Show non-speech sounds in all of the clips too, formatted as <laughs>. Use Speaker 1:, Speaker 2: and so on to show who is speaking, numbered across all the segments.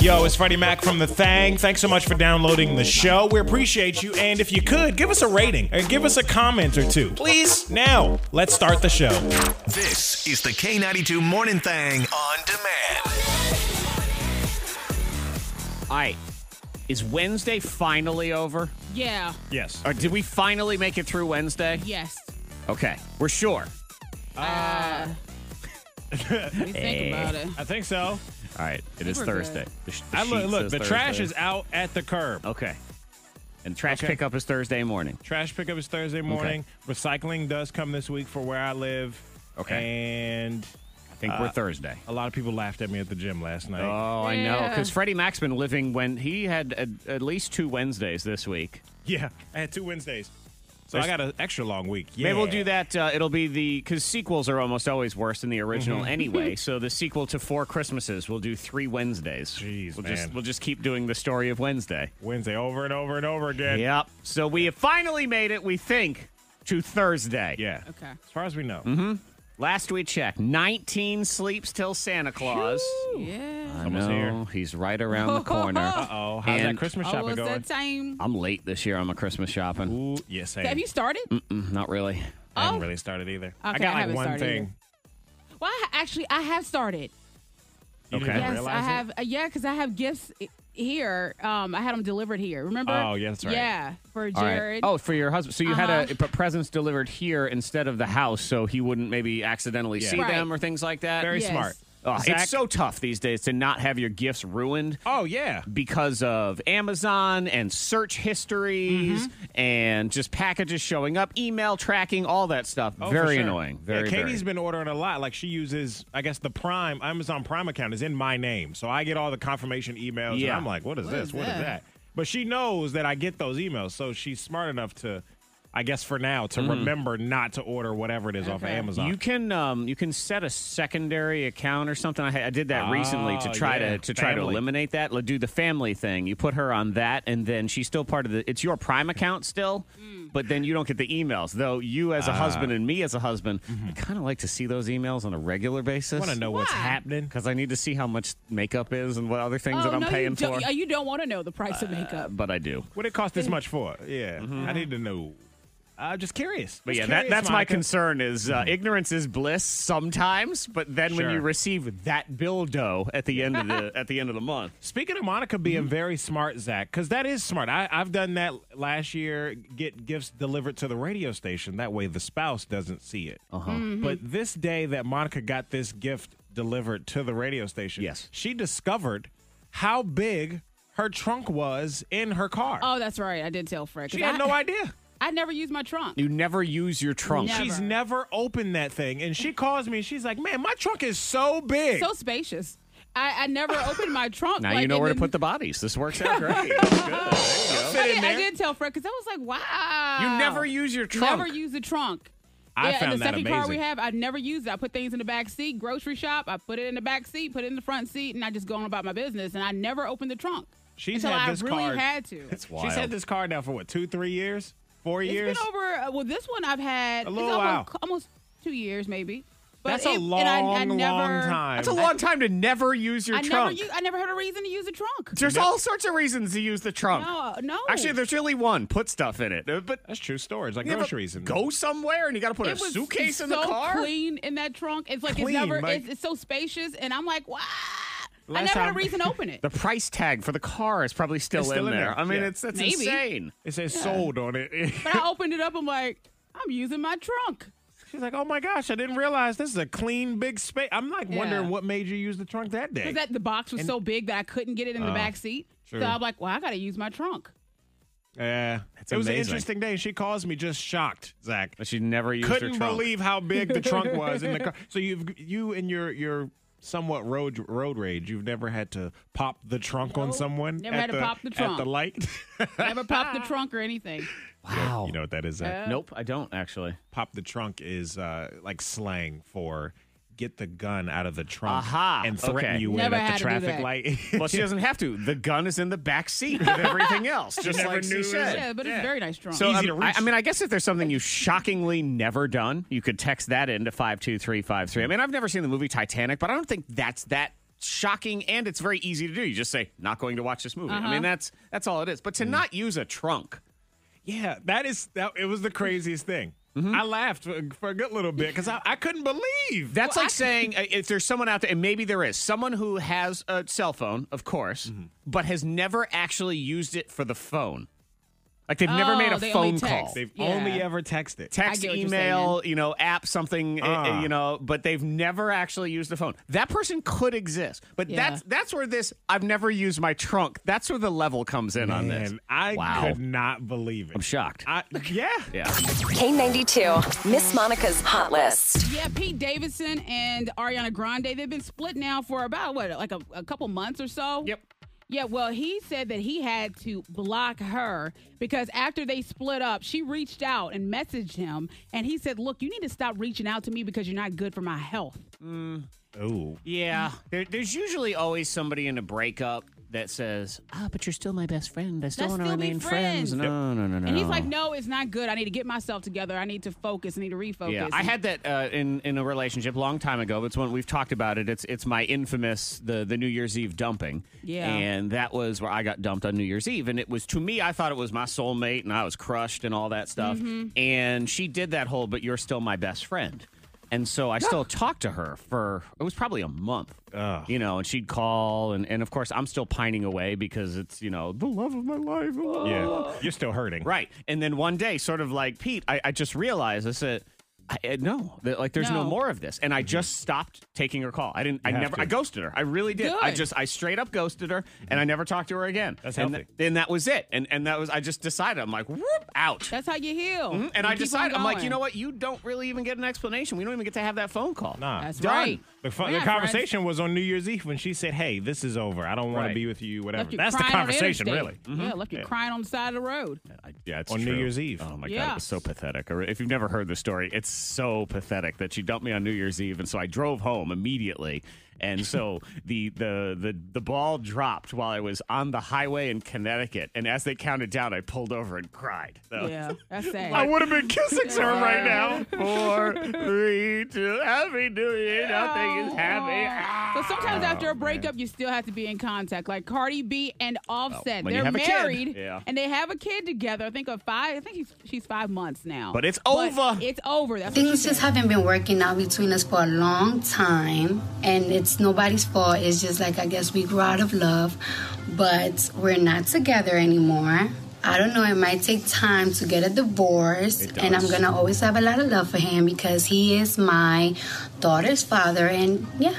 Speaker 1: Yo, it's Freddie Mac from The Thang. Thanks so much for downloading the show. We appreciate you. And if you could, give us a rating and give us a comment or two. Please, now, let's start the show.
Speaker 2: This is the K92 Morning Thang on demand.
Speaker 3: All right. Is Wednesday finally over?
Speaker 4: Yeah.
Speaker 1: Yes.
Speaker 3: Or did we finally make it through Wednesday?
Speaker 4: Yes.
Speaker 3: Okay. We're sure.
Speaker 4: Let me think about it.
Speaker 1: I think so.
Speaker 3: All right. Eh. It is
Speaker 4: we're
Speaker 3: Thursday.
Speaker 4: good.
Speaker 3: The sh-
Speaker 1: I look,
Speaker 3: sheet
Speaker 1: look
Speaker 3: says
Speaker 1: the trash
Speaker 3: Thursday.
Speaker 1: is out at the curb.
Speaker 3: Okay. And trash
Speaker 1: Okay.
Speaker 3: pickup is Thursday morning.
Speaker 1: Trash pickup is Thursday morning. Recycling does come this week for where I live.
Speaker 3: Okay.
Speaker 1: And uh,
Speaker 3: I think we're Thursday.
Speaker 1: a lot of people laughed at me at the gym last night.
Speaker 3: Oh, I know.
Speaker 4: Yeah.
Speaker 3: Because Freddie Mac's been living when he had at, at least two Wednesdays this week.
Speaker 1: yeah, I had two Wednesdays. So I got an extra long week. Yeah.
Speaker 3: Maybe we'll do that. Uh, it'll be the because sequels are almost always worse than the
Speaker 1: Mm-hmm. <laughs>
Speaker 3: original anyway. So the sequel to Four Christmases, we'll do three Wednesdays.
Speaker 1: Jeez,
Speaker 3: we'll
Speaker 1: man.
Speaker 3: just we'll just keep doing the story of Wednesday.
Speaker 1: Wednesday over and over and over again.
Speaker 3: Yep. So we have finally made it. We think to Thursday. Mm-hmm.
Speaker 1: Yeah.
Speaker 4: Okay.
Speaker 1: As far as we know.
Speaker 3: Last we checked, 19 sleeps till Santa Claus.
Speaker 4: Yeah.
Speaker 3: I
Speaker 1: Almost
Speaker 3: know he's right around
Speaker 4: <laughs>
Speaker 3: the corner.
Speaker 1: Oh, how's that
Speaker 3: And-
Speaker 1: Christmas
Speaker 4: Oh,
Speaker 1: shopping
Speaker 4: was
Speaker 1: going?
Speaker 4: that time?
Speaker 3: I'm late this year. I'm a Christmas shopping.
Speaker 1: Ooh, yes, hey.
Speaker 4: Have you started?
Speaker 3: Not really.
Speaker 1: I haven't
Speaker 4: Oh.
Speaker 1: really started either. I
Speaker 4: Okay,
Speaker 1: got
Speaker 4: I
Speaker 1: like
Speaker 4: haven't
Speaker 1: one
Speaker 4: started
Speaker 1: thing.
Speaker 4: either. Well, I, actually, I have started.
Speaker 1: You didn't
Speaker 3: Okay.
Speaker 1: even
Speaker 4: Yes,
Speaker 1: realize
Speaker 4: I
Speaker 1: it?
Speaker 4: have. Uh, yeah, because I have gifts i- here. Um, I had them delivered here. Remember?
Speaker 1: Oh, yeah, that's right.
Speaker 4: Yeah, for
Speaker 3: All right.
Speaker 4: Jared.
Speaker 3: Oh, for your husband. So you had
Speaker 4: Uh-huh.
Speaker 3: a p- presents delivered here instead of the house, so he wouldn't maybe accidentally
Speaker 1: Yeah.
Speaker 3: see
Speaker 4: Right.
Speaker 3: them or things like that.
Speaker 1: Very
Speaker 4: Yes.
Speaker 1: smart.
Speaker 3: Oh,
Speaker 1: Zach-
Speaker 3: it's so tough these days to not have your gifts ruined
Speaker 1: Oh, yeah.
Speaker 3: because of Amazon and search histories
Speaker 4: Mm-hmm.
Speaker 3: and just packages showing up, email tracking, all that stuff.
Speaker 1: Oh, for
Speaker 3: very
Speaker 1: sure.
Speaker 3: annoying. Very.
Speaker 1: yeah, Katie's
Speaker 3: very.
Speaker 1: been ordering a lot. Like she uses, I guess the Prime Amazon Prime account is in my name, so I get all the confirmation emails. and
Speaker 3: Yeah.
Speaker 1: I'm like, what is
Speaker 4: What
Speaker 1: this?
Speaker 4: is
Speaker 1: What is
Speaker 4: that?
Speaker 1: that? But she knows that I get those emails, so she's smart enough to, I guess, for now to remember not to order whatever it is off of
Speaker 4: Okay.
Speaker 1: Amazon.
Speaker 3: Mm. You can um, you can set a secondary account or something. I, ha- I did that recently to
Speaker 1: Oh,
Speaker 3: try
Speaker 1: yeah.
Speaker 3: to to try to
Speaker 1: Family.
Speaker 3: eliminate that. Like, Do the family thing. You put her on that, and then she's still part of the. It's your Prime account still,
Speaker 4: Mm.
Speaker 3: but then you don't get the emails. Though you
Speaker 1: Ah.
Speaker 3: as a husband and me as a husband, I kind of like to see those emails on a regular basis.
Speaker 1: want to Mm-hmm. know what's
Speaker 4: Why?
Speaker 1: happening?
Speaker 3: because I need to see how much makeup is and what other things
Speaker 4: Oh,
Speaker 3: that I'm
Speaker 4: no,
Speaker 3: paying
Speaker 4: you don't,
Speaker 3: for. Uh,
Speaker 4: uh, You don't want to know the price of makeup.
Speaker 3: but I do. Mm-hmm.
Speaker 1: What it cost this much for? Yeah, I need to know. I'm just curious.
Speaker 3: But
Speaker 1: Just
Speaker 3: yeah, that,
Speaker 1: curious,
Speaker 3: that's my
Speaker 1: Monica.
Speaker 3: concern is
Speaker 4: Mm-hmm.
Speaker 3: uh, ignorance is bliss sometimes, but then when you
Speaker 1: Sure.
Speaker 3: receive that dildo at the end of <laughs> the at the end of the month.
Speaker 1: Speaking of Monica
Speaker 3: Mm-hmm.
Speaker 1: being very smart, Zach, because that is smart. I, I've done that last year. Get gifts delivered to the radio station. That way, the spouse doesn't see it. Uh-huh.
Speaker 4: Mm-hmm.
Speaker 1: But this day that Monica got this gift delivered to the radio station,
Speaker 3: Yes.
Speaker 1: she discovered how big her trunk was in her car.
Speaker 4: Oh, that's right. I did tell Fred. 'cause
Speaker 1: she had
Speaker 4: I,
Speaker 1: no idea.
Speaker 4: I never use my trunk.
Speaker 3: You never use your trunk.
Speaker 4: Never.
Speaker 1: She's never opened that thing, and she calls me. and She's like, "Man, my trunk is so big."
Speaker 4: so spacious. I, I never opened my trunk.
Speaker 3: Now
Speaker 4: like,
Speaker 3: you know
Speaker 4: and
Speaker 3: where to
Speaker 4: then-
Speaker 3: put the bodies.
Speaker 1: <laughs>
Speaker 3: This works out great. <laughs> Good. There you go.
Speaker 1: Fit
Speaker 4: I
Speaker 1: in
Speaker 4: did, I
Speaker 1: there.
Speaker 4: did tell Fred because I was like, wow.
Speaker 3: You never use your trunk.
Speaker 4: Never use the trunk.
Speaker 1: I
Speaker 4: yeah,
Speaker 1: found
Speaker 4: and the
Speaker 1: that
Speaker 4: second car we
Speaker 1: amazing.
Speaker 4: have, I never use it. I put things in the back seat, grocery shop. I put it in the back seat, put it in the front seat, and I just go on about my business. And I never opened the trunk
Speaker 1: She's
Speaker 4: until
Speaker 1: had
Speaker 4: I
Speaker 1: this
Speaker 4: really
Speaker 1: card.
Speaker 4: had to. It's
Speaker 1: She's had
Speaker 3: wild.
Speaker 1: this car now for what two, three years, four years.
Speaker 4: been over. Uh, well, this one I've had
Speaker 1: A little
Speaker 4: it's
Speaker 1: while.
Speaker 4: almost, almost two years, maybe. But
Speaker 1: That's a
Speaker 4: it- and
Speaker 1: long,
Speaker 4: I- I
Speaker 1: long
Speaker 4: never-
Speaker 1: time.
Speaker 3: That's a long time to never use your
Speaker 4: I never,
Speaker 3: trunk.
Speaker 4: u- I never had a reason to use a trunk.
Speaker 3: there's all sorts of reasons to use the trunk.
Speaker 4: No, uh, no.
Speaker 3: Actually, there's really one. Put stuff in it. Uh, But
Speaker 1: That's true storage, like
Speaker 3: you ever
Speaker 1: groceries. And
Speaker 3: go somewhere and you got to put a
Speaker 4: it was
Speaker 3: suitcase
Speaker 4: so
Speaker 3: in the car.
Speaker 4: clean in that trunk. It's like
Speaker 1: Clean,
Speaker 4: it's never.
Speaker 1: like-
Speaker 4: it's, it's so spacious, and I'm like, wow. I
Speaker 1: Last
Speaker 4: never had
Speaker 1: time-
Speaker 4: a reason to open it.
Speaker 3: The price tag for the car is probably still,
Speaker 1: It's still
Speaker 3: in,
Speaker 1: in
Speaker 3: there.
Speaker 1: there.
Speaker 3: I mean,
Speaker 1: Yeah.
Speaker 3: it's that's
Speaker 4: Maybe.
Speaker 3: insane.
Speaker 1: It says sold on it.
Speaker 3: <laughs>
Speaker 4: but I opened it up. I'm like, I'm using my trunk.
Speaker 1: She's like, "Oh my gosh, I didn't realize this is a clean big space." I'm like wondering
Speaker 4: Yeah.
Speaker 1: what made you use the trunk that day.
Speaker 4: Because that the box was so big that I couldn't get it
Speaker 3: Uh,
Speaker 4: in the back seat.
Speaker 1: true.
Speaker 4: So I'm like, well, I got to use my
Speaker 3: <laughs>
Speaker 4: trunk.
Speaker 1: yeah, it was an
Speaker 3: amazing.
Speaker 1: interesting day. She calls me just shocked, Zach.
Speaker 3: But she never used her
Speaker 1: Couldn't
Speaker 3: trunk.
Speaker 1: believe how big the <laughs>
Speaker 3: <laughs>
Speaker 1: trunk was in the car. So you have you and your your somewhat road road rage. You've never had to pop the trunk on someone.
Speaker 4: Never
Speaker 1: at
Speaker 4: had to
Speaker 1: the-
Speaker 4: pop the
Speaker 1: at
Speaker 4: trunk.
Speaker 1: the light. <laughs>
Speaker 4: Never popped the trunk or anything.
Speaker 3: wow.
Speaker 1: you know what that is? Zach?
Speaker 3: nope, I don't actually.
Speaker 1: pop the trunk is uh, like slang for get the gun out of the trunk
Speaker 3: Aha,
Speaker 1: and threaten
Speaker 3: okay.
Speaker 1: you with it
Speaker 4: Never
Speaker 1: at
Speaker 4: had
Speaker 1: the
Speaker 4: to do
Speaker 1: traffic
Speaker 4: that.
Speaker 1: light.
Speaker 3: Well,
Speaker 1: <laughs>
Speaker 3: she doesn't have to. The gun is in the back seat with everything else, just
Speaker 1: never
Speaker 3: like
Speaker 1: knew
Speaker 3: she
Speaker 1: it.
Speaker 3: said.
Speaker 4: Yeah, but it's a very nice trunk.
Speaker 3: So
Speaker 1: Easy
Speaker 3: um,
Speaker 1: to
Speaker 3: I,
Speaker 1: reach.
Speaker 3: I mean, I guess if there's something you've shockingly never done, you could text that into five two three five three. I mean, I've never seen the movie Titanic, but I don't think that's that shocking and it's very easy to do. You just say, not going to watch this movie. I
Speaker 4: Uh-huh.
Speaker 3: mean, that's that's all it is.
Speaker 1: Mm.
Speaker 3: But to not use a trunk.
Speaker 1: Yeah, that is that. It
Speaker 4: Mm-hmm.
Speaker 1: was the craziest thing. I laughed for, for a good little bit because I, I couldn't believe
Speaker 3: That's like saying uh, if there's someone out there, and maybe there is someone who has a cell phone, of course,
Speaker 1: Mm-hmm.
Speaker 3: but has never actually used it for the phone. Like they've never
Speaker 4: Oh,
Speaker 3: made a
Speaker 4: they
Speaker 3: phone
Speaker 4: only
Speaker 3: call.
Speaker 4: text.
Speaker 1: they've
Speaker 4: Yeah.
Speaker 1: only ever texted.
Speaker 3: Text,
Speaker 4: I get what you're
Speaker 3: email, you know, app, something, uh,
Speaker 1: Ah.
Speaker 3: you know, but they've never actually used the phone. That person could exist, but
Speaker 4: Yeah.
Speaker 3: that's that's where this I've never used my trunk. That's where the level comes in on this.
Speaker 1: And I
Speaker 3: Wow.
Speaker 1: could not believe it.
Speaker 3: I'm shocked.
Speaker 1: I, yeah.
Speaker 3: yeah.
Speaker 5: K92, Miss Monica's Hot List.
Speaker 4: Yeah, Pete Davidson and Ariana Grande, they've been split now for about, what, like a, a couple months or so?
Speaker 3: Yep.
Speaker 4: Yeah, well, he said that he had to block her because after they split up, she reached out and messaged him. And he said, Look, you need to stop reaching out to me because you're not good for my health.
Speaker 1: Oh,
Speaker 3: Mm. Yeah. There, there's usually always somebody in a breakup that says, "Ah, but you're still my best friend. I still
Speaker 4: Let's
Speaker 3: want to
Speaker 4: still be
Speaker 3: remain friends."
Speaker 4: friends.
Speaker 3: No, no, no, no.
Speaker 4: And he's
Speaker 3: no.
Speaker 4: like, No, it's not good. I need to get myself together. I need to focus. I need to refocus.
Speaker 3: Yeah, I had that uh, in in a relationship a long time ago. It's one we've talked about it. It's it's my infamous the the New Year's Eve dumping.
Speaker 4: Yeah.
Speaker 3: and that was where I got dumped on New Year's Eve, and it was to me I thought it was my soulmate, and I was crushed and all that stuff.
Speaker 4: Mm-hmm.
Speaker 3: And she did that whole, but you're still my best friend. And so I still talked to her for it was probably a month, you know. And she'd call, and, and of course I'm still pining away because it's you know the love of my life.
Speaker 1: yeah. You're still hurting.
Speaker 3: Right. And then one day, sort of like Pete, I, I just realized I said, I, uh, no, that, like there's no.
Speaker 4: No.
Speaker 3: more of this. And I just stopped taking her call. I didn't, I
Speaker 1: Mm-hmm. have
Speaker 3: never,
Speaker 1: to. Mm-hmm.
Speaker 3: I ghosted her. I really did. I
Speaker 4: Good.
Speaker 3: just, I straight up ghosted her and I never talked to her again.
Speaker 1: That's
Speaker 3: and
Speaker 1: healthy.
Speaker 3: th- and that was it. And, and that was, I just decided, I'm like, whoop, out. Mm-hmm.
Speaker 4: That's how you heal.
Speaker 3: and
Speaker 4: You
Speaker 3: I
Speaker 4: keep on
Speaker 3: decided, I'm like,
Speaker 4: going.
Speaker 3: you know what? You don't really even get an explanation. We don't even get to have that phone call.
Speaker 1: <laughs> Nah.
Speaker 4: That's
Speaker 3: Done.
Speaker 4: right.
Speaker 1: The, fu-
Speaker 4: We're
Speaker 1: the
Speaker 4: not friends.
Speaker 1: conversation was on New Year's Eve when she said, "Hey, this is over. I don't want
Speaker 3: Right.
Speaker 1: to be with you. Whatever."
Speaker 4: Left you
Speaker 1: That's the
Speaker 4: crying on
Speaker 1: conversation,
Speaker 4: interstate.
Speaker 1: really.
Speaker 4: Yeah, left you crying on the side of the road.
Speaker 3: I- Mm-hmm. yeah, it's
Speaker 1: On New
Speaker 3: true.
Speaker 1: Year's Eve.
Speaker 3: Oh my god, it
Speaker 4: Yeah.
Speaker 3: was so pathetic. Or If you've never heard the story, it's so pathetic that she dumped me on New Year's Eve, and so I drove home immediately. And
Speaker 4: <laughs>
Speaker 3: so the the the the ball dropped while I was on the highway in Connecticut, and as they counted down, I pulled over and cried. So-
Speaker 4: Yeah,
Speaker 3: <laughs>
Speaker 4: that's sad.
Speaker 3: I would have been kissing her right now.
Speaker 4: Yeah.
Speaker 3: Four, three, two. Happy New Year. Nothing is happy. Ah.
Speaker 4: Oh. So sometimes after a breakup, you still have to be in contact. Like Cardi B and Offset,
Speaker 3: when you
Speaker 4: they're
Speaker 3: have a kid.
Speaker 4: married
Speaker 3: Yeah.
Speaker 4: and they have a kid together. I think of five. I think he's, she's five months now.
Speaker 3: But it's over.
Speaker 4: It's over. That's what
Speaker 6: Things
Speaker 4: she
Speaker 6: just
Speaker 4: said.
Speaker 6: haven't been working out between us for a long time, and it's nobody's fault. It's just like I guess we grew out of love, but we're not together anymore. I don't know. It might take time to get a divorce, and I'm gonna always have a lot of love for him because he is my daughter's father, and yeah.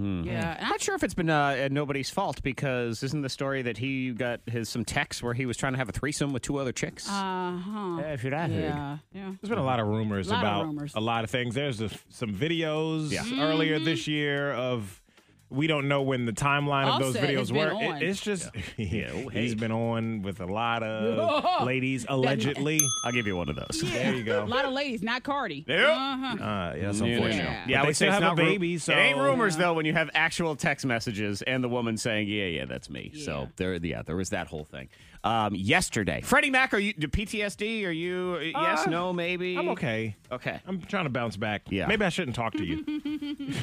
Speaker 4: Yeah, and
Speaker 3: I'm
Speaker 4: I-
Speaker 3: not sure if it's been uh, uh, nobody's fault because isn't the story that he got his some texts where he was trying to have a threesome with two other chicks?
Speaker 4: Uh-huh.
Speaker 3: Yeah, if you're that
Speaker 4: Yeah, yeah.
Speaker 1: There's been a lot of rumors
Speaker 4: Lot of
Speaker 1: about
Speaker 4: rumors.
Speaker 1: a lot of things. There's a, some videos
Speaker 3: Yeah.
Speaker 1: earlier this
Speaker 4: Mm-hmm.
Speaker 1: year of we don't know when the timeline of those
Speaker 4: Offset
Speaker 1: videos
Speaker 4: has been
Speaker 1: were. It-
Speaker 4: on.
Speaker 1: it's just <laughs>
Speaker 3: oh, hey.
Speaker 1: he's been on with a lot
Speaker 4: <laughs>
Speaker 1: of ladies allegedly.
Speaker 3: I'll give you one of those.
Speaker 1: There you
Speaker 4: A
Speaker 1: go.
Speaker 4: lot of ladies, not Cardi.
Speaker 3: Yep.
Speaker 4: Uh-huh.
Speaker 1: Uh, yeah, that's
Speaker 3: No, no, no.
Speaker 1: unfortunate.
Speaker 4: Yeah.
Speaker 1: But
Speaker 3: I
Speaker 1: they
Speaker 3: would say
Speaker 1: still
Speaker 3: it's
Speaker 1: have
Speaker 3: not
Speaker 1: a
Speaker 3: ru-
Speaker 1: baby. so
Speaker 3: It ain't rumors though when you have actual text messages and the woman saying, "Yeah, yeah, that's me." So there, yeah, there was that whole thing. Um, yesterday, Freddie Mac, are you do PTSD? Are you yes,
Speaker 1: Uh,
Speaker 3: no, maybe?
Speaker 1: I'm okay.
Speaker 3: Okay.
Speaker 1: I'm trying to bounce back.
Speaker 3: Yeah.
Speaker 1: Maybe I shouldn't talk to you. <laughs>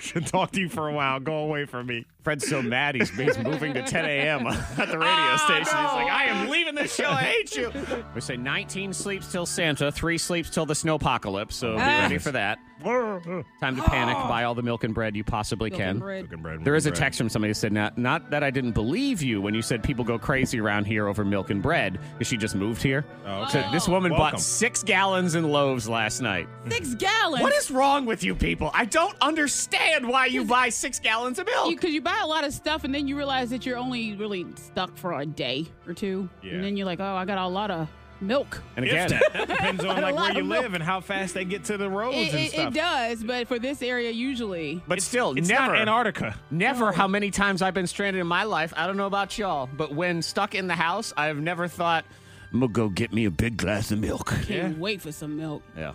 Speaker 1: should talk to you for a while. Go away from me.
Speaker 3: Fred's so mad he's, he's moving to 10 <laughs> a.m. at the radio station. He's like, I am leaving this show. I hate you. We say 19 sleeps till Santa, three sleeps till the snowpocalypse. So be ready for that. Time to panic. Buy all the milk and bread you possibly
Speaker 4: Milk and
Speaker 3: can.
Speaker 4: bread.
Speaker 1: Broken Ah. bread,
Speaker 3: There is a
Speaker 1: broken bread.
Speaker 3: text from somebody who said, not, not that I didn't believe you when you said people go crazy around here over milk and bread, because she just moved here.
Speaker 1: Oh,
Speaker 3: So
Speaker 1: okay.
Speaker 3: this woman
Speaker 1: Welcome.
Speaker 3: bought six gallons in loaves last night.
Speaker 4: Six gallons.
Speaker 3: What is wrong with you people? I don't understand why you buy six gallons of milk.
Speaker 4: Because you, buy a lot of stuff and then you realize that you're only really stuck for a day or two.
Speaker 1: Yeah.
Speaker 4: And then you're like, oh, I got a lot of milk.
Speaker 3: and
Speaker 1: If
Speaker 3: again,
Speaker 1: that,
Speaker 3: <laughs>
Speaker 1: that depends <laughs> on like where
Speaker 4: lot
Speaker 1: you
Speaker 4: of milk.
Speaker 1: live and how fast they get to the roads
Speaker 4: It,
Speaker 1: and
Speaker 4: it,
Speaker 1: stuff.
Speaker 4: it does, but for this area, usually.
Speaker 3: But still,
Speaker 1: It's
Speaker 3: never
Speaker 1: not Antarctica.
Speaker 3: Never how many times I've been stranded in my life. I don't know about y'all, but when stuck in the house, I've never thought, I'm gonna go get me a big glass of milk.
Speaker 4: Can't wait for some milk. Mm.
Speaker 3: Yeah.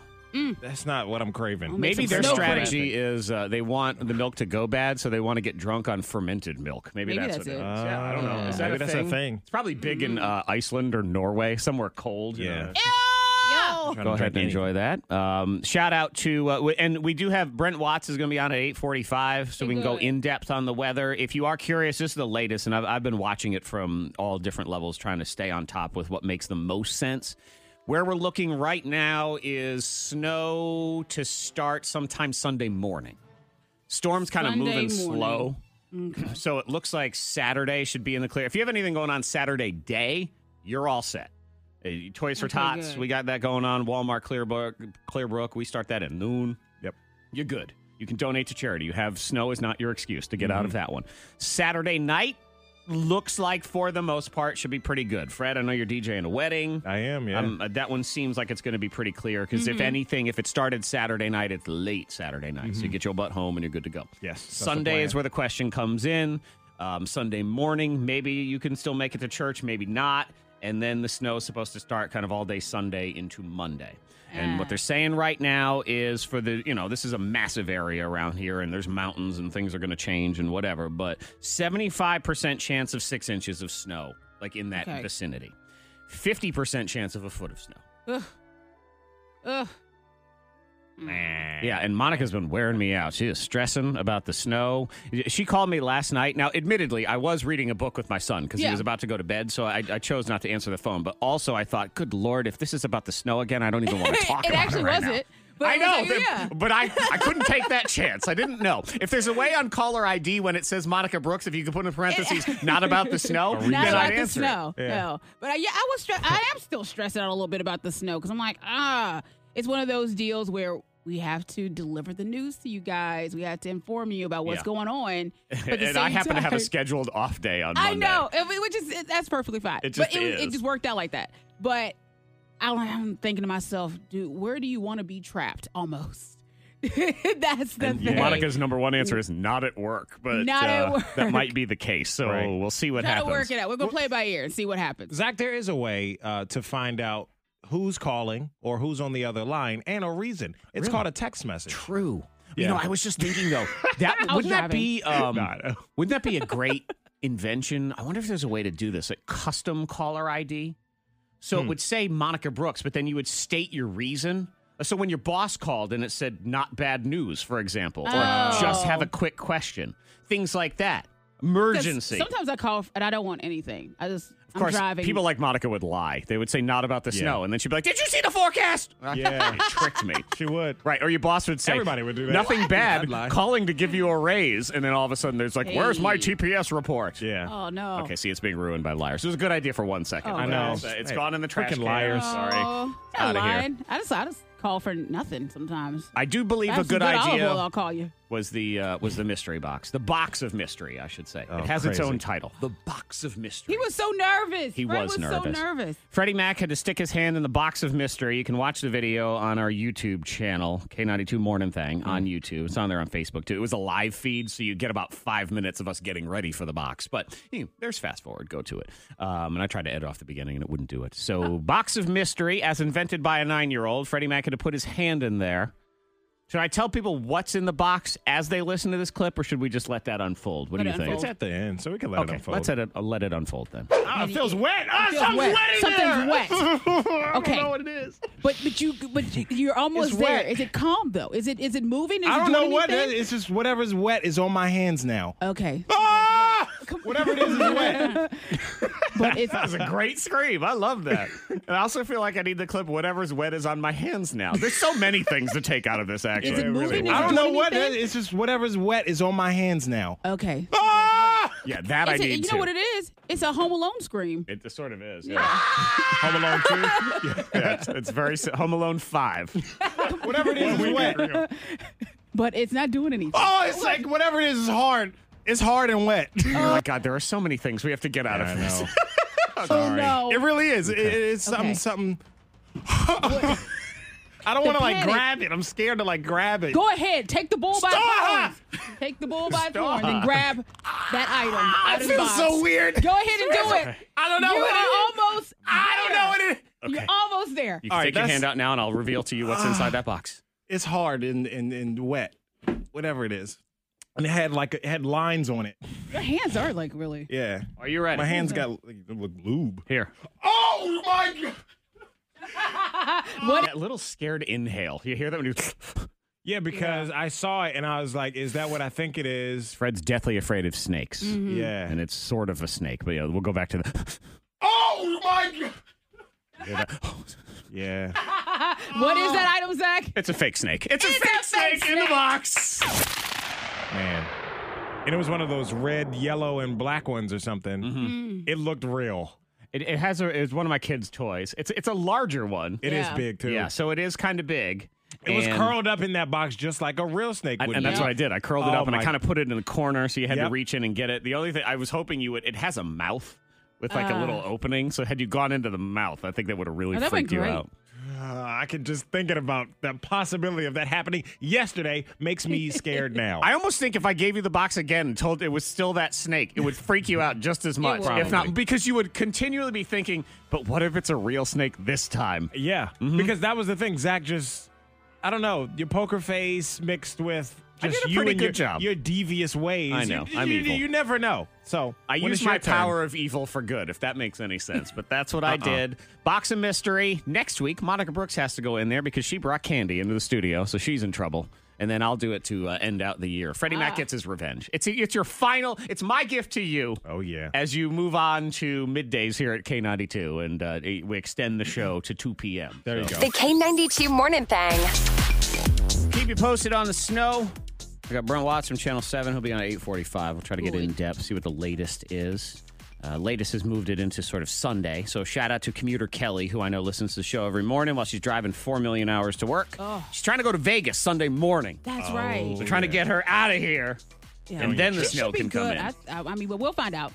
Speaker 1: That's not what I'm craving.
Speaker 4: Make
Speaker 3: Maybe
Speaker 4: some
Speaker 3: their
Speaker 4: snow
Speaker 3: strategy is uh, they want the milk to go bad, so they want to get drunk on fermented milk. Maybe,
Speaker 4: Maybe
Speaker 3: that's,
Speaker 4: that's
Speaker 3: what it is.
Speaker 4: it. Mm.
Speaker 3: yeah, Uh, I don't know. Is that
Speaker 1: Maybe
Speaker 3: a
Speaker 1: that's a
Speaker 3: thing?
Speaker 1: thing.
Speaker 3: It's probably big in uh, Iceland or Norway, somewhere cold. you
Speaker 1: Yeah.
Speaker 3: know.
Speaker 4: Yeah. Wow.
Speaker 1: Trying to
Speaker 3: Go ahead
Speaker 1: drink
Speaker 3: and
Speaker 1: anything.
Speaker 3: enjoy that. Um, shout out to uh, w- and we do have Brent Watts is going to be on at eight forty five, so we can go
Speaker 4: Good.
Speaker 3: in depth on the weather. If you are curious, this is the latest, and I've, I've been watching it from all different levels, trying to stay on top with what makes the most sense. Where we're looking right now is snow to start sometime Sunday morning. Storms kind of
Speaker 4: Sunday
Speaker 3: moving
Speaker 4: morning.
Speaker 3: slow. <clears throat> So it looks like Saturday should be in the clear. If you have anything going on Saturday day, you're all set. Uh, Toys for
Speaker 4: Okay,
Speaker 3: Tots,
Speaker 4: good.
Speaker 3: we got that going on. Walmart Clearbrook, Clearbrook, we start that at noon.
Speaker 1: Yep.
Speaker 3: You're good. You can donate to charity. You have snow is not your excuse to get out
Speaker 1: Mm-hmm.
Speaker 3: of that one. Saturday night looks like for the most part should be pretty good. Fred, I know you're DJing a wedding.
Speaker 1: I am, yeah.
Speaker 3: Um, uh, that one seems like it's going to be pretty clear because if anything, if it started Saturday night, it's late Saturday night. So you get your butt home and you're good to go.
Speaker 1: Mm-hmm. Yes, that's the
Speaker 3: Sunday is
Speaker 1: plan.
Speaker 3: where the question comes in. Um, Sunday morning, maybe you can still make it to church, maybe not. And then the snow is supposed to start kind of all day Sunday into Monday. And what they're saying right now is for the, you know, this is a massive area around here and there's mountains and things are going to change and whatever, but 75% chance of six inches of snow, like in that
Speaker 4: Okay.
Speaker 3: vicinity. 50% chance of a foot of snow.
Speaker 4: Ugh. Ugh.
Speaker 3: Yeah, and Monica's been wearing me out. She is stressing about the snow. She called me last night. Now, admittedly, I was reading a book with my son because he
Speaker 4: Yeah.
Speaker 3: was about to go to bed, so I, I chose not to answer the phone. But also, I thought, good lord, if this is about the snow again, I don't even want to talk
Speaker 4: <laughs> It
Speaker 3: about
Speaker 4: actually
Speaker 3: it. right
Speaker 4: wasn't,
Speaker 3: now.
Speaker 4: but
Speaker 3: I
Speaker 4: it was
Speaker 3: know,
Speaker 4: like,
Speaker 3: but-
Speaker 4: yeah.
Speaker 3: but I, I couldn't take that chance. I didn't know. If there's a way on caller ID when it says Monica Brooks, if you could put in parentheses, not about
Speaker 4: <laughs>
Speaker 3: the snow, then
Speaker 4: Not about
Speaker 3: I'd
Speaker 4: the
Speaker 3: answer. it.
Speaker 4: snow. No, but I, yeah, I was. Stre- I am still stressing out a little bit about the snow because I'm like, ah, it's one of those deals where we have to deliver the news to you guys. We have to inform you about what's
Speaker 3: Yeah. <laughs>
Speaker 4: going on. But at the
Speaker 3: And I
Speaker 4: same
Speaker 3: happen to have a
Speaker 4: time-
Speaker 3: scheduled off day on
Speaker 4: I
Speaker 3: Monday.
Speaker 4: know, I mean, which is it, that's perfectly fine.
Speaker 3: It just
Speaker 4: but it,
Speaker 3: is.
Speaker 4: it just worked out like that. But I, am thinking to myself, dude, where do you want to be trapped? Almost. <laughs> that's the thing.
Speaker 3: Monica's number one answer is not at work, but
Speaker 4: Not at
Speaker 3: uh,
Speaker 4: work.
Speaker 3: that might be the case. So
Speaker 1: Right.
Speaker 3: we'll see what
Speaker 4: Try to
Speaker 3: happens.
Speaker 4: work it out. We're gonna play it by ear and see what happens.
Speaker 1: Zach, there is a way uh, to find out who's calling or who's on the other line and a reason. It's called a text message.
Speaker 3: True. You
Speaker 1: Yeah.
Speaker 3: know, I was just
Speaker 1: <laughs>
Speaker 3: thinking though,
Speaker 4: <laughs>
Speaker 3: that
Speaker 4: I was
Speaker 3: wouldn't that be um,
Speaker 1: Nah, I know.
Speaker 3: wouldn't that be a great invention? I wonder if there's a way to do this, like custom caller ID. So it would say Monica Brooks, but then you would state your reason. So when your boss called and it said not bad news, for example, or
Speaker 4: Oh.
Speaker 3: just have a quick question, things like that.
Speaker 4: 'Cause
Speaker 3: Emergency.
Speaker 4: Sometimes I call and I don't want anything. I just
Speaker 3: Of course,
Speaker 4: I'm driving.
Speaker 3: people like Monica would lie. They would say not about the
Speaker 1: Yeah.
Speaker 3: snow, and then she'd be like, "Did you see the forecast?"
Speaker 1: Yeah.
Speaker 3: It tricked me.
Speaker 1: She would.
Speaker 3: Right, or your boss would say
Speaker 1: Everybody would do that.
Speaker 3: Nothing
Speaker 1: What?
Speaker 3: bad.
Speaker 1: I'd lie.
Speaker 3: Calling to give you a raise, and then all of a sudden there's like, "Where's my
Speaker 4: Hey.
Speaker 3: TPS report?"
Speaker 1: Yeah.
Speaker 4: oh no.
Speaker 3: Okay, see, it's being ruined by liars. It was a good idea for one second.
Speaker 4: Oh,
Speaker 3: but
Speaker 1: I know.
Speaker 3: It's, it's
Speaker 1: Hey,
Speaker 3: gone in the trash.
Speaker 1: freaking
Speaker 3: can.
Speaker 1: liars.
Speaker 3: Sorry.
Speaker 4: Oh, I'm
Speaker 3: Outta here.
Speaker 4: lying. I just I just call for nothing sometimes.
Speaker 3: I do believe
Speaker 4: If
Speaker 3: a
Speaker 4: I have some
Speaker 3: good
Speaker 4: olive
Speaker 3: idea
Speaker 4: oil, I'll call you.
Speaker 3: was the uh, was the mystery box, the box of mystery, I should say. it has its
Speaker 1: Oh, crazy.
Speaker 3: own title, the box of mystery.
Speaker 4: He was so nervous.
Speaker 3: He
Speaker 4: Fred
Speaker 3: was nervous.
Speaker 4: so nervous.
Speaker 3: Freddie Mac had to stick his hand in the box of mystery. You can watch the video on our YouTube channel, K92 Morning Thing, on
Speaker 1: Mm.
Speaker 3: YouTube. It's on there on Facebook too. It was a live feed, so you get about five minutes of us getting ready for the box. But you know, there's fast forward. Go to it. Um, and I tried to edit off the beginning, and it wouldn't do it. So, box of mystery, as invented by a nine year old, Freddie Mac had to put his hand in there. Should I tell people what's in the box as they listen to this clip, or should we just let that unfold? What
Speaker 4: Let
Speaker 3: do you
Speaker 4: it
Speaker 3: think?
Speaker 1: It's at the end, so we can let it
Speaker 3: Okay,
Speaker 1: unfold.
Speaker 3: let's let it, uh, let it unfold then.
Speaker 1: Ah, it feels wet. Ah,
Speaker 4: feels
Speaker 1: something's
Speaker 4: wet.
Speaker 1: wet in there.
Speaker 4: Something's
Speaker 1: <laughs> I don't
Speaker 4: Okay.
Speaker 1: know what it is.
Speaker 4: But but you but you're almost
Speaker 1: It's
Speaker 4: there.
Speaker 1: wet.
Speaker 4: Is it calm though? Is it is it moving? Is
Speaker 1: I
Speaker 4: it
Speaker 1: don't know
Speaker 4: doing
Speaker 1: what it
Speaker 4: anything?
Speaker 1: is. <laughs> It's just whatever's wet is on my hands now. <laughs>
Speaker 4: Okay,
Speaker 1: Ah! Whatever it is is wet.
Speaker 4: but it's
Speaker 3: That was a great scream. I love that. and I also feel like I need the clip whatever's wet is on my hands now. There's so many things to take out of this
Speaker 4: Is it
Speaker 3: actually.
Speaker 4: moving? Is
Speaker 1: I
Speaker 4: it
Speaker 1: don't
Speaker 4: doing
Speaker 1: know what it
Speaker 4: anything?
Speaker 1: is. It's just whatever's wet is on my hands now. <laughs>
Speaker 4: Okay.
Speaker 1: Ah!
Speaker 3: Yeah, that I
Speaker 4: It's a-
Speaker 3: need
Speaker 4: you know
Speaker 3: to.
Speaker 4: what it is? It's a Home Alone scream.
Speaker 3: It just sort of is. Yeah. Home Alone 2? <laughs> yeah, it's, it's very si- Home Alone 5.
Speaker 1: Whatever it <laughs> is is wet.
Speaker 4: But it's not doing anything.
Speaker 1: Oh, it's like whatever it is is hard. It's hard and wet.
Speaker 3: Oh my God, there are so many things we have to get out of <laughs> this.
Speaker 4: Oh, no.
Speaker 1: It really is. It- it's something.
Speaker 4: Okay.
Speaker 1: Something. <laughs> I don't want to like
Speaker 4: panic.
Speaker 1: grab it. I'm scared to like grab it.
Speaker 4: <laughs> Go ahead, take the bull by
Speaker 1: Stop!
Speaker 4: the horns. Take the bull by the horns and grab that item.
Speaker 1: Ah, I
Speaker 4: out of the
Speaker 1: feel
Speaker 4: box.
Speaker 1: so weird.
Speaker 4: Go ahead and do it.
Speaker 1: I don't know
Speaker 4: You
Speaker 1: what it is.
Speaker 4: are almost.
Speaker 1: I don't know what it is.
Speaker 4: it. You're almost there.
Speaker 3: You can
Speaker 1: All right,
Speaker 3: take your
Speaker 1: that's-
Speaker 3: hand out now and I'll reveal to you what's inside that <gasps> box.
Speaker 1: It's hard and and and wet. Whatever it is. And it had like it had lines on it.
Speaker 4: Your hands are like really.
Speaker 1: Yeah.
Speaker 3: Are you ready?
Speaker 1: My hands got like, look lube.
Speaker 3: Here.
Speaker 1: Oh my god.
Speaker 3: That little scared inhale. You hear that when you.
Speaker 1: <laughs> Yeah, because I saw it and I was like, is that what I think it is?
Speaker 3: Fred's deathly afraid of snakes.
Speaker 4: Mm-hmm.
Speaker 1: Yeah.
Speaker 3: And it's sort of a snake, but yeah, we'll go back to the. <laughs> Oh my god! <gasps>
Speaker 1: yeah.
Speaker 4: <laughs> What is that item, Zach?
Speaker 3: Oh. It's a fake snake. It's,
Speaker 4: It's
Speaker 3: a fake,
Speaker 4: a fake
Speaker 3: snake in the box.
Speaker 1: Man. And it was one of those red, yellow, and black ones or something.
Speaker 3: Mm-hmm.
Speaker 1: It looked real.
Speaker 3: It, it has a. It's one of my kids' toys. It's it's a larger one.
Speaker 1: It is
Speaker 4: Yeah.
Speaker 1: big too.
Speaker 3: Yeah, so it is kind of big.
Speaker 1: It was
Speaker 3: And-
Speaker 1: curled up in that box just like a real snake
Speaker 3: And,
Speaker 1: would.
Speaker 3: and
Speaker 1: be.
Speaker 3: that's what I did. I curled it
Speaker 1: Oh
Speaker 3: up and I
Speaker 1: my-
Speaker 3: kind of put it in the corner, so you had to
Speaker 1: Yep.
Speaker 3: reach in and get it. The only thing I was hoping you would. It has a mouth with like a
Speaker 4: Ah.
Speaker 3: little opening. So had you gone into the mouth, I think that would have really
Speaker 4: Oh, that'd been
Speaker 3: freaked you
Speaker 4: great.
Speaker 3: out.
Speaker 1: Uh, I could just thinking about the possibility of that happening yesterday makes me
Speaker 3: <laughs>
Speaker 1: scared now.
Speaker 3: I almost think if I gave you the box again and told it was still that snake,
Speaker 1: <laughs>
Speaker 3: it would freak you out just as much.
Speaker 4: would.
Speaker 3: If not, because you would continually be thinking, but what if it's a real snake this time?
Speaker 1: yeah,
Speaker 3: Mm-hmm.
Speaker 1: because that was the thing. Zach just, I don't know, your poker face mixed with
Speaker 3: I
Speaker 1: just
Speaker 3: did a
Speaker 1: you
Speaker 3: pretty
Speaker 1: and
Speaker 3: good
Speaker 1: your,
Speaker 3: job.
Speaker 1: your devious ways.
Speaker 3: I
Speaker 1: You-
Speaker 3: know.
Speaker 1: You,
Speaker 3: I'm
Speaker 1: you-
Speaker 3: evil.
Speaker 1: you never know. So
Speaker 3: I
Speaker 1: when
Speaker 3: use
Speaker 1: it's your
Speaker 3: my
Speaker 1: turn- Uh-uh.
Speaker 3: power of evil for good, if that makes any sense. But that's what I did. Box of mystery. Next week, Monica Brooks has to go in there because she brought candy into the studio, so she's in trouble. And then I'll do it to uh, end out the year. Freddie Mac gets his revenge. It's it's your final. It's my gift to you.
Speaker 1: Oh, yeah.
Speaker 3: As you move on to middays here at K ninety two, and uh, we extend the show to two p.m.
Speaker 1: There you go.
Speaker 5: The K92 Morning Thang.
Speaker 3: Keep you posted on the snow. I got Brent Watts from Channel 7. He'll be on at 845. We'll try to get in depth, see what the latest is. Uh, latest has moved it into sort of Sunday. So shout out to commuter Kelly, who I know listens to the show every morning while she's driving 4 million hours to work. She's trying to go to Vegas Sunday morning.
Speaker 4: Oh. That's right.
Speaker 3: We're
Speaker 1: Oh,
Speaker 3: trying to get her out of here.
Speaker 4: Yeah.
Speaker 3: And then the
Speaker 4: She
Speaker 3: snow
Speaker 4: should be
Speaker 3: can come
Speaker 4: good.
Speaker 3: in.
Speaker 4: I, I, I mean, but we'll find out.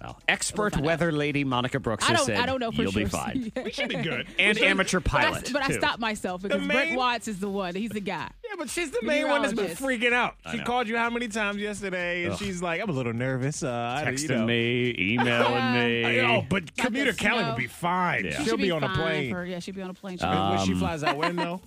Speaker 3: Well, expert
Speaker 4: find out.
Speaker 3: weather lady Monica Brooks
Speaker 4: I
Speaker 3: has
Speaker 4: don't.
Speaker 3: said
Speaker 4: I don't know for
Speaker 3: you'll
Speaker 4: sure.
Speaker 3: be
Speaker 4: <laughs>
Speaker 3: fine.
Speaker 1: We should be good.
Speaker 3: <laughs> and amateur
Speaker 4: But, I,
Speaker 3: pilot.
Speaker 4: but I
Speaker 3: too.
Speaker 4: stopped myself because Brett
Speaker 1: main-
Speaker 4: Watts is the one. He's the guy.
Speaker 1: Yeah, but she's the main one that's been
Speaker 4: Meteorologist.
Speaker 1: freaking out. She
Speaker 3: know.
Speaker 1: called you how many times yesterday, and
Speaker 3: Ugh.
Speaker 1: she's like, "I'm a little nervous." Uh, I don't- you
Speaker 3: Texting
Speaker 1: know.
Speaker 3: me,
Speaker 1: E-
Speaker 3: emailing <laughs> me.
Speaker 1: Oh, but commuter
Speaker 4: the
Speaker 1: Kelly
Speaker 4: snow.
Speaker 1: would be fine.
Speaker 3: Yeah. Uh, She
Speaker 4: She
Speaker 1: She'll
Speaker 4: should
Speaker 1: be, on a
Speaker 4: fine
Speaker 1: plane
Speaker 4: for- yeah, she'll be on a plane. She'll be-
Speaker 1: when she flies out window.
Speaker 3: Um,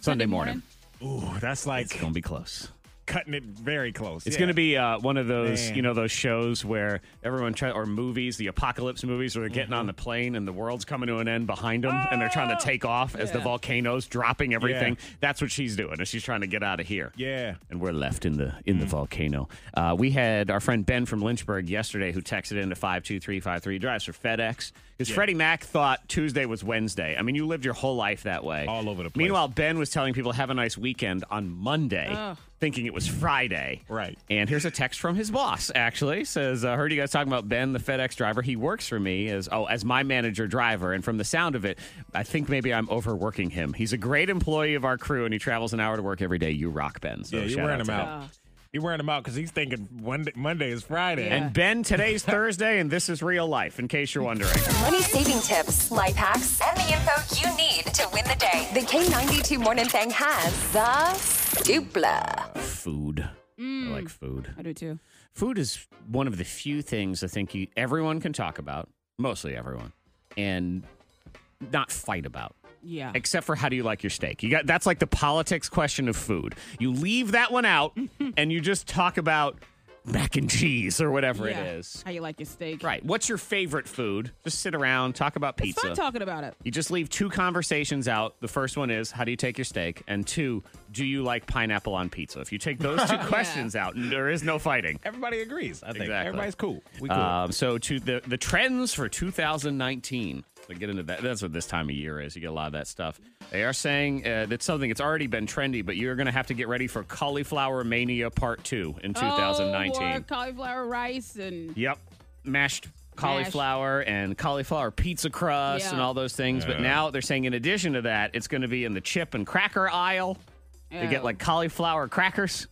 Speaker 3: Sunday morning.
Speaker 1: Ooh, that's like
Speaker 3: It's going to be close.
Speaker 1: cutting it very close.
Speaker 3: It's
Speaker 1: Yeah.
Speaker 3: going to be uh, one of those,
Speaker 1: Man.
Speaker 3: you know, those shows where everyone try or movies, the apocalypse movies, where they're getting
Speaker 1: Mm-hmm.
Speaker 3: on the plane and the world's coming to an end behind them, and they're
Speaker 1: Oh!
Speaker 3: trying to take off as the volcanoes dropping everything. That's what she's doing, and she's trying to get out of here.
Speaker 1: Yeah. Mm.
Speaker 3: and we're left in the in the volcano. Uh, we had our friend Ben from Lynchburg yesterday who texted into five two three five three. Drives for FedEx because Freddie Mac thought Tuesday was Wednesday. I mean, you lived your whole life that way,
Speaker 1: All over the place.
Speaker 3: Meanwhile, Ben was telling people have a nice weekend on Monday, thinking it was Friday.
Speaker 1: Right.
Speaker 3: And here's a text from his boss. Actually, says uh, heard you guys talking about Ben, the FedEx driver. He works for me as oh as my manager driver, and from the sound of it, I think maybe I'm overworking him. He's a great employee of our crew, and he travels an hour to work every day. You rock, Ben. So
Speaker 1: Yeah, you're
Speaker 3: shout
Speaker 1: wearing
Speaker 3: out
Speaker 1: him
Speaker 3: to
Speaker 1: out.
Speaker 4: Oh.
Speaker 1: You're wearing him out because he's thinking Monday, Monday is Friday.
Speaker 3: Ben. And Ben, <laughs> today's Thursday, and this is real life. In case you're wondering.
Speaker 5: Money saving tips, life hacks, and the info you need to win the day. The K92 Morning Thang has the dupla.
Speaker 3: food. I like food.
Speaker 4: Mm. I do too.
Speaker 3: Food is one of the few things I think you, everyone can talk about, mostly everyone, and not fight about.
Speaker 4: Yeah.
Speaker 3: Except for how do you like your steak? You got that's like the politics question of food. You leave that one
Speaker 4: <laughs>
Speaker 3: out and you just talk about mac and cheese or whatever
Speaker 4: Yeah.
Speaker 3: it is.
Speaker 4: How you <laughs> like
Speaker 3: <laughs>
Speaker 4: your steak?
Speaker 3: Right. What's your favorite food? Just sit around, talk about
Speaker 4: It's
Speaker 3: pizza.
Speaker 4: fun talking about it.
Speaker 3: You just leave two conversations out. The first one is how do you take your steak? And two, do you like pineapple on pizza? If you take those two questions out, there is no fighting.
Speaker 1: Everybody agrees. I think
Speaker 3: Exactly.
Speaker 1: everybody's cool. We cool.
Speaker 3: Um, so to the the trends for 2019. So get into that. That's what this time of year is. You get a lot of that stuff. They are saying uh, that's something that's already been trendy, but you're going to have to get ready for cauliflower mania part two in 2019.
Speaker 4: Oh, or cauliflower rice and
Speaker 3: Yep. Mashed cauliflower and cauliflower pizza crust
Speaker 4: Yeah.
Speaker 3: and all those things. But now they're saying in addition to that, it's going to be in the chip and cracker aisle. They get
Speaker 4: Oh.
Speaker 3: like cauliflower crackers.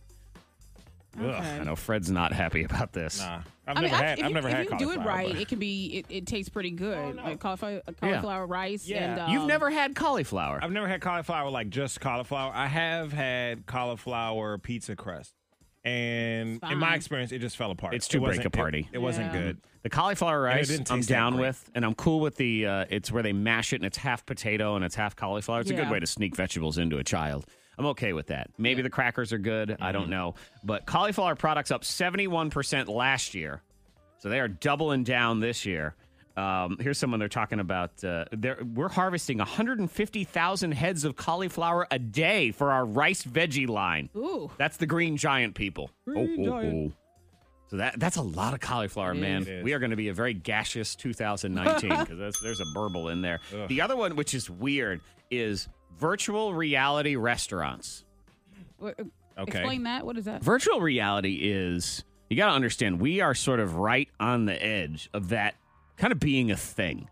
Speaker 4: Okay.
Speaker 3: I know Fred's not happy about this.
Speaker 1: nah, I've
Speaker 4: I mean,
Speaker 1: never
Speaker 4: I-
Speaker 1: had.
Speaker 4: if
Speaker 1: I've
Speaker 4: you,
Speaker 1: never
Speaker 4: if
Speaker 1: had
Speaker 4: you do it
Speaker 1: cauliflower,
Speaker 4: right,
Speaker 1: but-
Speaker 4: it can be. It, it tastes pretty good. Like cauliflower, cauliflower rice.
Speaker 1: Yeah.
Speaker 4: And, um,
Speaker 3: You've never had cauliflower.
Speaker 1: I've never had cauliflower like just cauliflower. I have had cauliflower pizza crust, and in my
Speaker 4: fine.
Speaker 1: experience, it just fell apart.
Speaker 3: It's too
Speaker 1: It wasn't-
Speaker 3: break a party.
Speaker 1: It, it wasn't
Speaker 4: Yeah.
Speaker 1: good.
Speaker 3: The cauliflower
Speaker 1: And it
Speaker 3: rice,
Speaker 1: didn't
Speaker 3: I'm
Speaker 1: taste that
Speaker 3: down
Speaker 1: great.
Speaker 3: with, and I'm cool with the. Uh, it's where they mash it, and it's half potato and it's half cauliflower. It's a good
Speaker 4: Yeah.
Speaker 3: way to sneak vegetables into a child. I'm okay with that. Maybe the crackers are good. I
Speaker 1: Mm.
Speaker 3: don't know, but cauliflower products up 71 percent last year, so they are doubling down this year. Um, here's someone they're talking about. Uh, they're, we're harvesting 150,000 heads of cauliflower a day for our rice veggie line.
Speaker 4: Ooh.
Speaker 3: That's the green giant people.
Speaker 4: Green
Speaker 3: oh.
Speaker 4: giant.
Speaker 3: So that that's a lot of cauliflower, man.
Speaker 1: It is.
Speaker 3: We are going to be a very
Speaker 1: <laughs>
Speaker 3: gaseous 2019 because there's a burble in there. The other one, which is weird, is virtual reality restaurants.
Speaker 4: Wait, uh,
Speaker 1: Okay.
Speaker 4: Explain that. What is
Speaker 1: Uh.
Speaker 4: that?
Speaker 3: Virtual reality is you got to understand we are sort of right on the edge of that kind of being a thing.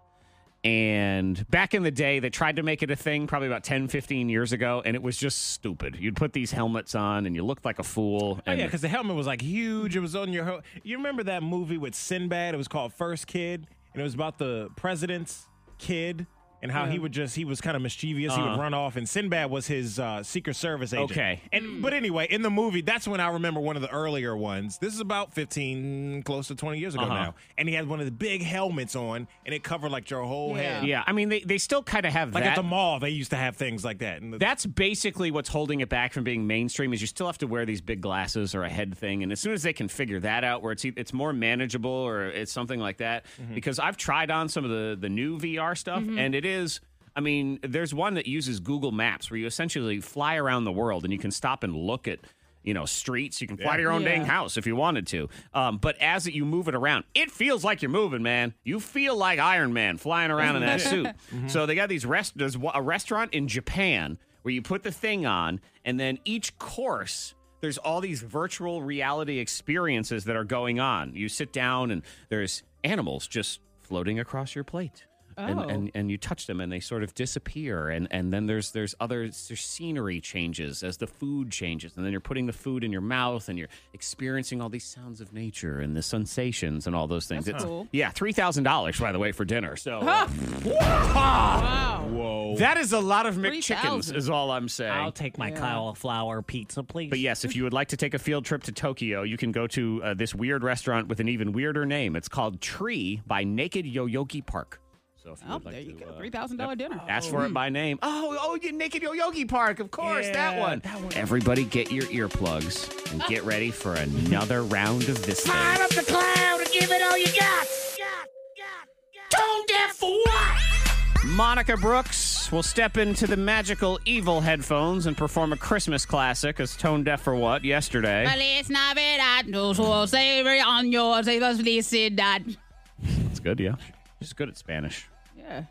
Speaker 3: And back in the day, they tried to make it a thing probably about 10, 15 years ago, and it was just stupid. You'd put these helmets on and you looked like a fool.
Speaker 1: Oh,
Speaker 3: and
Speaker 1: yeah, because the helmet was like huge. It was on your. Ho- you remember that movie with Sinbad? It was called First Kid, and it was about the president's kid and how
Speaker 3: Mm.
Speaker 1: he would just he was kind of mischievous. He would run off, and Sinbad was his uh, Secret Service agent.
Speaker 3: Uh-huh. Okay.
Speaker 1: And but anyway, in the movie, that's when I remember one of the earlier ones. This is about fifteen, close to twenty years ago
Speaker 3: Uh-huh.
Speaker 1: now, and he had one of the big helmets on, and it covered like your whole
Speaker 4: Yeah.
Speaker 1: head.
Speaker 3: Yeah, I mean, they, they still kind of have
Speaker 1: Like
Speaker 3: that.
Speaker 1: at the mall, they used to have things like that. And the-
Speaker 3: That's basically what's holding it back from being mainstream. Is you still have to wear these big glasses or a head thing, and as soon as they can figure that out, where it's e- it's more manageable or it's something like that. Because I've tried on some of the the new VR stuff, and it is. I mean, there's one that uses Google Maps where you essentially fly around the world and you can stop and look at you know streets. You can fly to your own
Speaker 4: Yeah.
Speaker 3: dang house if you wanted to. Um, but as it, you move it around, it feels like you're moving, man. You feel like Iron Man flying around in that suit. Mm-hmm. So they got these rest. There's wa- a restaurant in Japan where you put the thing on, and then each course. There's all these virtual reality experiences that are going on. You sit down, and there's animals just floating across your plate and,
Speaker 4: Oh.
Speaker 3: and and you touch them and they sort of disappear and and then there's there's other there's scenery changes as the food changes and then you're putting the food in your mouth and you're experiencing all these sounds of nature and the sensations and all those things
Speaker 4: That's
Speaker 3: It's-
Speaker 4: cool.
Speaker 3: yeah three thousand dollars by the way for dinner so uh,
Speaker 4: Oh. Huh. Wow.
Speaker 1: whoa.
Speaker 3: that is a lot of McChickens
Speaker 4: 3,000.
Speaker 3: is all I'm saying
Speaker 7: I'll take my cauliflower pizza, please.
Speaker 3: but yes, if you would like to take a field trip to Tokyo, you can go to uh, this weird restaurant with an even weirder name. It's called Tree by Naked Yoyogi Park. So if you
Speaker 4: Oh,
Speaker 3: would like
Speaker 4: there you
Speaker 3: to,
Speaker 4: go.
Speaker 3: uh,
Speaker 4: Three thousand dollar dinner.
Speaker 3: Ask for it by name. Oh, oh, you Naked Yoyogi Park, of course, that,
Speaker 1: Yeah,
Speaker 3: one. Everybody get your earplugs and <laughs> get ready for another round of this thing.
Speaker 7: Climb up the cloud and give it all you got. Tone deaf for what?
Speaker 3: Monica Brooks will step into the magical evil headphones and perform a Christmas classic as Tone Deaf for What yesterday.
Speaker 4: Feliz Navidad, no soul savory on yours, felicidad.
Speaker 3: It's good, yeah. She's good at Spanish.
Speaker 4: <laughs> Yeah.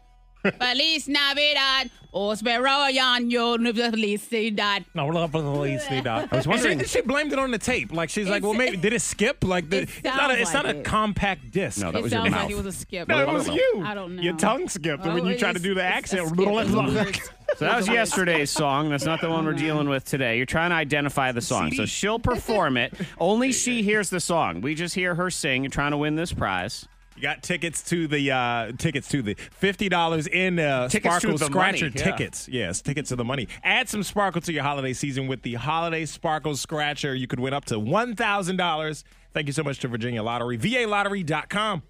Speaker 4: Feliz Navidad, ospero on your felicidad.
Speaker 7: No, we're not gonna leave Steve out.
Speaker 3: I was wondering.
Speaker 1: And she blamed it on the tape. Like she's like,
Speaker 4: It's-
Speaker 1: well, maybe did it skip? Like the,
Speaker 4: It
Speaker 1: it's not a, it's
Speaker 4: sounds
Speaker 1: not a
Speaker 4: like it.
Speaker 1: compact disc.
Speaker 3: No, that
Speaker 4: it
Speaker 3: was your
Speaker 4: sounds
Speaker 3: mouth.
Speaker 4: like it was a skip.
Speaker 1: No, it was you.
Speaker 4: I don't know.
Speaker 1: Your tongue skipped
Speaker 4: Oh,
Speaker 1: when you
Speaker 4: it
Speaker 1: tried to
Speaker 4: is-
Speaker 1: do the
Speaker 4: it's a
Speaker 1: accent.
Speaker 4: skip. It was weird.
Speaker 3: So that was yesterday's song. That's not the one we're
Speaker 4: no.
Speaker 3: dealing with today. You're trying to identify the song. So she'll perform it. Only she hears the song. We just hear her sing. You're trying to win this prize.
Speaker 1: You got tickets to the uh, tickets to the fifty dollars in uh,
Speaker 3: Tickets to
Speaker 1: Sparkle
Speaker 3: the
Speaker 1: Scratcher
Speaker 3: money, yeah.
Speaker 1: tickets. Yes, tickets to the money. Add some sparkle to your holiday season with the Holiday Sparkle Scratcher. You could win up to one thousand dollars. Thank you so much to Virginia Lottery, VALottery.com.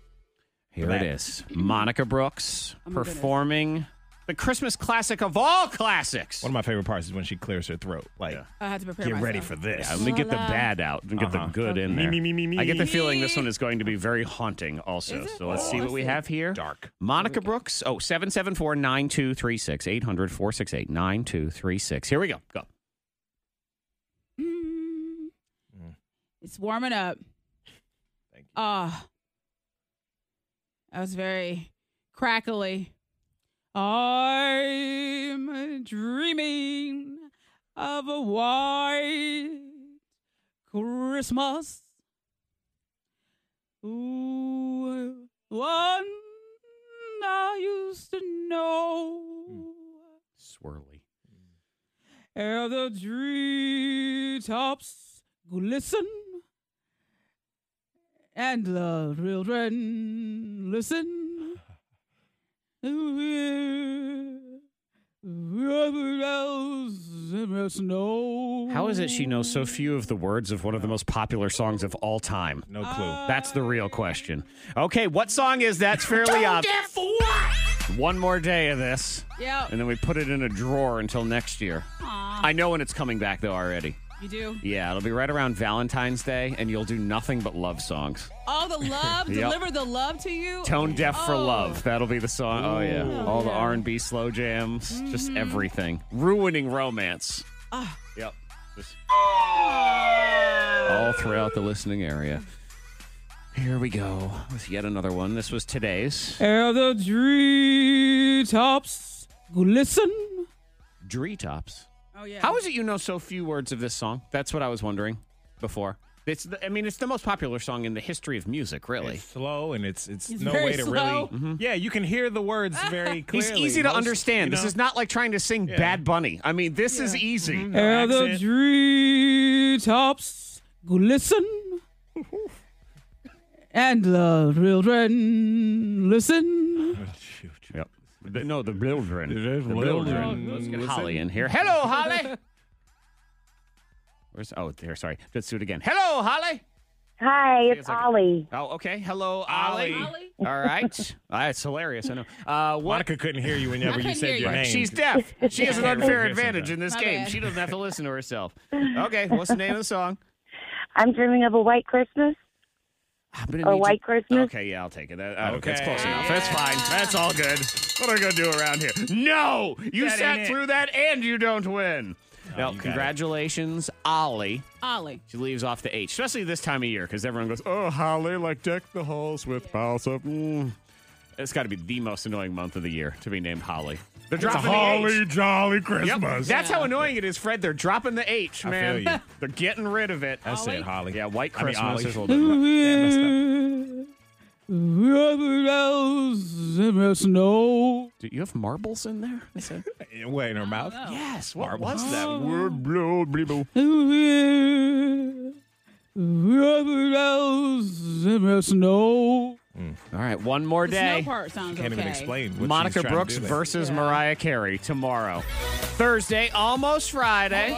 Speaker 3: Here
Speaker 1: That-
Speaker 3: it is. Monica Brooks performing the Christmas classic of all classics.
Speaker 1: One of my favorite parts is when she clears her throat. Like,
Speaker 4: I had to prepare
Speaker 1: get
Speaker 4: myself.
Speaker 1: ready for this.
Speaker 3: Let me get the bad out and get
Speaker 1: Uh-huh.
Speaker 3: the good in
Speaker 1: Me,
Speaker 3: there.
Speaker 1: me, me, me, me.
Speaker 3: I get the feeling this one is going to be very haunting also.
Speaker 4: Is it?
Speaker 3: So let's
Speaker 4: Oh,
Speaker 3: see
Speaker 4: I
Speaker 3: what we
Speaker 4: see.
Speaker 3: have here.
Speaker 1: Dark.
Speaker 3: Monica Brooks. Oh, 774 9236 800 468 9236. Here we go. Go.
Speaker 4: Mm. It's warming up.
Speaker 1: Thank you.
Speaker 4: Ah, that was very crackly. I'm dreaming of a white Christmas. Ooh, one I used to know.
Speaker 3: Swirly.
Speaker 4: Ere the treetops glisten and the children listen. Snow.
Speaker 3: How is it she knows so few of the words of one of the most popular songs of all time? Uh,
Speaker 1: No clue.
Speaker 3: That's the real question. Okay, what song is that? It's fairly obvious.
Speaker 7: Deaf for what?
Speaker 3: One more day of this,
Speaker 4: Yep.
Speaker 3: and then we put it in a drawer until next year. I know when it's coming back, though, already.
Speaker 4: You do?
Speaker 3: Yeah, it'll be right around Valentine's Day, and you'll do nothing but love songs.
Speaker 4: All
Speaker 3: <laughs>
Speaker 4: the love,
Speaker 3: Yep.
Speaker 4: deliver the love to you.
Speaker 3: Tone deaf for
Speaker 4: Oh.
Speaker 3: love. That'll be the song. Oh yeah, all the R and B slow jams, just
Speaker 4: Mm-hmm.
Speaker 3: everything, ruining romance. Yep. Just- all throughout the listening area. Here we go with yet another one. This was today's
Speaker 4: And the treetops glisten.
Speaker 3: Dree Tops.
Speaker 4: Oh, yeah.
Speaker 3: How is it you know so few words of this song? That's what I was wondering before. It's the, I mean it's the most popular song in the history of music, really.
Speaker 1: It's slow and it's it's,
Speaker 4: It's
Speaker 1: no
Speaker 4: very
Speaker 1: way to really.
Speaker 4: slow.
Speaker 3: Mm-hmm.
Speaker 1: Yeah, you can hear the
Speaker 3: <laughs>
Speaker 1: words very
Speaker 3: He's
Speaker 1: clearly.
Speaker 3: easy to
Speaker 1: Most,
Speaker 3: understand.
Speaker 1: you
Speaker 3: This
Speaker 1: know,
Speaker 3: is not like trying to sing Bad Bunny. I mean, this is easy.
Speaker 1: Mm, no Mm-hmm. accent.
Speaker 4: treetops
Speaker 1: <laughs>
Speaker 4: glisten. and the children listen.
Speaker 3: Yep. no, the children.
Speaker 1: is
Speaker 3: The
Speaker 1: children.
Speaker 3: children. Let's get Holly in here. Hello,
Speaker 1: <laughs>
Speaker 3: Holly. Where's oh there? Sorry, let's do it again. Hello, Holly.
Speaker 8: Hi, it's
Speaker 3: It's like-
Speaker 8: Ollie.
Speaker 3: Oh, okay. Hello, Ollie.
Speaker 4: Ollie.
Speaker 3: All
Speaker 4: <laughs>
Speaker 3: right. That's hilarious. I know. Uh, what?
Speaker 1: Monica couldn't hear you whenever you
Speaker 4: couldn't
Speaker 1: said
Speaker 4: hear
Speaker 1: your
Speaker 4: you.
Speaker 1: name.
Speaker 3: She's deaf.
Speaker 1: <laughs>
Speaker 3: She has an
Speaker 1: Can't really
Speaker 3: unfair
Speaker 1: hear
Speaker 3: advantage in this
Speaker 4: My
Speaker 3: game.
Speaker 4: bad.
Speaker 3: She doesn't have to listen to
Speaker 4: <laughs>
Speaker 3: herself. Okay. What's the name of the song?
Speaker 8: <laughs> I'm dreaming of a white Christmas.
Speaker 3: I'm gonna
Speaker 8: A
Speaker 3: need to-
Speaker 8: white Christmas.
Speaker 3: Okay, yeah, I'll take it. That- uh, That's
Speaker 1: Okay.
Speaker 3: close enough. That's fine. That's all good. What are we going to do around here? No! You
Speaker 1: That ain't
Speaker 3: sat
Speaker 1: it. Oh,
Speaker 3: through that and you don't win.
Speaker 1: you
Speaker 3: well,
Speaker 1: got
Speaker 3: congratulations, Ollie.
Speaker 4: Ollie.
Speaker 3: She leaves off the H, especially this time of year because everyone goes, oh, Holly, like deck the halls with boughs of. Mm. It's got to be the most annoying month of the year to be named Holly. They're dropping the H.
Speaker 1: jolly
Speaker 3: Yep.
Speaker 1: Christmas.
Speaker 3: That's how annoying it is, Fred. They're dropping the H,
Speaker 1: I feel
Speaker 3: man.
Speaker 1: you.
Speaker 3: <laughs> They're getting rid of it.
Speaker 1: That's it, Holly.
Speaker 3: Yeah, white
Speaker 1: I mean,
Speaker 3: Christmas
Speaker 1: Ollie.
Speaker 3: is a little bit.
Speaker 4: Snow.
Speaker 3: Do you have marbles in there? I said.
Speaker 1: Wait, <laughs> in her mouth?
Speaker 3: Yes. What
Speaker 1: Marble.
Speaker 3: was
Speaker 4: Oh.
Speaker 3: that word? Blow, bleep,
Speaker 4: <laughs>
Speaker 3: blow.
Speaker 4: Snow.
Speaker 3: All right, one more
Speaker 4: The snow
Speaker 3: day.
Speaker 4: part sounds
Speaker 1: Can't
Speaker 4: okay.
Speaker 1: even explain. What
Speaker 3: Monica
Speaker 1: she's trying to
Speaker 3: Brooks
Speaker 1: do there.
Speaker 3: versus Mariah Carey tomorrow. Thursday, almost Friday.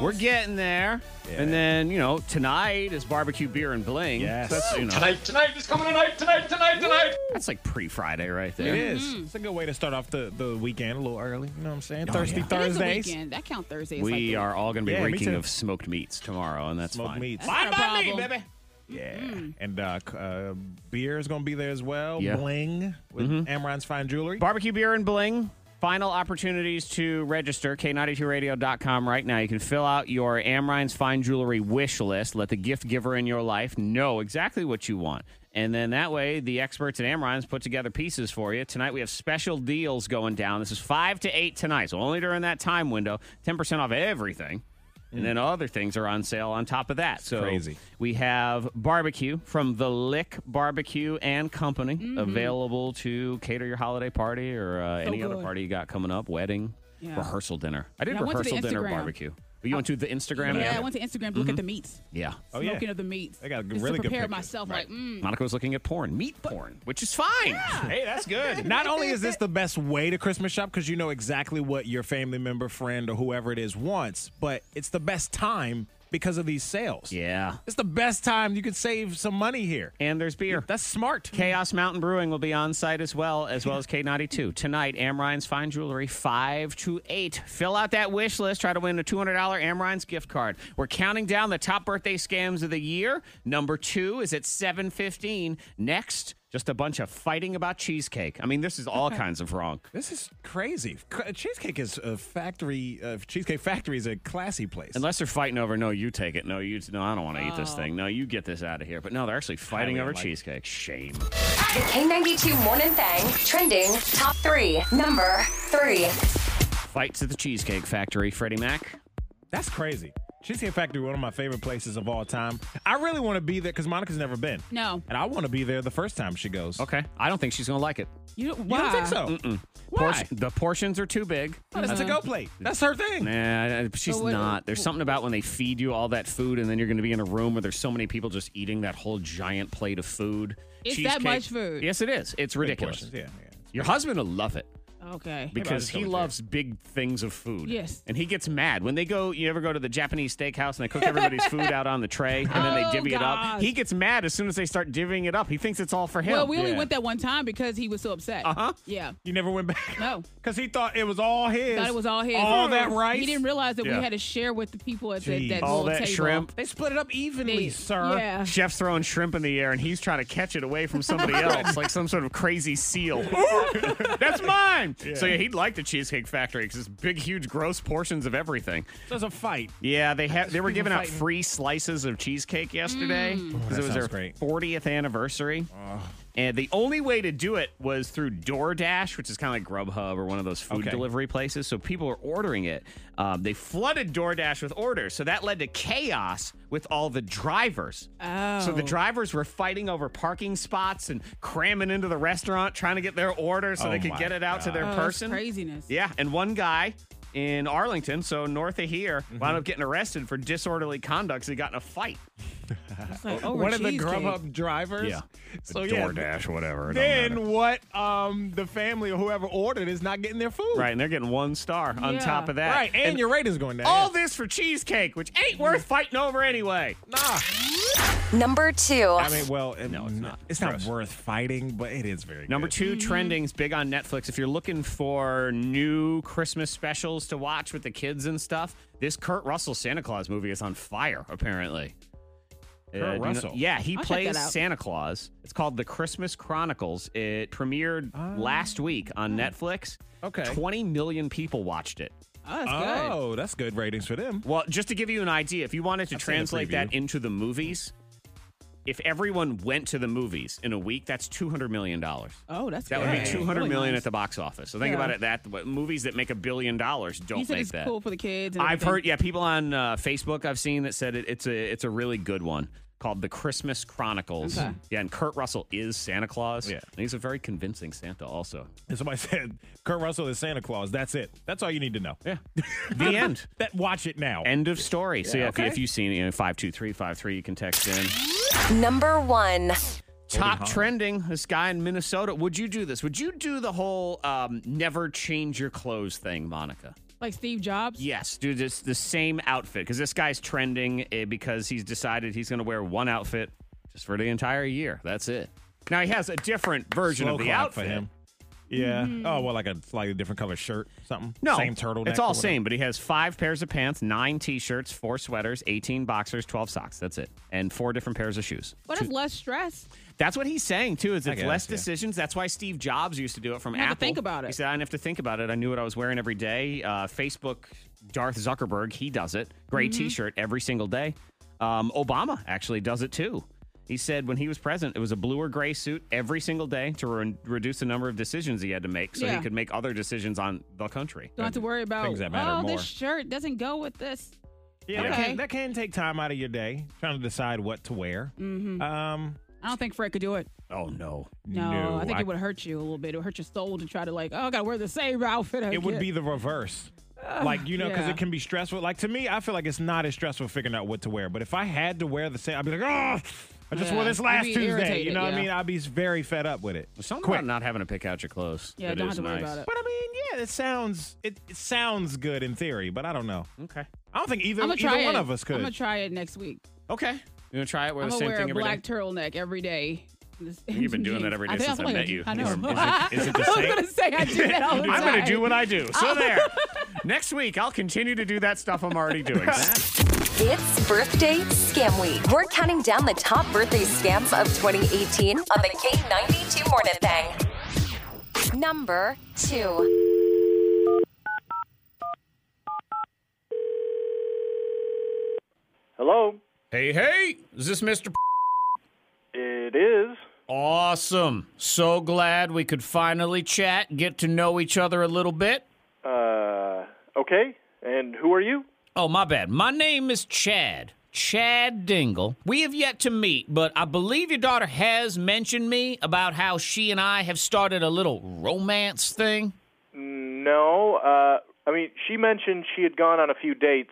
Speaker 3: We're getting there. And then, you know, tonight is barbecue beer and bling.
Speaker 1: Yes.
Speaker 3: So that's, you know,
Speaker 9: Tonight, tonight is coming tonight, tonight, tonight, tonight.
Speaker 3: that's like pre-Friday right
Speaker 1: It
Speaker 3: there.
Speaker 1: is.
Speaker 4: Mm. Mm-hmm.
Speaker 1: It's a good way to start off the, the weekend a little early. You know what I'm saying?
Speaker 3: Oh,
Speaker 1: Thirsty
Speaker 3: yeah.
Speaker 4: It is a
Speaker 1: Thursdays.
Speaker 4: weekend. That count Thursday. is like
Speaker 3: We
Speaker 4: the-
Speaker 3: are all going to be
Speaker 1: Yeah, me
Speaker 3: reeking
Speaker 1: too.
Speaker 3: of smoked meats tomorrow, and that's
Speaker 1: Smoked
Speaker 3: fine.
Speaker 1: meats.
Speaker 4: That's not a problem.
Speaker 1: Yeah.
Speaker 4: Mm-hmm.
Speaker 1: And uh, c- uh, beer is going to be there as well.
Speaker 3: Yeah.
Speaker 1: Bling with Amron's Fine Jewelry.
Speaker 3: Mm-hmm. Barbecue beer and bling. Final opportunities to register k92radio.com right now. You can fill out your Amrine's Fine Jewelry wish list. Let the gift giver in your life know exactly what you want. And then that way, the experts at Amrine's put together pieces for you. Tonight, we have special deals going down. This is 5 to 8 tonight, so only during that time window. 10% off everything. And then other things are on sale on top of that. so
Speaker 1: crazy.
Speaker 3: we have barbecue from the Lick Barbecue and Company
Speaker 4: Mm-hmm.
Speaker 3: available to cater your holiday party or uh, any other
Speaker 4: good.
Speaker 3: party you got coming up, wedding,
Speaker 4: Yeah.
Speaker 3: rehearsal dinner. I did
Speaker 4: Yeah, I went to the
Speaker 3: rehearsal dinner
Speaker 4: Instagram.
Speaker 3: barbecue. Oh, you went to the Instagram?
Speaker 4: Yeah, I went to Instagram to look at the meats.
Speaker 3: Yeah.
Speaker 1: Mm-hmm. Oh, yeah.
Speaker 4: Smoking of the meats.
Speaker 1: They got a good-
Speaker 4: Just
Speaker 1: really
Speaker 4: to
Speaker 1: good
Speaker 4: prepare
Speaker 1: pictures.
Speaker 4: myself like, mm,
Speaker 3: Monica was looking at porn, meat porn, which is fine. Hey, that's good.
Speaker 1: Not only is this the best way to Christmas shop because you know exactly what your family member, friend, or whoever it is wants, but it's the best time because of these sales.
Speaker 3: yeah.
Speaker 1: It's the best time you could save some money here.
Speaker 3: And there's beer.
Speaker 1: That's smart.
Speaker 3: Chaos Mountain Brewing will be on site as well, as well as K92. Tonight, Amrine's Fine Jewelry, 5 to 8. Fill out that wish list. Try to win a $200 Amrine's gift card. We're counting down the top birthday scams of the year. Number two is at 7.15. Next, just a bunch of fighting about cheesecake. I mean, this is all kinds of wrong.
Speaker 1: This is crazy. C- Cheesecake is a factory. Uh, Cheesecake Factory is a classy place.
Speaker 3: Unless they're fighting over, no, you take it. No, you, no, I don't want to eat this thing. No, you get this out of here. But no, they're actually fighting over
Speaker 1: unlikely.
Speaker 3: cheesecake. Shame.
Speaker 5: The K92 Morning Thang trending top three. Number three.
Speaker 3: Fights at the Cheesecake Factory. Freddie Mac.
Speaker 1: That's crazy. Cheesecake Factory, one of my favorite places of all time. I really want to be there because Monica's never been.
Speaker 4: No.
Speaker 1: And I want to be there the first time she goes.
Speaker 3: Okay. I don't think she's going to like it.
Speaker 4: you don't,
Speaker 1: You
Speaker 4: why?
Speaker 1: don't think so? Why?
Speaker 3: Portion- the portions are too big. Uh-huh.
Speaker 1: Oh, that's to go plate. That's her thing.
Speaker 3: Nah, she's
Speaker 4: what-
Speaker 3: not. There's something about when they feed you all that food, and then you're going to be in a room where there's so many people just eating that whole giant plate of food.
Speaker 4: It's that much food.
Speaker 3: Yes, it is. It's ridiculous.
Speaker 1: Portions, Yeah, yeah.
Speaker 3: Your husband will love it.
Speaker 4: Okay.
Speaker 3: because
Speaker 1: go
Speaker 3: he
Speaker 1: with
Speaker 3: loves big things of food.
Speaker 4: Yes.
Speaker 3: And he gets mad when they go. You ever go to the Japanese steakhouse and they cook everybody's food out on the tray and then they
Speaker 4: <laughs> Oh,
Speaker 3: divvy it up?
Speaker 4: gosh.
Speaker 3: He gets mad as soon as they start divvying it up. He thinks it's all for him.
Speaker 4: Well, we only
Speaker 1: Yeah. Uh-huh.
Speaker 4: went that one time because he was so upset. Uh huh. Yeah.
Speaker 1: You never went back. <laughs>
Speaker 4: No.
Speaker 1: because he thought it was all his.
Speaker 4: Thought it was all his.
Speaker 1: All that rice.
Speaker 4: He didn't realize that
Speaker 3: Yeah.
Speaker 4: we had to share with the people at
Speaker 1: Jeez.
Speaker 4: the, that
Speaker 3: all
Speaker 4: little
Speaker 3: that
Speaker 4: table.
Speaker 3: shrimp.
Speaker 1: They split it up evenly,
Speaker 4: They-
Speaker 1: sir.
Speaker 4: Yeah.
Speaker 3: Chef's throwing shrimp in the air and he's trying to catch it away from somebody else, like some sort of crazy seal. That's mine. So yeah, he'd like the Cheesecake Factory because it's big, huge, gross portions of everything.
Speaker 1: So it's a fight.
Speaker 3: Yeah, they had they were
Speaker 1: People
Speaker 3: giving out
Speaker 1: fighting. Mm. Oh,
Speaker 3: free slices of cheesecake yesterday because
Speaker 1: that
Speaker 3: it was their
Speaker 1: sounds great.
Speaker 3: 40th anniversary. And the only way to do it was through DoorDash, which is kind of like Grubhub or one of those food
Speaker 1: Okay.
Speaker 3: delivery places. So people were ordering it. Um, they flooded DoorDash with orders, so that led to chaos with all the drivers. So
Speaker 1: Oh.
Speaker 3: the drivers were fighting over parking spots and cramming into the restaurant trying to get their order so
Speaker 1: Oh
Speaker 3: they could
Speaker 1: my
Speaker 3: get it out to their
Speaker 4: Oh, that's
Speaker 3: person.
Speaker 4: craziness.
Speaker 3: Yeah, and one guy in Arlington, so north of here,
Speaker 1: Mm-hmm.
Speaker 3: wound up getting arrested for disorderly conduct. 'cause He got in a fight.
Speaker 1: <laughs>
Speaker 4: It's like, over
Speaker 1: One of the
Speaker 4: cheesecake.
Speaker 1: Grubhub drivers. So yeah.
Speaker 3: whatever.
Speaker 1: Then what? Um, the family or whoever ordered is not getting their food.
Speaker 3: right, and they're getting one star on
Speaker 4: Yeah.
Speaker 3: top of that.
Speaker 1: Right. And, your rating's going down.
Speaker 3: all this for cheesecake, which ain't worth fighting over anyway.
Speaker 1: nah.
Speaker 5: Number two.
Speaker 1: I mean, well, it-
Speaker 3: No, it's not.
Speaker 1: It's not
Speaker 3: Gross.
Speaker 1: worth fighting, but it is very
Speaker 3: Number
Speaker 1: good.
Speaker 3: 2
Speaker 4: Mm-hmm.
Speaker 3: trending's big on Netflix. If you're looking for new Christmas specials to watch with the kids and stuff, this Kurt Russell Santa Claus movie is on fire, apparently.
Speaker 1: Kurt
Speaker 3: Uh, do you know-
Speaker 1: Russell.
Speaker 3: yeah, he
Speaker 4: I'll check that
Speaker 3: plays
Speaker 4: out.
Speaker 3: Santa Claus. It's called The Christmas Chronicles. It premiered
Speaker 4: Ah.
Speaker 3: last week
Speaker 4: Hmm.
Speaker 3: on Netflix.
Speaker 1: Okay.
Speaker 3: 20 million people watched it.
Speaker 4: Oh, that's good.
Speaker 1: Oh, that's good ratings for them.
Speaker 3: Well, just to give you an idea, if you wanted to
Speaker 1: I've seen the
Speaker 3: translate that
Speaker 1: preview.
Speaker 3: into the movies, if everyone went to the movies in a week, that's $200 million.
Speaker 4: Oh, that's
Speaker 3: That
Speaker 4: good.
Speaker 3: would be two hundred million
Speaker 4: Really
Speaker 3: at the box office. So think
Speaker 4: Yeah.
Speaker 3: about it that way. movies that make a billion dollars don't
Speaker 4: You said
Speaker 3: make
Speaker 4: it's
Speaker 3: that.
Speaker 4: cool for the kids. and
Speaker 3: I've
Speaker 4: everything.
Speaker 3: heard yeah, people on uh, Facebook I've seen that said it, it's a it's a really good one called The Christmas Chronicles.
Speaker 4: Okay.
Speaker 3: Yeah, and Kurt Russell is Santa Claus.
Speaker 1: Yeah.
Speaker 3: And he's a very convincing Santa also.
Speaker 1: And <laughs> somebody said Kurt Russell is Santa Claus. That's it. That's all you need to know. <laughs>
Speaker 3: Yeah. the end.
Speaker 1: That watch it now.
Speaker 3: End of story. so yeah, if,
Speaker 1: okay.
Speaker 3: if you've seen it, you know, 52353, you can text in.
Speaker 5: Number one.
Speaker 3: Top trending, this guy in Minnesota. Would you do this? Would you do the whole um, never change your clothes thing, Monica?
Speaker 4: like Steve Jobs.
Speaker 3: Yes, dude, it's the same outfit because this guy's trending eh, because he's decided he's going to wear one outfit just for the entire year. That's it. Now he has a different version
Speaker 1: Slow
Speaker 3: of the
Speaker 1: clap
Speaker 3: outfit.
Speaker 1: for him. Yeah.
Speaker 4: Mm-hmm.
Speaker 1: Oh well, like a slightly different color shirt, something.
Speaker 3: No,
Speaker 1: Same turtleneck.
Speaker 3: It's
Speaker 1: or
Speaker 3: all
Speaker 1: whatever.
Speaker 3: same, but he has five pairs of pants, nine t-shirts, four sweaters, eighteen boxers, twelve socks. That's it, and four different pairs of shoes.
Speaker 4: What if less stress?
Speaker 3: That's what he's saying too. Is it's
Speaker 1: guess,
Speaker 3: less
Speaker 1: yeah.
Speaker 3: decisions. That's why Steve Jobs used to do it from
Speaker 4: You have to
Speaker 3: Apple.
Speaker 4: think about it.
Speaker 3: He said I didn't have to think about it. I knew what I was wearing every day. Uh, Facebook, Darth Zuckerberg, he does it. Gray
Speaker 4: Mm-hmm.
Speaker 3: T-shirt every single day. Um, Obama actually does it too. He said when he was president, it was a blue or gray suit every single day to re- reduce the number of decisions he had to make, so he
Speaker 4: Yeah.
Speaker 3: could make other decisions on the country.
Speaker 4: Don't have to worry about
Speaker 1: Things that matter
Speaker 4: oh,
Speaker 1: more.
Speaker 4: this shirt doesn't go with this.
Speaker 1: Yeah, that,
Speaker 4: Okay.
Speaker 1: can, that can take time out of your day trying to decide what to wear. Mm-hmm. Um,
Speaker 4: I don't think Fred could do it.
Speaker 3: Oh no!
Speaker 4: No,
Speaker 1: No,
Speaker 4: I think
Speaker 1: I-
Speaker 4: it would hurt you a little bit. It would hurt your soul to try to like, oh, I gotta wear the same outfit.
Speaker 1: it would
Speaker 4: again.
Speaker 1: be the reverse. Like you know, because
Speaker 4: Oh, yeah.
Speaker 1: it can be stressful. Like to me, I feel like it's not as stressful figuring out what to wear. But if I had to wear the same, I'd be like, oh, I just
Speaker 4: Yeah.
Speaker 1: wore this
Speaker 4: You'd
Speaker 1: last
Speaker 4: be
Speaker 1: Tuesday. you
Speaker 4: irritated,
Speaker 1: know what I
Speaker 4: yeah.
Speaker 1: mean? I'd be very fed up with it.
Speaker 3: There's something
Speaker 1: Quick.
Speaker 3: about not having to pick out your clothes.
Speaker 4: Yeah,
Speaker 3: that
Speaker 4: don't
Speaker 3: is
Speaker 4: have to worry
Speaker 3: nice.
Speaker 4: about it.
Speaker 1: But I mean, yeah, it sounds it, it sounds good in theory, but I don't know.
Speaker 3: Okay.
Speaker 1: I don't think either
Speaker 4: I'm gonna try
Speaker 1: either
Speaker 4: it.
Speaker 1: one of us could.
Speaker 4: I'm gonna try it next week.
Speaker 3: Okay. You gonna try it? Wear
Speaker 4: I'm
Speaker 3: the
Speaker 4: gonna
Speaker 3: same
Speaker 4: wear
Speaker 3: thing
Speaker 4: a
Speaker 3: every day.
Speaker 4: black turtleneck every day.
Speaker 3: You've been
Speaker 4: <laughs>
Speaker 3: doing that every day
Speaker 4: I think
Speaker 3: since I
Speaker 4: like-
Speaker 3: met you.
Speaker 4: I know.
Speaker 3: Is it-
Speaker 4: <laughs>
Speaker 3: is it the
Speaker 4: I was
Speaker 3: same?
Speaker 4: gonna say
Speaker 3: <laughs>
Speaker 4: I do that all the time. Oh.
Speaker 3: I'm going to do what I do. So
Speaker 4: <laughs>
Speaker 3: there. Next week, I'll continue to do that stuff I'm already
Speaker 4: <laughs>
Speaker 3: doing.
Speaker 5: It's birthday scam week. We're counting down the top birthday scams of 2018 on the K92 Morning Thing. Number two.
Speaker 10: Hello.
Speaker 3: hey, hey. Is this Mr. P-
Speaker 10: It is.
Speaker 3: Awesome. So glad we could finally chat, get to know each other a little bit.
Speaker 10: Uh, okay. And who are you?
Speaker 3: Oh, my bad. My name is Chad. Chad Dingle. We have yet to meet, but I believe your daughter has mentioned me about how she and I have started a little romance thing.
Speaker 10: No. Uh, I mean, she mentioned she had gone on a few dates.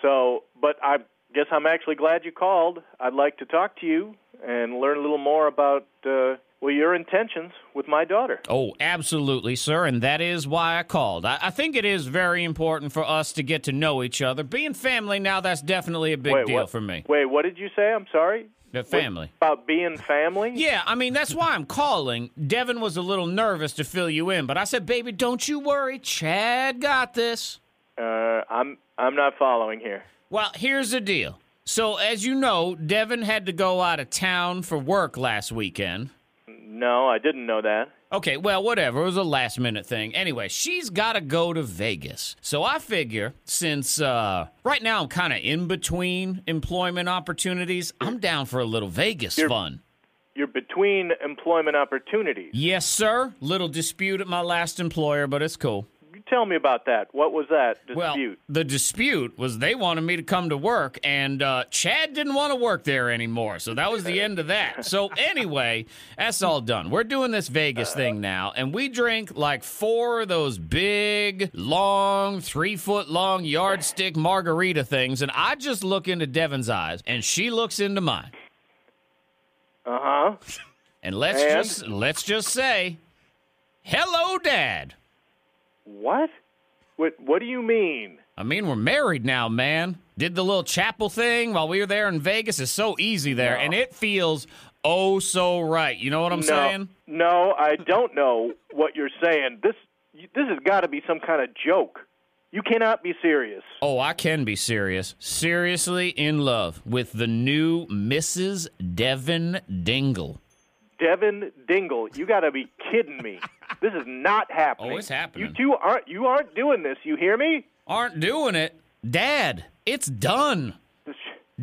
Speaker 10: So, but I guess I'm actually glad you called. I'd like to talk to you and learn a little more about uh, were your intentions with my daughter.
Speaker 3: Oh, absolutely, sir. And that is why I called. I, I think it is very important for us to get to know each other. Being family now, that's definitely a big
Speaker 10: Wait,
Speaker 3: deal
Speaker 10: what-
Speaker 3: for me.
Speaker 10: Wait, what did you say? I'm sorry.
Speaker 3: The family.
Speaker 10: about being family?
Speaker 3: Yeah, I mean, that's why I'm calling. Devin was a little nervous to fill you in, but I said, baby, don't you worry. Chad got this.
Speaker 10: Uh, I'm I'm not following here.
Speaker 3: Well, here's the deal. So, as you know, Devin had to go out of town for work last weekend.
Speaker 10: No, I didn't know that.
Speaker 3: Okay, well, whatever. It was a last minute thing. Anyway, she's got to go to Vegas. So I figure since uh, right now I'm kind of in between employment opportunities, I'm down for a little Vegas fun.
Speaker 10: You're between employment opportunities.
Speaker 3: Yes, sir. Little dispute at my last employer, but it's cool.
Speaker 10: You tell me about that. What was that dispute?
Speaker 3: Well, the dispute was they wanted me to come to work, and uh, Chad didn't want to work there anymore. So that was the end of that. So, anyway, that's all done. We're doing this Vegas thing now, and we drink like four of those big, long, three foot long yardstick margarita things. And I just look into Devin's eyes, and she looks into mine.
Speaker 10: Uh huh.
Speaker 3: And let's
Speaker 10: And?
Speaker 3: just let's just say, hello, Dad.
Speaker 10: What? What What do you mean?
Speaker 3: I mean, we're married now, man. Did the little chapel thing while we were there in Vegas. It's so easy there, and it feels oh so right. You know what I'm
Speaker 10: no,
Speaker 3: saying?
Speaker 10: no, I don't know what you're saying. This this has got to be some kind of joke. You cannot be serious.
Speaker 3: Oh, I can be serious. Seriously in love with the new Mrs. Devon Dingle.
Speaker 10: Devin Dingle, you got to be kidding me. This is not happening.
Speaker 3: Oh, it's happening.
Speaker 10: You two aren't you aren't doing this. You hear me?
Speaker 3: Aren't doing it. Dad, it's done.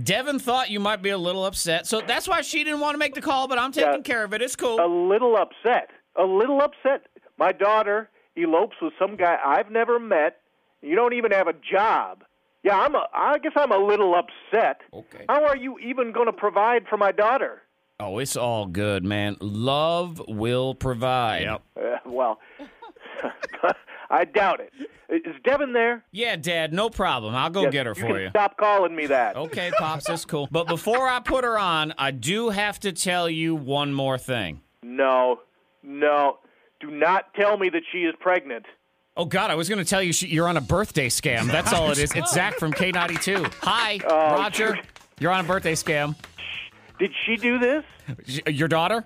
Speaker 3: Devin thought you might be a little upset, so that's why she didn't want to make the call, but I'm taking
Speaker 10: Yeah.
Speaker 3: care of it. It's
Speaker 10: A
Speaker 3: cool.
Speaker 10: little upset. A little upset. My daughter elopes with some guy I've never met. You don't even have a job. Yeah, I'm a I guess I'm a little upset.
Speaker 3: Okay.
Speaker 10: How are you even going to provide for my daughter?
Speaker 3: Oh, it's all good, man. Love will provide. Yep.
Speaker 10: Uh, well, <laughs> I doubt it. Is Devin there?
Speaker 3: Yeah, Dad, no problem. I'll go
Speaker 10: Yes,
Speaker 3: get her
Speaker 10: you
Speaker 3: for
Speaker 10: can
Speaker 3: you.
Speaker 10: Stop calling me that.
Speaker 3: Okay, Pops, that's cool. But before I put her on, I do have to tell you one more thing.
Speaker 10: No, no. Do not tell me that she is pregnant.
Speaker 3: Oh, God, I was going to tell you she, you're on a birthday scam. That's all it is.
Speaker 10: <laughs>
Speaker 3: It's Zach from K92. Hi, Roger.
Speaker 10: shoot.
Speaker 3: You're on a birthday scam.
Speaker 10: Oh, Did she do this?
Speaker 3: Y- Your daughter?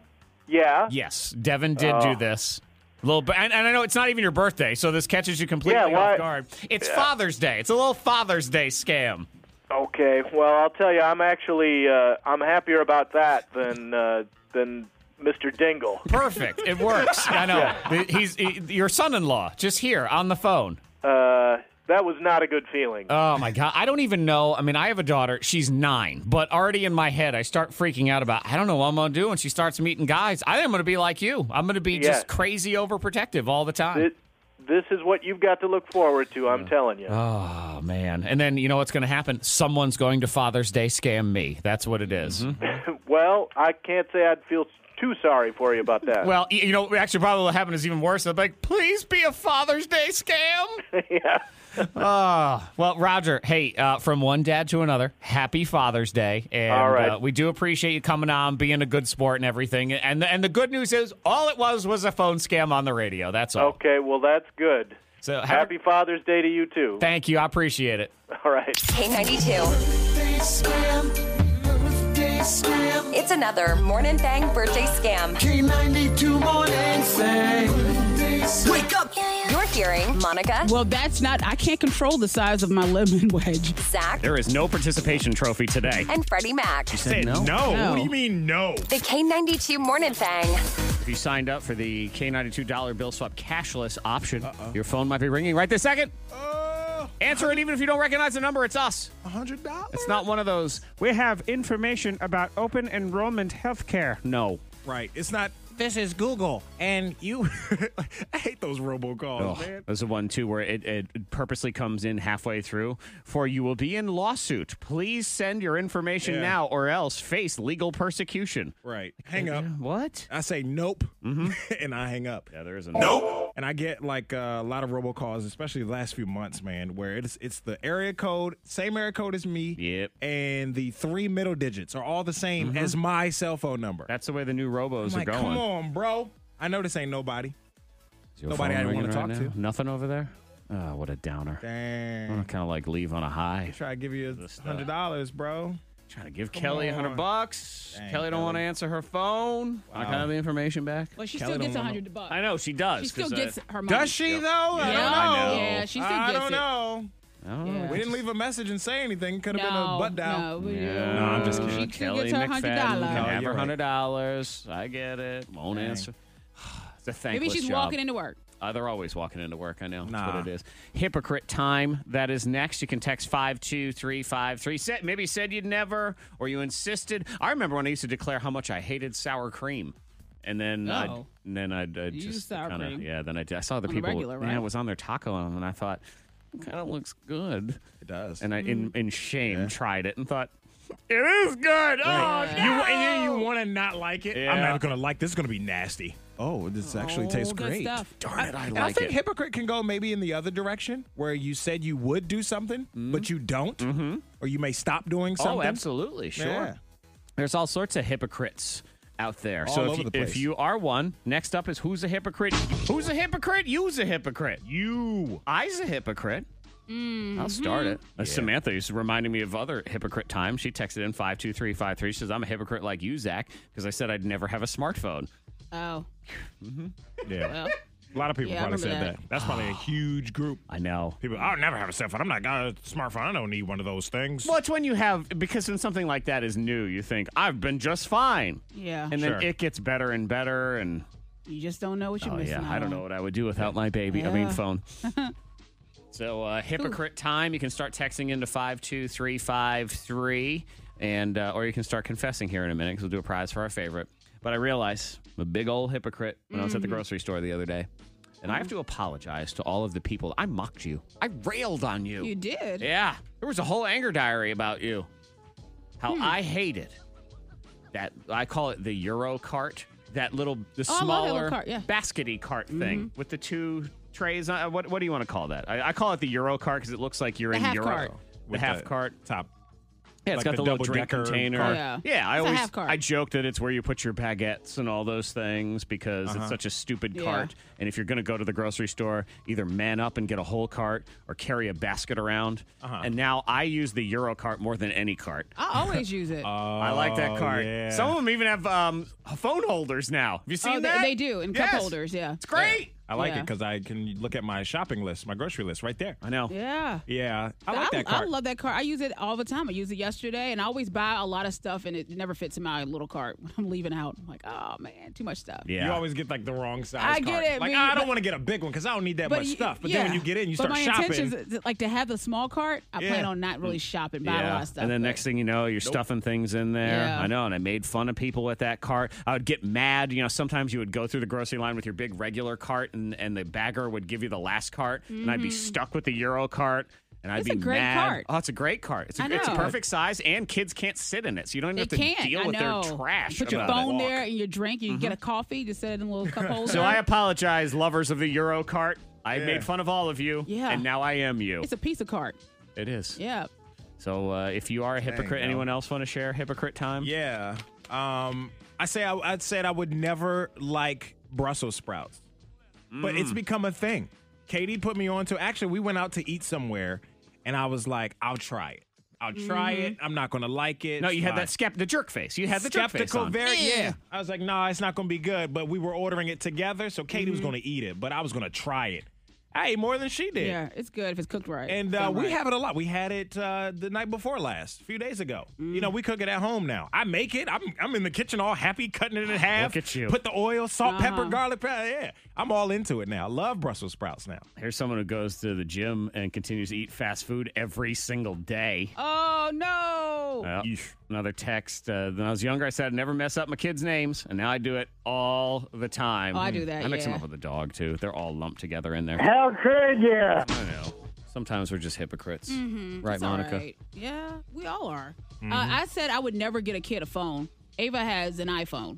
Speaker 10: Yeah. Oh.
Speaker 3: Yes, Devin did do this. A little bit, and, and I know it's not even your birthday, so this catches you completely
Speaker 10: Yeah, why-
Speaker 3: off guard. It's Father's Day. It's a little Father's Day scam.
Speaker 10: Okay. Well, I'll tell you, I'm actually uh, I'm happier about that than uh, than Mr. Dingle.
Speaker 3: Perfect. It
Speaker 10: <laughs>
Speaker 3: works. I know. He's he, your son-in-law, just here on the phone.
Speaker 10: Uh, that was not a good feeling.
Speaker 3: Oh my god, I don't even know. I mean, I have a daughter. She's nine, but already in my head, I start freaking out about. I don't know what I'm gonna do when she starts meeting guys. I am gonna be like you. I'm gonna be
Speaker 10: Yeah.
Speaker 3: just crazy overprotective all the time.
Speaker 10: Thi- this is what you've got to look forward to.
Speaker 3: Mm.
Speaker 10: I'm telling you. <laughs>
Speaker 3: oh man! And then you know what's gonna happen? Someone's going to Father's Day scam me. That's what it is.
Speaker 10: Mm-hmm. well, I can't say I'd feel too sorry for you about that.
Speaker 3: Well, y- you know, actually, probably what happened is even worse. I'm like, please be a Father's Day scam.
Speaker 10: yeah.
Speaker 3: Ah, well, Roger, hey, uh, from one dad to another, happy Father's Day, and
Speaker 10: All right.
Speaker 3: uh, we do appreciate you coming on, being a good sport, and everything. And the, and the good news is, all it was was a phone scam on the radio. That's all.
Speaker 10: Okay. Well, that's good.
Speaker 3: So have-
Speaker 10: Oh, Happy Father's Day to you too.
Speaker 3: Thank you. I appreciate it.
Speaker 10: <laughs> All right.
Speaker 5: K92. It's another morning thing birthday scam.
Speaker 7: K92 morning thing. Wake up.
Speaker 5: You're hearing Monica,
Speaker 4: Well, that's not. I can't control the size of my lemon <laughs> wedge.
Speaker 5: Zach,
Speaker 3: There is no participation trophy today.
Speaker 5: and Freddie Mac.
Speaker 1: Said no. What
Speaker 4: No.
Speaker 1: do you mean no?
Speaker 5: The K92 Morning Thing.
Speaker 3: If you signed up for the K92 dollar bill swap cashless option, your phone might be ringing right this second.
Speaker 1: Uh,
Speaker 3: Answer it even if you don't recognize the number. It's us.
Speaker 1: hundred dollars.
Speaker 3: It's not one of those. We have information about open enrollment healthcare. No.
Speaker 1: <laughs> Right. It's not. This is Google, and you. <laughs> I hate those robocalls, man.
Speaker 3: There's a one too where it, it purposely comes in halfway through. For you will be in lawsuit. Please send your information
Speaker 1: Yeah.
Speaker 3: now, or else face legal persecution.
Speaker 1: Right. Hang up.
Speaker 3: uh, What? Mm-hmm.
Speaker 1: I say nope, <laughs> and I hang up.
Speaker 3: Yeah, there is a nope.
Speaker 1: And I get like uh, a lot of robocalls, especially the last few months, man, where it's it's the area code, same area code as me. Yep. And the three middle digits are all the same
Speaker 3: Mhm.
Speaker 1: as my cell phone number.
Speaker 3: That's the way the new robos
Speaker 1: I'm like,
Speaker 3: are going.
Speaker 1: come on, bro. I know this ain't nobody.
Speaker 3: Is your
Speaker 1: Nobody
Speaker 3: phone
Speaker 1: I didn't
Speaker 3: ringing
Speaker 1: want to
Speaker 3: right
Speaker 1: talk
Speaker 3: now?
Speaker 1: to.
Speaker 3: Nothing over there. Oh, what a downer.
Speaker 1: Dang.
Speaker 3: kind of like leave on a high.
Speaker 1: Try to give you hundred dollars, bro.
Speaker 3: Trying to give Kelly a hundred bucks. Kelly don't want to answer her phone. I
Speaker 1: Wow.
Speaker 3: got the information back.
Speaker 4: Well, she Kelly still don't gets wanna- 100 bucks.
Speaker 3: I know she does.
Speaker 4: She still
Speaker 3: 'cause, uh,
Speaker 4: gets her money.
Speaker 1: Does she though? I
Speaker 4: Yeah.
Speaker 1: don't know.
Speaker 4: Yeah, she still
Speaker 1: I
Speaker 4: gets
Speaker 1: don't
Speaker 4: it.
Speaker 1: know.
Speaker 3: I don't know.
Speaker 1: We didn't leave a message and say anything. Could have been a
Speaker 4: No,
Speaker 1: butt dial.
Speaker 4: no, we-
Speaker 3: Yeah.
Speaker 1: No, I'm just kidding.
Speaker 3: She
Speaker 4: still
Speaker 3: Kelly
Speaker 4: gets her
Speaker 3: McFadden
Speaker 4: $100.
Speaker 3: can
Speaker 1: No, you're
Speaker 3: have her
Speaker 1: right.
Speaker 3: hundred dollars. I get it. Won't
Speaker 1: Dang.
Speaker 3: answer. <sighs> It's a thankless
Speaker 4: Maybe she's
Speaker 3: job.
Speaker 4: walking into work.
Speaker 3: Uh, they're always walking into work. I know. That's
Speaker 1: Nah.
Speaker 3: what it is. Hypocrite time. That is next. You can text 52353. Set. Maybe you said you'd never or you insisted. I remember when I used to declare how much I hated sour cream. And then I'd,
Speaker 4: Oh.
Speaker 3: and then I'd, I'd
Speaker 4: You
Speaker 3: just
Speaker 4: used sour
Speaker 3: kinda,
Speaker 4: cream.
Speaker 3: Yeah, then I, did. I saw the
Speaker 4: On the
Speaker 3: people.
Speaker 4: regular,
Speaker 3: Yeah,
Speaker 4: right?
Speaker 3: it was on their taco and I thought, kind of looks good.
Speaker 1: It does.
Speaker 3: And I, in,
Speaker 4: Mm.
Speaker 3: in shame, tried it and thought, it is good.
Speaker 1: Right.
Speaker 3: Oh, no.
Speaker 1: You and then you want to not like it. I'm
Speaker 3: Yeah.
Speaker 1: not gonna like this. Is gonna be nasty. Oh, this actually
Speaker 4: Oh,
Speaker 1: tastes
Speaker 4: good
Speaker 1: great.
Speaker 4: stuff.
Speaker 3: Darn it, I
Speaker 1: And
Speaker 3: like
Speaker 1: I think
Speaker 3: it.
Speaker 1: hypocrite can go maybe in the other direction, where you said you would do something, but you don't, or you may stop doing something.
Speaker 3: Oh, absolutely, sure.
Speaker 1: Yeah.
Speaker 3: There's all sorts of hypocrites out there.
Speaker 1: All
Speaker 3: so if,
Speaker 1: over
Speaker 3: you,
Speaker 1: the place.
Speaker 3: if you are one, next up is who's a hypocrite? Who's a hypocrite? You's a hypocrite.
Speaker 1: You.
Speaker 3: I's a hypocrite.
Speaker 4: Mm-hmm.
Speaker 3: I'll start it. Uh, Samantha is reminding me of other hypocrite times. She texted in 52353. She says, I'm a hypocrite like you, Zach, because I said I'd never have a smartphone.
Speaker 4: Oh,
Speaker 3: Mm-hmm.
Speaker 1: Yeah.
Speaker 4: well,
Speaker 1: a lot of people
Speaker 4: Yeah, I
Speaker 1: probably said
Speaker 4: remember
Speaker 1: that. That's <sighs> probably a huge group.
Speaker 3: I know.
Speaker 1: People, I'll never have a cell phone. I'm not got a smartphone. I don't need one of those things.
Speaker 3: Well, it's when you have, because when something like that is new, you think, I've been just fine.
Speaker 4: yeah.
Speaker 3: And
Speaker 1: Sure.
Speaker 3: then it gets better and better. And
Speaker 4: you just don't know what you're
Speaker 3: Oh
Speaker 4: missing.
Speaker 3: yeah,
Speaker 4: out
Speaker 3: I don't
Speaker 4: on.
Speaker 3: know what I would do without my baby. I mean
Speaker 4: Yeah. <laughs>
Speaker 3: phone. so uh, hypocrite time. You can start texting into five two three five three, and uh, or you can start confessing here in a minute because we'll do a prize for our favorite. But I realize I'm a big old hypocrite when I was at
Speaker 4: Mm-hmm.
Speaker 3: the grocery store the other day, and I have to apologize to all of the people. I mocked you. I railed on you.
Speaker 4: You did.
Speaker 3: Yeah, there was a whole anger diary about you. How
Speaker 4: Hmm.
Speaker 3: I hated that. I call it the Euro cart. That little, the
Speaker 4: Oh, I love that little
Speaker 3: smaller
Speaker 4: cart, yeah. Mm-hmm.
Speaker 3: baskety cart thing with the two trays. on- What what do you want to call that? I, I call it the Euro cart because it looks like you're
Speaker 4: The
Speaker 3: in
Speaker 4: half
Speaker 3: Euro.
Speaker 4: cart.
Speaker 3: The
Speaker 1: With
Speaker 3: half
Speaker 1: the
Speaker 3: cart.
Speaker 1: top.
Speaker 3: Yeah, it's
Speaker 1: Like
Speaker 3: got
Speaker 1: the
Speaker 3: the, little drink
Speaker 1: double-decker
Speaker 3: container.
Speaker 1: cart.
Speaker 4: Yeah.
Speaker 3: yeah. I
Speaker 4: It's a
Speaker 3: always
Speaker 4: half cart.
Speaker 3: I joke that it's where you put your baguettes and all those things because it's
Speaker 1: Uh-huh.
Speaker 3: such a stupid
Speaker 4: Yeah.
Speaker 3: cart. And if you're going to go to the grocery store, either man up and get a whole cart or carry a basket around.
Speaker 1: Uh-huh.
Speaker 3: And now I use the Euro cart more than any cart.
Speaker 4: I always use it.
Speaker 3: I like that
Speaker 1: Oh,
Speaker 3: cart.
Speaker 1: yeah.
Speaker 3: Some of them even have um, phone holders now. Have you seen
Speaker 4: Oh, they-
Speaker 3: that?
Speaker 4: they do, and cup
Speaker 3: Yes.
Speaker 4: holders, yeah.
Speaker 3: It's great.
Speaker 1: I like
Speaker 4: Yeah.
Speaker 1: it because I can look at my shopping list, my grocery list, right there.
Speaker 3: I know.
Speaker 4: yeah.
Speaker 1: Yeah, I like that card.
Speaker 4: I love that cart. I use it all the time. I used it yesterday, and I always buy a lot of stuff, and it never fits in my little cart when I'm leaving out. I'm like, oh man, too much stuff.
Speaker 3: Yeah.
Speaker 1: You always get like the wrong size.
Speaker 4: I get
Speaker 1: cart.
Speaker 4: it,
Speaker 1: Like "Ah,
Speaker 4: but-
Speaker 1: I don't
Speaker 4: but-
Speaker 1: want to get a big one because I don't need that much
Speaker 4: y-
Speaker 1: stuff. But
Speaker 4: yeah.
Speaker 1: then when you get in, you
Speaker 4: but
Speaker 1: start
Speaker 4: my
Speaker 1: shopping.
Speaker 4: intention is like to have the small cart. I
Speaker 1: Yeah.
Speaker 4: plan on not really shopping, buying a lot of stuff.
Speaker 3: And then
Speaker 4: but-
Speaker 3: next thing you know, you're stuffing things in there.
Speaker 4: Yeah.
Speaker 3: I know. And I made fun of people with that cart. I would get mad. You know, sometimes you would go through the grocery line with your big regular cart, and, and the bagger would give you the last cart, and I'd be stuck with the Euro cart. And I'd
Speaker 4: It's
Speaker 3: be
Speaker 4: Mm-hmm. a great
Speaker 3: mad.
Speaker 4: cart.
Speaker 3: Oh, it's a great cart. It's a,
Speaker 4: I
Speaker 3: it's a
Speaker 4: know.
Speaker 3: perfect size, and kids can't sit in it, so you don't even
Speaker 4: They
Speaker 3: have to
Speaker 4: can't.
Speaker 3: deal
Speaker 4: I
Speaker 3: with
Speaker 4: know.
Speaker 3: their trash.
Speaker 4: You put your
Speaker 3: about it.
Speaker 4: phone there and your drink. You
Speaker 1: Mm-hmm.
Speaker 4: get a coffee. Just set it in a little
Speaker 1: <laughs>
Speaker 4: cup holder.
Speaker 3: So I apologize, lovers of the Euro cart. I
Speaker 1: Yeah.
Speaker 3: made fun of all of you,
Speaker 4: Yeah.
Speaker 3: and now I am you.
Speaker 4: It's a piece of cart.
Speaker 3: It is.
Speaker 4: Yeah.
Speaker 3: So uh, if you are a hypocrite,
Speaker 1: bro.
Speaker 3: anyone else want to share hypocrite time?
Speaker 1: yeah. Um, I say I, I said I would never like Brussels sprouts,
Speaker 3: Mm.
Speaker 1: but it's become a thing. Katie put me on to. Actually, we went out to eat somewhere, and I was like, "I'll try it. I'll try
Speaker 4: Mm-hmm.
Speaker 1: it. I'm not gonna like it."
Speaker 3: No,
Speaker 1: It's
Speaker 3: you had
Speaker 1: fine."
Speaker 3: that skept the jerk face. You had the jerk face
Speaker 1: skeptical.
Speaker 3: on.
Speaker 1: Very yeah. I was like, nah, it's not gonna be good. But we were ordering it together, so Katie was gonna eat it, but I was gonna try it. I ate more than she did.
Speaker 4: Yeah. It's good if it's cooked right.
Speaker 1: And
Speaker 4: Done
Speaker 1: uh, we
Speaker 4: right.
Speaker 1: have it a lot. We had it uh, the night before last, a few days ago. You know, we cook it at home now. I make it. I'm, I'm in the kitchen all happy, cutting it in half.
Speaker 3: at you. Uh-huh.
Speaker 1: Put the oil, salt,
Speaker 4: Uh-huh.
Speaker 1: pepper, garlic powder. Yeah, I'm all into it now. I love Brussels sprouts now.
Speaker 3: Here's someone who goes to the gym and continues to eat fast food every single day.
Speaker 4: Oh no.
Speaker 1: Uh,
Speaker 3: Well, another text. Uh, when I was younger, I said I'd never mess up my kids' names, and now I do it all the time.
Speaker 4: Oh, I do that,
Speaker 3: I mix them
Speaker 4: yeah.
Speaker 3: up with the dog too. They're all lumped together in there.
Speaker 9: How could you?
Speaker 3: I know. Sometimes we're just hypocrites, right,
Speaker 4: Mm-hmm. It's all
Speaker 3: Monica?
Speaker 4: right. Yeah,
Speaker 1: Mm-hmm.
Speaker 4: we all are. Uh, I said I would never get a kid a phone. Ava has an iPhone.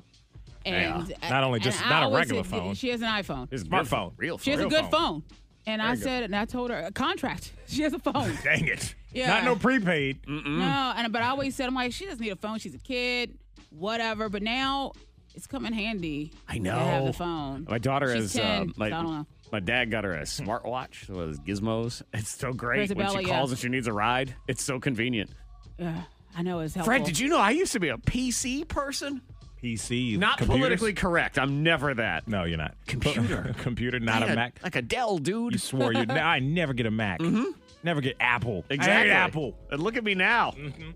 Speaker 4: and
Speaker 1: Yeah. Not only
Speaker 4: and
Speaker 1: just-
Speaker 4: I
Speaker 1: not a
Speaker 4: always
Speaker 1: regular
Speaker 4: said-
Speaker 1: phone.
Speaker 4: She has an iPhone.
Speaker 1: It's a good Smartphone. phone. Real
Speaker 4: She has
Speaker 1: phone.
Speaker 4: a
Speaker 1: Real
Speaker 4: good phone. And I said, and I told her a contract. <laughs> She has
Speaker 3: <laughs>
Speaker 4: a phone.
Speaker 1: Oh, Dang it.
Speaker 4: Yeah.
Speaker 1: Not no prepaid.
Speaker 4: No, and but I always said, I'm like, she doesn't need a phone. She's a kid, whatever. But now it's coming handy.
Speaker 3: I know.
Speaker 4: To have the phone.
Speaker 3: My daughter
Speaker 4: She's
Speaker 3: is.
Speaker 4: 10,
Speaker 3: uh, my,
Speaker 4: so I don't know.
Speaker 3: my dad got her a smartwatch with gizmos. It's so great when
Speaker 4: Isabella,
Speaker 3: she
Speaker 4: yeah.
Speaker 3: calls and she needs a ride. It's so convenient.
Speaker 4: Yeah, I know it's helpful.
Speaker 3: Fred, did you know I used to be a PC person?
Speaker 1: PC.
Speaker 3: Not
Speaker 1: computers?
Speaker 3: politically correct. I'm never that.
Speaker 1: No, you're not.
Speaker 3: Computer.
Speaker 1: <laughs> Computer, not
Speaker 3: Like
Speaker 1: a
Speaker 3: a-
Speaker 1: Mac.
Speaker 3: Like a Dell, dude. Mm-hmm.
Speaker 1: You swore
Speaker 3: <laughs>
Speaker 1: you. I never get a Mac. Never get Apple. I
Speaker 3: Exactly.
Speaker 1: hate Apple. Mm-hmm.
Speaker 3: And look at me now.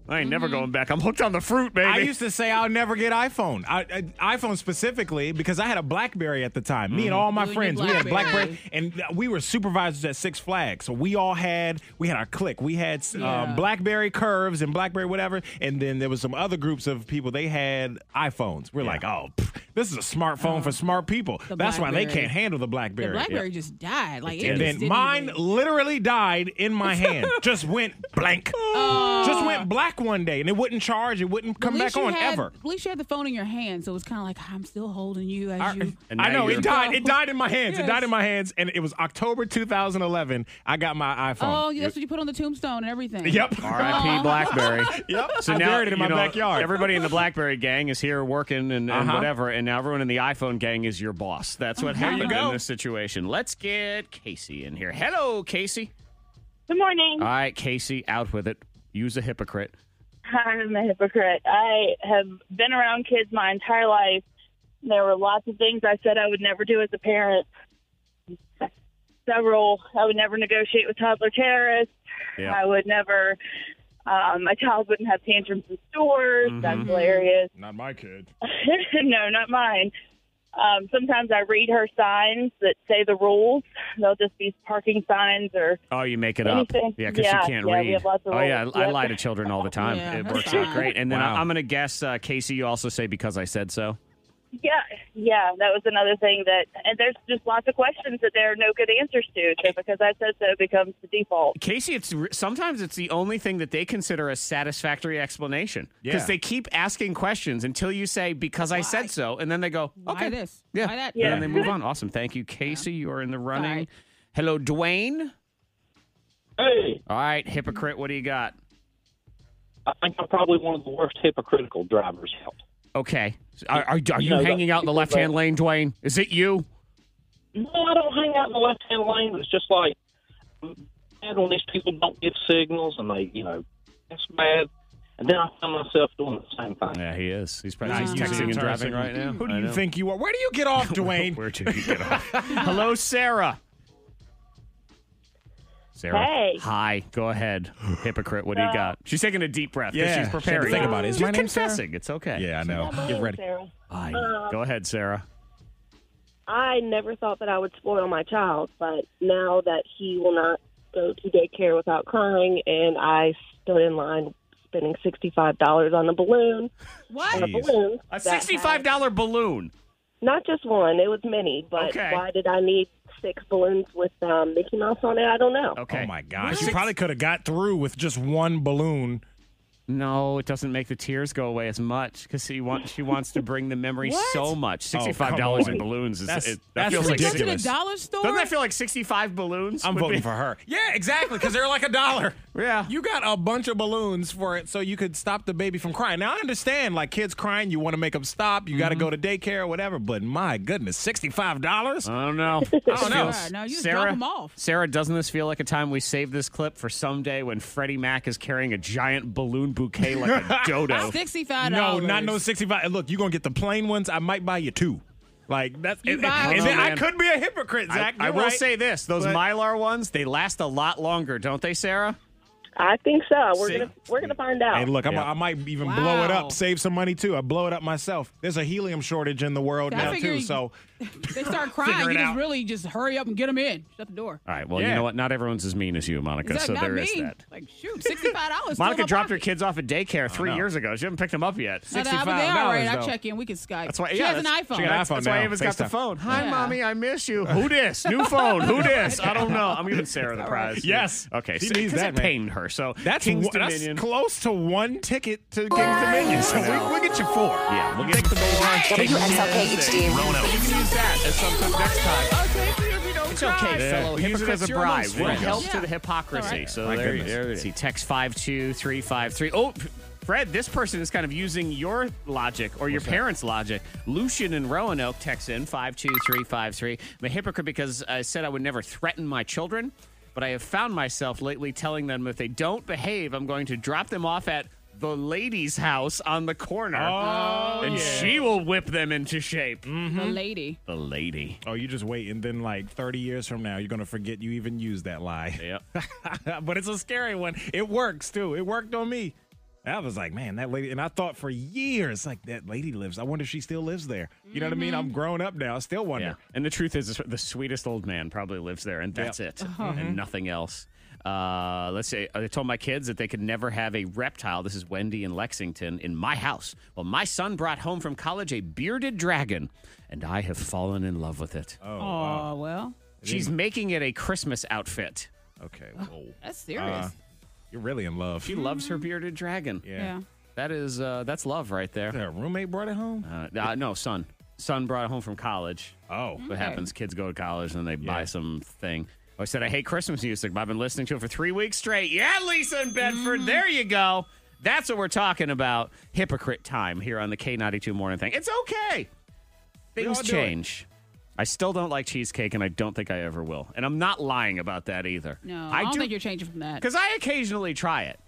Speaker 3: I ain't never going back. I'm hooked on
Speaker 1: <laughs>
Speaker 3: the fruit, baby.
Speaker 1: I used to say I'll never get iPhone. I, I, iPhone specifically because I had a BlackBerry at the time. Me and all my
Speaker 4: Mm-hmm. You and your
Speaker 1: friends, we had
Speaker 4: BlackBerry.
Speaker 1: BlackBerry, and we were supervisors at Six Flags. So we all had we had our clique. We had
Speaker 4: Yeah.
Speaker 1: um, BlackBerry Curves and BlackBerry whatever, and then there was some other groups of people. They had iPhones. We're like, oh, pff, this is a smartphone for smart people.
Speaker 4: Oh. The
Speaker 1: That's why they
Speaker 4: BlackBerry.
Speaker 1: can't handle the
Speaker 4: The
Speaker 1: BlackBerry.
Speaker 4: BlackBerry just died. Like it
Speaker 1: And
Speaker 4: just
Speaker 1: then
Speaker 4: didn't
Speaker 1: mine
Speaker 4: even-
Speaker 1: literally died in my
Speaker 4: <laughs>
Speaker 1: hand. Just went blank. Just went black one day, and it wouldn't charge. It wouldn't come
Speaker 4: At
Speaker 1: back
Speaker 4: least Oh. you
Speaker 1: on
Speaker 4: had-
Speaker 1: ever.
Speaker 4: At least you had the phone in your hand, so it's kind of like I'm still holding you as you.
Speaker 3: <laughs> And
Speaker 1: I
Speaker 3: now
Speaker 1: know
Speaker 3: you're-
Speaker 1: it died. It died in my hands. It died
Speaker 4: Yes.
Speaker 1: in my hands, and it was October 2011. I got my
Speaker 4: Oh,
Speaker 1: iPhone.
Speaker 4: yeah, that's what you put on the tombstone and everything. Oh.
Speaker 1: Yep.
Speaker 3: <laughs> R.I.P.
Speaker 4: <laughs>
Speaker 3: BlackBerry.
Speaker 1: Yep. I buried it in
Speaker 3: you
Speaker 1: my
Speaker 3: know,
Speaker 1: backyard.
Speaker 3: Everybody in the BlackBerry gang is here working and, and
Speaker 1: Uh-huh. Oh,
Speaker 3: whatever, and now everyone in the iPhone gang is your boss. That's what
Speaker 1: you
Speaker 3: happened
Speaker 1: go.
Speaker 3: in this situation. Let's get Casey in here. Hello, Casey.
Speaker 8: Good morning.
Speaker 3: All right, Casey, out with it. Use a hypocrite.
Speaker 8: <laughs> I'm a hypocrite. I have been around kids my entire life. There were lots of things I said I would never do as a parent. Several. I would never negotiate with toddler terrorists.
Speaker 3: Yeah.
Speaker 8: I would never. Um, my child wouldn't have tantrums in stores.
Speaker 3: Mm-hmm.
Speaker 8: That's hilarious.
Speaker 1: Mm-hmm. Not my kid.
Speaker 8: <laughs> no, not mine. Um, sometimes I read her signs that say the rules. They'll just be parking signs or
Speaker 3: Oh, you make it up.
Speaker 8: Anything.
Speaker 3: Yeah, because
Speaker 8: Yeah,
Speaker 3: you can't
Speaker 8: yeah,
Speaker 3: read.
Speaker 8: we have lots of
Speaker 3: oh, yeah,
Speaker 8: rules.
Speaker 3: I, I
Speaker 8: Yep.
Speaker 3: lie to children
Speaker 4: <laughs>
Speaker 3: all the time.
Speaker 4: Yeah,
Speaker 3: it
Speaker 4: that's
Speaker 3: works
Speaker 4: fine.
Speaker 3: out great. And then
Speaker 1: Wow.
Speaker 3: I, am going to guess, uh, Casey, you also say because I said so.
Speaker 8: Yeah, yeah, that was another thing that, and there's just lots of questions that there are no good answers to. So because I said so becomes the default.
Speaker 3: Casey, it's re- sometimes it's the only thing that they consider a satisfactory explanation because
Speaker 1: Yeah.
Speaker 3: they keep asking questions until you say because I said so, and then they go,
Speaker 4: Why
Speaker 3: okay,
Speaker 4: this?
Speaker 3: yeah,
Speaker 4: Why that?
Speaker 3: and then
Speaker 8: <laughs>
Speaker 3: they move on. Awesome, thank you, Casey. You are in the running.
Speaker 4: right.
Speaker 3: Hello, Dwayne.
Speaker 9: Hey,
Speaker 3: All right, hypocrite. What do you got?
Speaker 9: I think I'm probably one of the worst hypocritical drivers out.
Speaker 3: Okay, are, are, are you
Speaker 9: No,
Speaker 3: hanging out in the
Speaker 9: but-
Speaker 3: left-hand lane, Dwayne? Is it you?
Speaker 9: No, I don't hang out in the left-hand lane. It's just like bad when these people don't give signals, and they, you know, it's bad. And then I find myself doing the same thing.
Speaker 3: Yeah, he is. He's probably
Speaker 1: Nice
Speaker 3: he's
Speaker 1: using
Speaker 3: texting and
Speaker 1: turn
Speaker 3: driving
Speaker 1: signal.
Speaker 3: right now.
Speaker 1: Who
Speaker 3: I
Speaker 1: do you
Speaker 3: know.
Speaker 1: think you are? Where do you get
Speaker 3: <laughs>
Speaker 1: off, Dwayne?
Speaker 3: Where did you
Speaker 1: <laughs>
Speaker 3: get off? Hello, Sarah. Sarah.
Speaker 8: Hey.
Speaker 3: Hi. Go ahead. Hypocrite. What do you got? She's taking a deep breath. 'cause
Speaker 1: Yeah,
Speaker 3: She's
Speaker 1: she had to
Speaker 3: preparing.
Speaker 1: think about it. Is
Speaker 3: She's
Speaker 1: my name Sarah?
Speaker 3: confessing. It's okay.
Speaker 1: yeah, I know. Get ready.
Speaker 3: Fine.
Speaker 9: Uh,
Speaker 3: Go ahead, Sarah.
Speaker 11: I never thought that I would spoil my child, but now that he will not go to daycare without crying, and I stood in line spending sixty-five dollars on
Speaker 3: <laughs>
Speaker 11: a balloon,
Speaker 4: What?
Speaker 11: a
Speaker 1: Jeez.
Speaker 11: balloon,
Speaker 3: A
Speaker 11: that had-
Speaker 3: sixty-five dollar balloon.
Speaker 11: not just one, it was many. But
Speaker 3: Okay.
Speaker 11: why did I need six balloons with um, Mickey Mouse on it? I don't know.
Speaker 3: Okay.
Speaker 1: Oh my gosh!
Speaker 3: What?
Speaker 1: You probably could have got through with just one balloon.
Speaker 3: No, it doesn't make the tears go away as much because she wants she wants to bring the memory
Speaker 4: What?
Speaker 3: so much.
Speaker 1: Oh, come
Speaker 3: Sixty-five dollars
Speaker 1: on.
Speaker 3: in balloons is
Speaker 1: That's-
Speaker 3: it, that
Speaker 1: that's
Speaker 3: feels like
Speaker 4: Go to the
Speaker 1: ridiculous.
Speaker 4: dollar store.
Speaker 3: doesn't that feel like sixty-five balloons?
Speaker 1: I'm
Speaker 3: would
Speaker 1: voting
Speaker 3: be-
Speaker 1: for her. Yeah, exactly. Because they're like a dollar.
Speaker 3: Yeah.
Speaker 1: You got a bunch of balloons for it so you could stop the baby from crying. Now, I understand, like, kids crying, you want to make them stop. You got to go to daycare or whatever. But my goodness, $65?
Speaker 3: I don't know. I
Speaker 1: don't know.
Speaker 4: Sarah, Oh, no, you just drop 'em off.
Speaker 3: Sarah, doesn't this feel like a time we save this clip for someday when Freddie Mac is carrying a giant balloon bouquet <laughs> like
Speaker 1: <laughs>
Speaker 4: <laughs>
Speaker 3: a dodo?
Speaker 4: Sixty-five
Speaker 1: no,
Speaker 4: dollars.
Speaker 1: not no
Speaker 3: <laughs>
Speaker 1: 65 Look, you're going to get the plain ones. I might buy you two. Like, that's.
Speaker 4: You
Speaker 1: and,
Speaker 4: buy
Speaker 1: and
Speaker 4: it.
Speaker 1: then
Speaker 3: Oh,
Speaker 1: I
Speaker 3: man.
Speaker 1: could be a <laughs> hypocrite,
Speaker 3: I,
Speaker 1: Zach.
Speaker 3: I
Speaker 1: You're
Speaker 3: will
Speaker 1: right.
Speaker 3: say this: those
Speaker 1: But-
Speaker 3: Mylar ones they last a lot longer, don't they, Sarah?
Speaker 11: I think so. We're
Speaker 3: See?
Speaker 11: gonna we're gonna find out.
Speaker 1: Hey, look, I'm,
Speaker 3: Yeah.
Speaker 1: I might even blow it
Speaker 4: Wow.
Speaker 1: up, save some money too. I blow it up myself. There's a helium shortage in the world
Speaker 4: I
Speaker 1: now
Speaker 4: figure
Speaker 1: too,
Speaker 4: you-
Speaker 1: so
Speaker 4: They start crying.
Speaker 3: Figure it
Speaker 4: You just
Speaker 3: out.
Speaker 4: really just hurry up and get them in. Shut the door.
Speaker 3: All right. Well,
Speaker 4: Yeah.
Speaker 3: you know what? Not everyone's as mean as you, Monica.
Speaker 4: Exact-
Speaker 3: so
Speaker 4: not
Speaker 3: there is
Speaker 4: me.
Speaker 3: that.
Speaker 4: Like shoot, sixty-five dollars.
Speaker 3: Monica dropped her kids off at daycare three
Speaker 1: no.
Speaker 3: years ago. She hasn't picked them up yet.
Speaker 4: No, no, but uh, they all right. I check in. We can Skype.
Speaker 3: That's why.
Speaker 4: she
Speaker 3: yeah,
Speaker 4: has an
Speaker 3: that's-
Speaker 4: iPhone.
Speaker 3: She got an iPhone that's why
Speaker 1: now,
Speaker 3: Ava's got the
Speaker 1: FaceTime.
Speaker 3: phone. Hi,
Speaker 4: Yeah.
Speaker 3: mommy. I miss you. <laughs> Who dis?
Speaker 4: <laughs>
Speaker 3: New phone. Who dis? I don't know. I'm giving Sarah the
Speaker 1: All
Speaker 3: prize.
Speaker 1: right. Yes.
Speaker 3: Okay.
Speaker 1: She
Speaker 3: so,
Speaker 1: needs
Speaker 3: 'cause
Speaker 1: that,
Speaker 3: it
Speaker 1: man.
Speaker 3: pained her. So
Speaker 1: That's,
Speaker 3: King's
Speaker 1: one- that's
Speaker 3: Dominion.
Speaker 1: close to one ticket to King's Dominion. So we, we'll get you four.
Speaker 3: Yeah, we'll get the baby.
Speaker 5: WXLK HD.
Speaker 3: It's okay,
Speaker 1: Yeah.
Speaker 3: fellow
Speaker 1: We use it as
Speaker 3: hypocrites.
Speaker 1: a
Speaker 3: You're
Speaker 1: bribe.
Speaker 3: almost
Speaker 1: There
Speaker 3: friends.
Speaker 1: you go.
Speaker 3: Help to the hypocrisy. So
Speaker 1: My
Speaker 3: there,
Speaker 1: goodness.
Speaker 3: there it is. See, text 52353. Oh, P- Fred, this person is kind of using your logic or your parents' logic. Lucian in Roanoke texts in 52353. I'm a hypocrite because I said I would never threaten my children, but I have found myself lately telling them if they don't behave, I'm going to drop them off at the lady's house on the corner.
Speaker 1: Oh,
Speaker 3: and
Speaker 1: yeah.
Speaker 3: she will whip them into shape.
Speaker 4: The
Speaker 1: Mm-hmm.
Speaker 4: lady.
Speaker 3: The lady.
Speaker 1: Oh, you just wait, and then like 30 years from now, you're gonna forget you even used that lie. Yep. <laughs> but it's a scary one. It works too. It worked on me. I was like, man, that lady, and I thought for years, like that lady lives. I wonder if she still lives there. You know what I
Speaker 3: Mm-hmm.
Speaker 1: mean? I'm grown up now. I still wonder.
Speaker 3: Yeah. And the truth is, the sweetest old man probably lives there, and that's it,
Speaker 1: Mm-hmm.
Speaker 3: and nothing else. Uh, let's say I told my kids that they could never have a reptile. This is Wendy in Lexington in my house. Well, my son brought home from college a bearded dragon, and I have fallen in love with it.
Speaker 4: Oh, well,
Speaker 3: She's making it a Christmas outfit.
Speaker 1: Okay. Whoa.
Speaker 4: Oh, that's serious.
Speaker 1: Uh, you're really in love.
Speaker 3: She loves her bearded dragon.
Speaker 1: Yeah.
Speaker 3: That is uh, that's love right there.
Speaker 1: Her roommate brought it home.
Speaker 3: Uh, uh, no, son. Son brought it home from college.
Speaker 1: Oh.
Speaker 3: What happens? Kids go to college and they buy some thing. Oh, I said, I hate Christmas music, but I've been listening to it for three weeks straight. Yeah, Lisa and Bedford,
Speaker 4: Mm.
Speaker 3: there you go. That's what we're talking about. Hypocrite time here on the K92 morning thing. It's okay. Things
Speaker 1: all do it.
Speaker 3: change. I still don't like cheesecake, and I don't think I ever will. And I'm not lying about that either.
Speaker 4: No, I, don't think you're changing from that.
Speaker 3: Because I occasionally try it.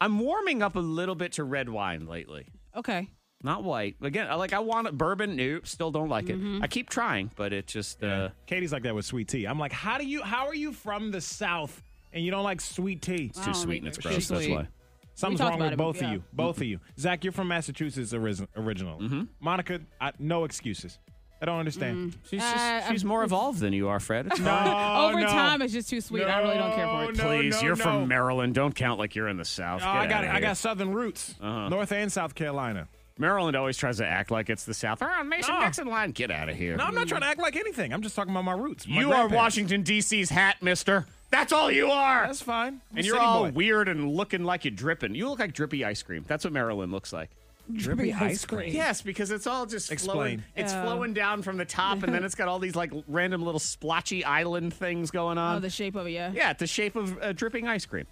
Speaker 3: I'm warming up a little bit to red wine lately.
Speaker 4: Okay.
Speaker 3: Not white. Again, I- like I want it- bourbon. Nope, still don't like it.
Speaker 4: Mm-hmm.
Speaker 3: I keep trying, but it just. Uh,
Speaker 1: Katie's like that with sweet tea. I'm like, how do you? How are you from the South and you don't like sweet tea?
Speaker 3: It's too
Speaker 4: don't
Speaker 3: sweet
Speaker 4: think
Speaker 3: and it's
Speaker 4: they're
Speaker 3: gross. That's
Speaker 4: sweet.
Speaker 3: why.
Speaker 1: Something's
Speaker 4: We talked
Speaker 1: wrong
Speaker 4: about
Speaker 1: with
Speaker 4: it,
Speaker 1: both
Speaker 4: yeah.
Speaker 1: of you. Both of you. Zach, you're from Massachusetts oris- original.
Speaker 3: Mm-hmm.
Speaker 1: Monica, I, no excuses. I don't understand.
Speaker 3: Mm. She's
Speaker 4: Uh,
Speaker 3: just, she's
Speaker 4: I'm-
Speaker 3: more evolved than you are, Fred. It's fine.
Speaker 1: No,
Speaker 4: <laughs> Over
Speaker 1: no.
Speaker 4: time, it's just too sweet. I really don't care for it.
Speaker 1: No,
Speaker 3: Please,
Speaker 1: no,
Speaker 3: you're
Speaker 1: no.
Speaker 3: from Maryland. Don't count like you're in the South.
Speaker 1: Oh, I
Speaker 3: Get
Speaker 1: got
Speaker 3: outta
Speaker 1: I
Speaker 3: here. Uh-huh.
Speaker 1: got Southern roots, North and South Carolina.
Speaker 3: Maryland always tries to act like it's the South. We're on Mason
Speaker 1: No.
Speaker 3: Dixon line. Get out of here.
Speaker 1: No, I'm not trying to act like anything. I'm just talking about my roots. my
Speaker 3: you are
Speaker 1: grandparents.
Speaker 3: Washington D.C.'s hat, Mister. That's all you are.
Speaker 1: That's fine. I'm a
Speaker 3: and you're
Speaker 1: city
Speaker 3: all
Speaker 1: boy.
Speaker 3: weird and looking like you're dripping. You look like drippy ice cream. That's what Maryland looks like.
Speaker 1: drippy ice cream.
Speaker 3: Yes, because it's all just flowing.
Speaker 1: Explain.
Speaker 3: It's flowing down from the top, and then it's got all these like random little splotchy island things going on.
Speaker 4: Oh, the shape of it, yeah.
Speaker 3: Yeah, it's the shape of uh, dripping ice cream.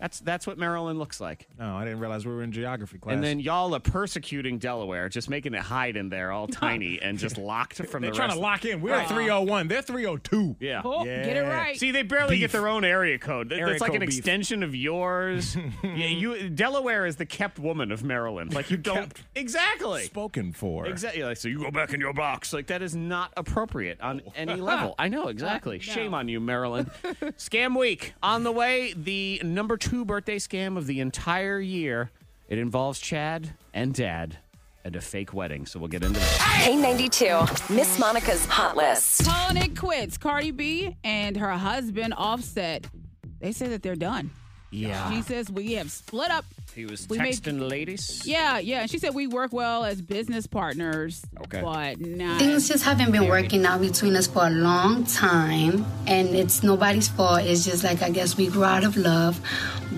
Speaker 3: That's that's what Maryland looks like.
Speaker 1: No, I didn't realize we were in geography class.
Speaker 3: And then y'all are persecuting Delaware, just making it hide in there,
Speaker 4: <laughs>
Speaker 3: all tiny and just locked from
Speaker 1: they're
Speaker 3: the
Speaker 1: trying
Speaker 3: rest.
Speaker 1: to lock in. We're at 301. They're 302.
Speaker 3: yeah.
Speaker 4: Oh, get it
Speaker 1: Yeah.
Speaker 4: right.
Speaker 3: See, they barely
Speaker 1: Beef.
Speaker 3: get their own area code. Th-
Speaker 1: Area
Speaker 3: it's like
Speaker 1: code
Speaker 3: an
Speaker 1: beef.
Speaker 3: extension of <laughs> yours. yeah, you Delaware is the kept woman of Maryland. Like you don't
Speaker 1: Kept.
Speaker 3: exactly.
Speaker 1: Spoken for.
Speaker 3: Exactly. Like, so you go back in your box. Like that is not
Speaker 1: <laughs>
Speaker 3: appropriate on any level. I know exactly.
Speaker 4: Oh,
Speaker 3: Shame on you, Maryland. scam week on the way. The number two birthday scam of the entire year. It involves Chad and Dad and a fake wedding. So we'll get into that.
Speaker 5: K92, Miss Monica's Hot List.
Speaker 4: Calling it quits. Cardi B and her husband Offset. They say that they're done.
Speaker 3: Yeah.
Speaker 4: She says we have split up.
Speaker 3: Ah. He was
Speaker 4: We made-
Speaker 3: texting ladies.
Speaker 4: Yeah, yeah. She said we work well as business partners. Okay. But not.
Speaker 6: Things just haven't been working out between us for a long time, and it's nobody's fault. It's just like I guess we grew out of love,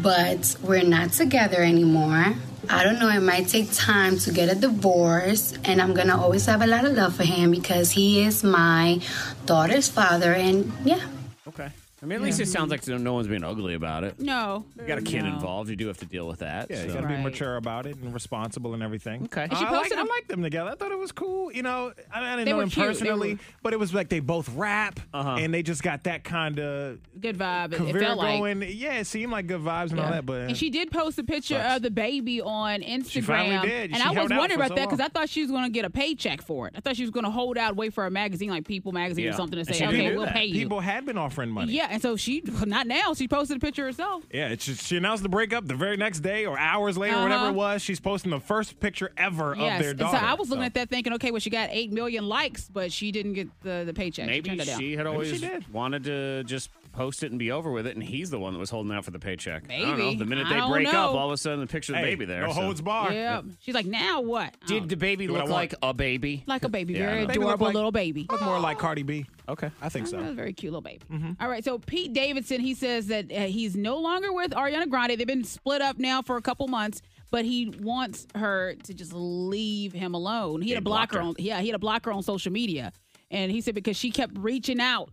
Speaker 6: but we're not together anymore. I don't know, it might take time to get a divorce, and I'm gonna always have a lot of love for him because he is my daughter's father, and yeah.
Speaker 3: Okay. I mean, at least it sounds like no one's being ugly about it.
Speaker 4: No.
Speaker 3: You got a kid
Speaker 4: No.
Speaker 3: involved. You do have to deal with that.
Speaker 1: Yeah, you
Speaker 3: so-
Speaker 1: gotta
Speaker 4: Right.
Speaker 1: be mature about it and responsible and everything.
Speaker 3: Okay. And
Speaker 1: I,
Speaker 3: she
Speaker 1: like,
Speaker 4: posted
Speaker 1: I
Speaker 4: a-
Speaker 1: like them together. I thought it was cool. You know, I, I didn't
Speaker 4: They
Speaker 1: know
Speaker 4: were
Speaker 1: him
Speaker 4: cute. They
Speaker 1: personally,
Speaker 4: were-
Speaker 1: but it was like they both rap and they just got that kind of
Speaker 4: Good vibe. It, it
Speaker 1: career
Speaker 4: felt like.
Speaker 1: going. Yeah, it seemed like good vibes and all that. But uh,
Speaker 4: and she did post a picture
Speaker 1: Sucks.
Speaker 4: of the baby on Instagram.
Speaker 1: finally did.
Speaker 4: And
Speaker 1: She
Speaker 4: I was
Speaker 1: held out
Speaker 4: wondering
Speaker 1: for
Speaker 4: about
Speaker 1: so
Speaker 4: that because
Speaker 1: long.
Speaker 4: I thought she was going to get a paycheck for it. I thought she was going to hold out, wait for a magazine like People Magazine
Speaker 3: Yeah.
Speaker 4: or something
Speaker 3: And
Speaker 4: to say,
Speaker 3: she
Speaker 1: They
Speaker 4: okay,
Speaker 1: do
Speaker 4: we'll
Speaker 1: that.
Speaker 4: pay you.
Speaker 1: People had been offering money.
Speaker 4: yeah, and so she <laughs> not now. She posted a picture herself.
Speaker 1: Yeah, it's just, she announced the breakup the very next day or hours later, or whatever
Speaker 4: Uh-huh.
Speaker 1: it was. She's posting the first picture ever
Speaker 4: yes.
Speaker 1: of their
Speaker 4: and so
Speaker 1: daughter.
Speaker 4: I was looking at that thinking, okay, well, she got eight million likes, but she didn't get the, the paycheck. She
Speaker 3: Maybe
Speaker 4: turned it down.
Speaker 3: she had
Speaker 4: Maybe
Speaker 3: always
Speaker 4: she did.
Speaker 3: wanted to just post it and be over with it, and he's the one that was holding out for the paycheck. I don't
Speaker 4: Maybe.
Speaker 3: know. The minute
Speaker 4: I
Speaker 3: they
Speaker 4: don't
Speaker 3: break up,
Speaker 4: know.
Speaker 3: all of a sudden the picture of the
Speaker 1: Hey,
Speaker 3: baby there.
Speaker 1: no holds barred.
Speaker 4: Yeah. She's like, now what?
Speaker 3: Did the baby
Speaker 1: Do what I
Speaker 3: look
Speaker 1: want.
Speaker 3: like a baby?
Speaker 4: Like a baby,
Speaker 3: Yeah, I
Speaker 4: very
Speaker 3: know.
Speaker 1: Baby look
Speaker 4: adorable
Speaker 1: like-
Speaker 4: little baby.
Speaker 1: Look more like Cardi B.
Speaker 3: Okay,
Speaker 1: I think
Speaker 4: That was a
Speaker 1: so. Mm-hmm.
Speaker 4: very cute little baby. All right, so Pete Davidson, he says that uh, he's no longer with Ariana Grande. They've been split up now for a couple months, but he wants her to just leave him alone. He had a blocker on, yeah, he had a blocker on social media, and he said because she kept reaching out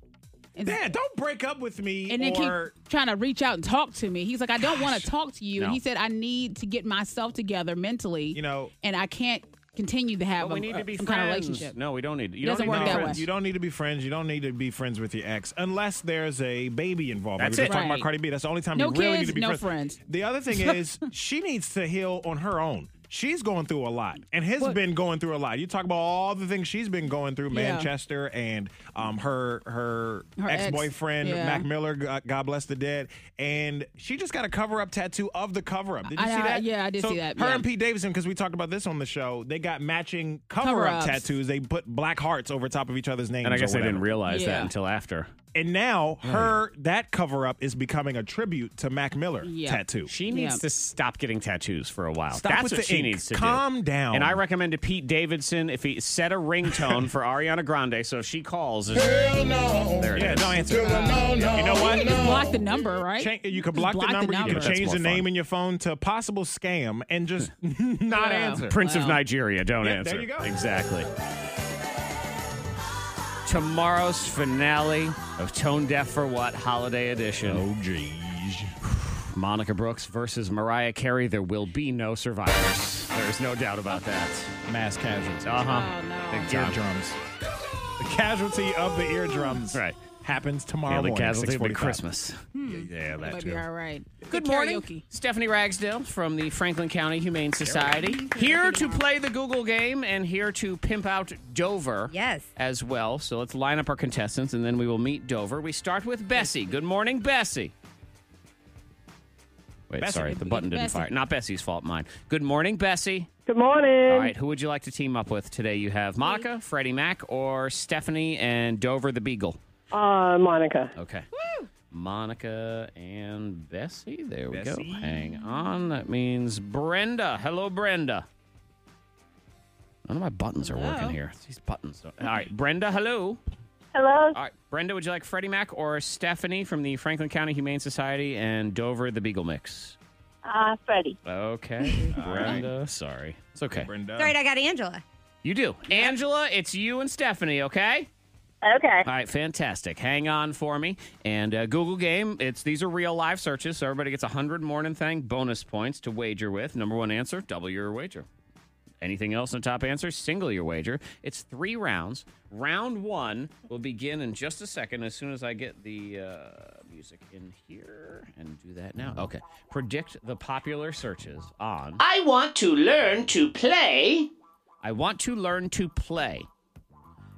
Speaker 4: and,
Speaker 1: Yeah, don't break up with me
Speaker 4: and then
Speaker 1: or
Speaker 4: keep trying to reach out and talk to me. He's like, I don't want to talk to you. And
Speaker 1: No.
Speaker 4: he said, I need to get myself together mentally, you
Speaker 1: know,
Speaker 4: and I can't continue to have
Speaker 3: But we
Speaker 4: a,
Speaker 3: need
Speaker 4: a-
Speaker 3: to be
Speaker 4: some
Speaker 3: friends.
Speaker 4: kind of relationship.
Speaker 3: No, we don't need.
Speaker 4: It
Speaker 3: don't
Speaker 4: doesn't
Speaker 3: need
Speaker 4: work
Speaker 3: to be
Speaker 4: that way.
Speaker 3: friends.
Speaker 1: you don't need to be friends. You don't need to be friends with your ex unless there's a baby involved.
Speaker 3: That's
Speaker 1: we were
Speaker 3: it.
Speaker 1: just talking
Speaker 3: Right.
Speaker 1: about Cardi B. That's the only time
Speaker 4: No
Speaker 1: you really
Speaker 4: kids,
Speaker 1: need to be
Speaker 4: no friends.
Speaker 1: The other
Speaker 4: <laughs>
Speaker 1: thing is she needs to heal on her own. She's going through a lot, and has been going through a lot. You talk about all the things she's been going through,
Speaker 4: Yeah.
Speaker 1: Manchester and um, her her,
Speaker 4: Her ex,
Speaker 1: ex-boyfriend
Speaker 4: yeah.
Speaker 1: Mac Miller. God God bless the dead. And she just got a cover-up tattoo of the cover-up. Did you
Speaker 4: I-
Speaker 1: see
Speaker 4: I-
Speaker 1: that?
Speaker 4: yeah, I did
Speaker 1: So
Speaker 4: see that,
Speaker 1: Her
Speaker 4: yeah.
Speaker 1: and Pete Davidson, because we talked about this on the show, they got matching cover-up
Speaker 4: Cover-ups.
Speaker 1: tattoos. They put black hearts over top of each other's names.
Speaker 3: And I guess
Speaker 1: or
Speaker 3: I didn't
Speaker 1: whatever.
Speaker 3: realize
Speaker 4: Yeah.
Speaker 3: that until Hmm. after.
Speaker 1: And now her that cover up is becoming a tribute to Mac Miller
Speaker 4: Yeah.
Speaker 1: tattoo.
Speaker 3: She needs to stop getting tattoos for a while.
Speaker 1: Stop
Speaker 3: That's
Speaker 1: with
Speaker 3: what
Speaker 1: the
Speaker 3: she
Speaker 1: ink.
Speaker 3: needs to do.
Speaker 1: Calm down.
Speaker 3: And I recommend to Pete Davidson if he set
Speaker 1: <laughs>
Speaker 3: a ringtone for Ariana Grande so if she calls. Hell no. There it
Speaker 1: Yeah,
Speaker 3: is.
Speaker 1: don't answer.
Speaker 3: You know
Speaker 4: You
Speaker 3: what?
Speaker 4: can just block the number, right?
Speaker 1: Cha- you can block, the, number, You
Speaker 3: Yeah,
Speaker 1: can
Speaker 3: that's
Speaker 1: change
Speaker 3: more
Speaker 1: the name
Speaker 3: fun.
Speaker 1: in your phone to possible scam and
Speaker 3: <laughs>
Speaker 1: just <laughs> not answer.
Speaker 3: Prince of Nigeria, don't
Speaker 1: Yeah,
Speaker 3: answer.
Speaker 1: there you go.
Speaker 3: Exactly. Tomorrow's finale of Tone Deaf for What Holiday Edition. Oh, jeez. <sighs> Monica Brooks versus Mariah Carey. There will be no survivors. There's no doubt about that.
Speaker 1: Mass casualties.
Speaker 3: Uh huh.
Speaker 4: Oh, no.
Speaker 3: Big time.
Speaker 1: Eardrums. The casualty of the eardrums
Speaker 3: <laughs> Right.
Speaker 1: happens tomorrow
Speaker 3: Yeah, the
Speaker 1: morning.
Speaker 3: casualty will be
Speaker 1: 6:45.
Speaker 3: Christmas.
Speaker 1: Yeah, yeah, that
Speaker 4: That'd
Speaker 1: too.
Speaker 4: Hmm. be all right.
Speaker 3: Good
Speaker 4: Karaoke.
Speaker 3: morning, Stephanie Ragsdale from the Franklin County Humane Society. Here to play the Google game and here to pimp out Dover.
Speaker 12: Yes.
Speaker 3: As well. So let's line up our contestants and then we will meet Dover. We start with Bessie. Good morning, Bessie. Wait,
Speaker 1: Bessie.
Speaker 3: sorry, the button didn't
Speaker 4: Bessie.
Speaker 3: fire. Not Bessie's fault, mine. Good morning, Bessie.
Speaker 11: Good morning.
Speaker 3: All right, who would you like to team up with today? You have Monica, Freddie Mac, or Stephanie and Dover the Beagle.
Speaker 11: Uh, Monica.
Speaker 3: Okay. Monica and Bessie. There we
Speaker 1: Bessie.
Speaker 3: go. Hang on. That means Brenda. Hello, Brenda. None of my buttons are
Speaker 4: Oh.
Speaker 3: working here. These buttons. Don't... All right, Brenda. Hello.
Speaker 8: Hello.
Speaker 3: All right, Brenda. Would you like Freddie Mac or Stephanie from the Franklin County Humane Society and Dover the Beagle Mix?
Speaker 8: Uh, Freddie.
Speaker 3: Okay, Brenda. Sorry, it's okay.
Speaker 1: Brenda.
Speaker 12: All right, I got Angela.
Speaker 3: You do, Angela. It's you and Stephanie. Okay.
Speaker 8: Okay.
Speaker 3: All right, fantastic. Hang on for me. And uh, Google game, it's these are real live searches, so everybody gets 100 morning thing bonus points to wager with. Number one answer, double your wager. Anything else on top answer, single your wager. It's three rounds. Round one will begin in just a second as soon as I get the uh, music in here and do that now. Okay. Predict the popular searches on
Speaker 7: I want to learn to play.
Speaker 3: I want to learn to play.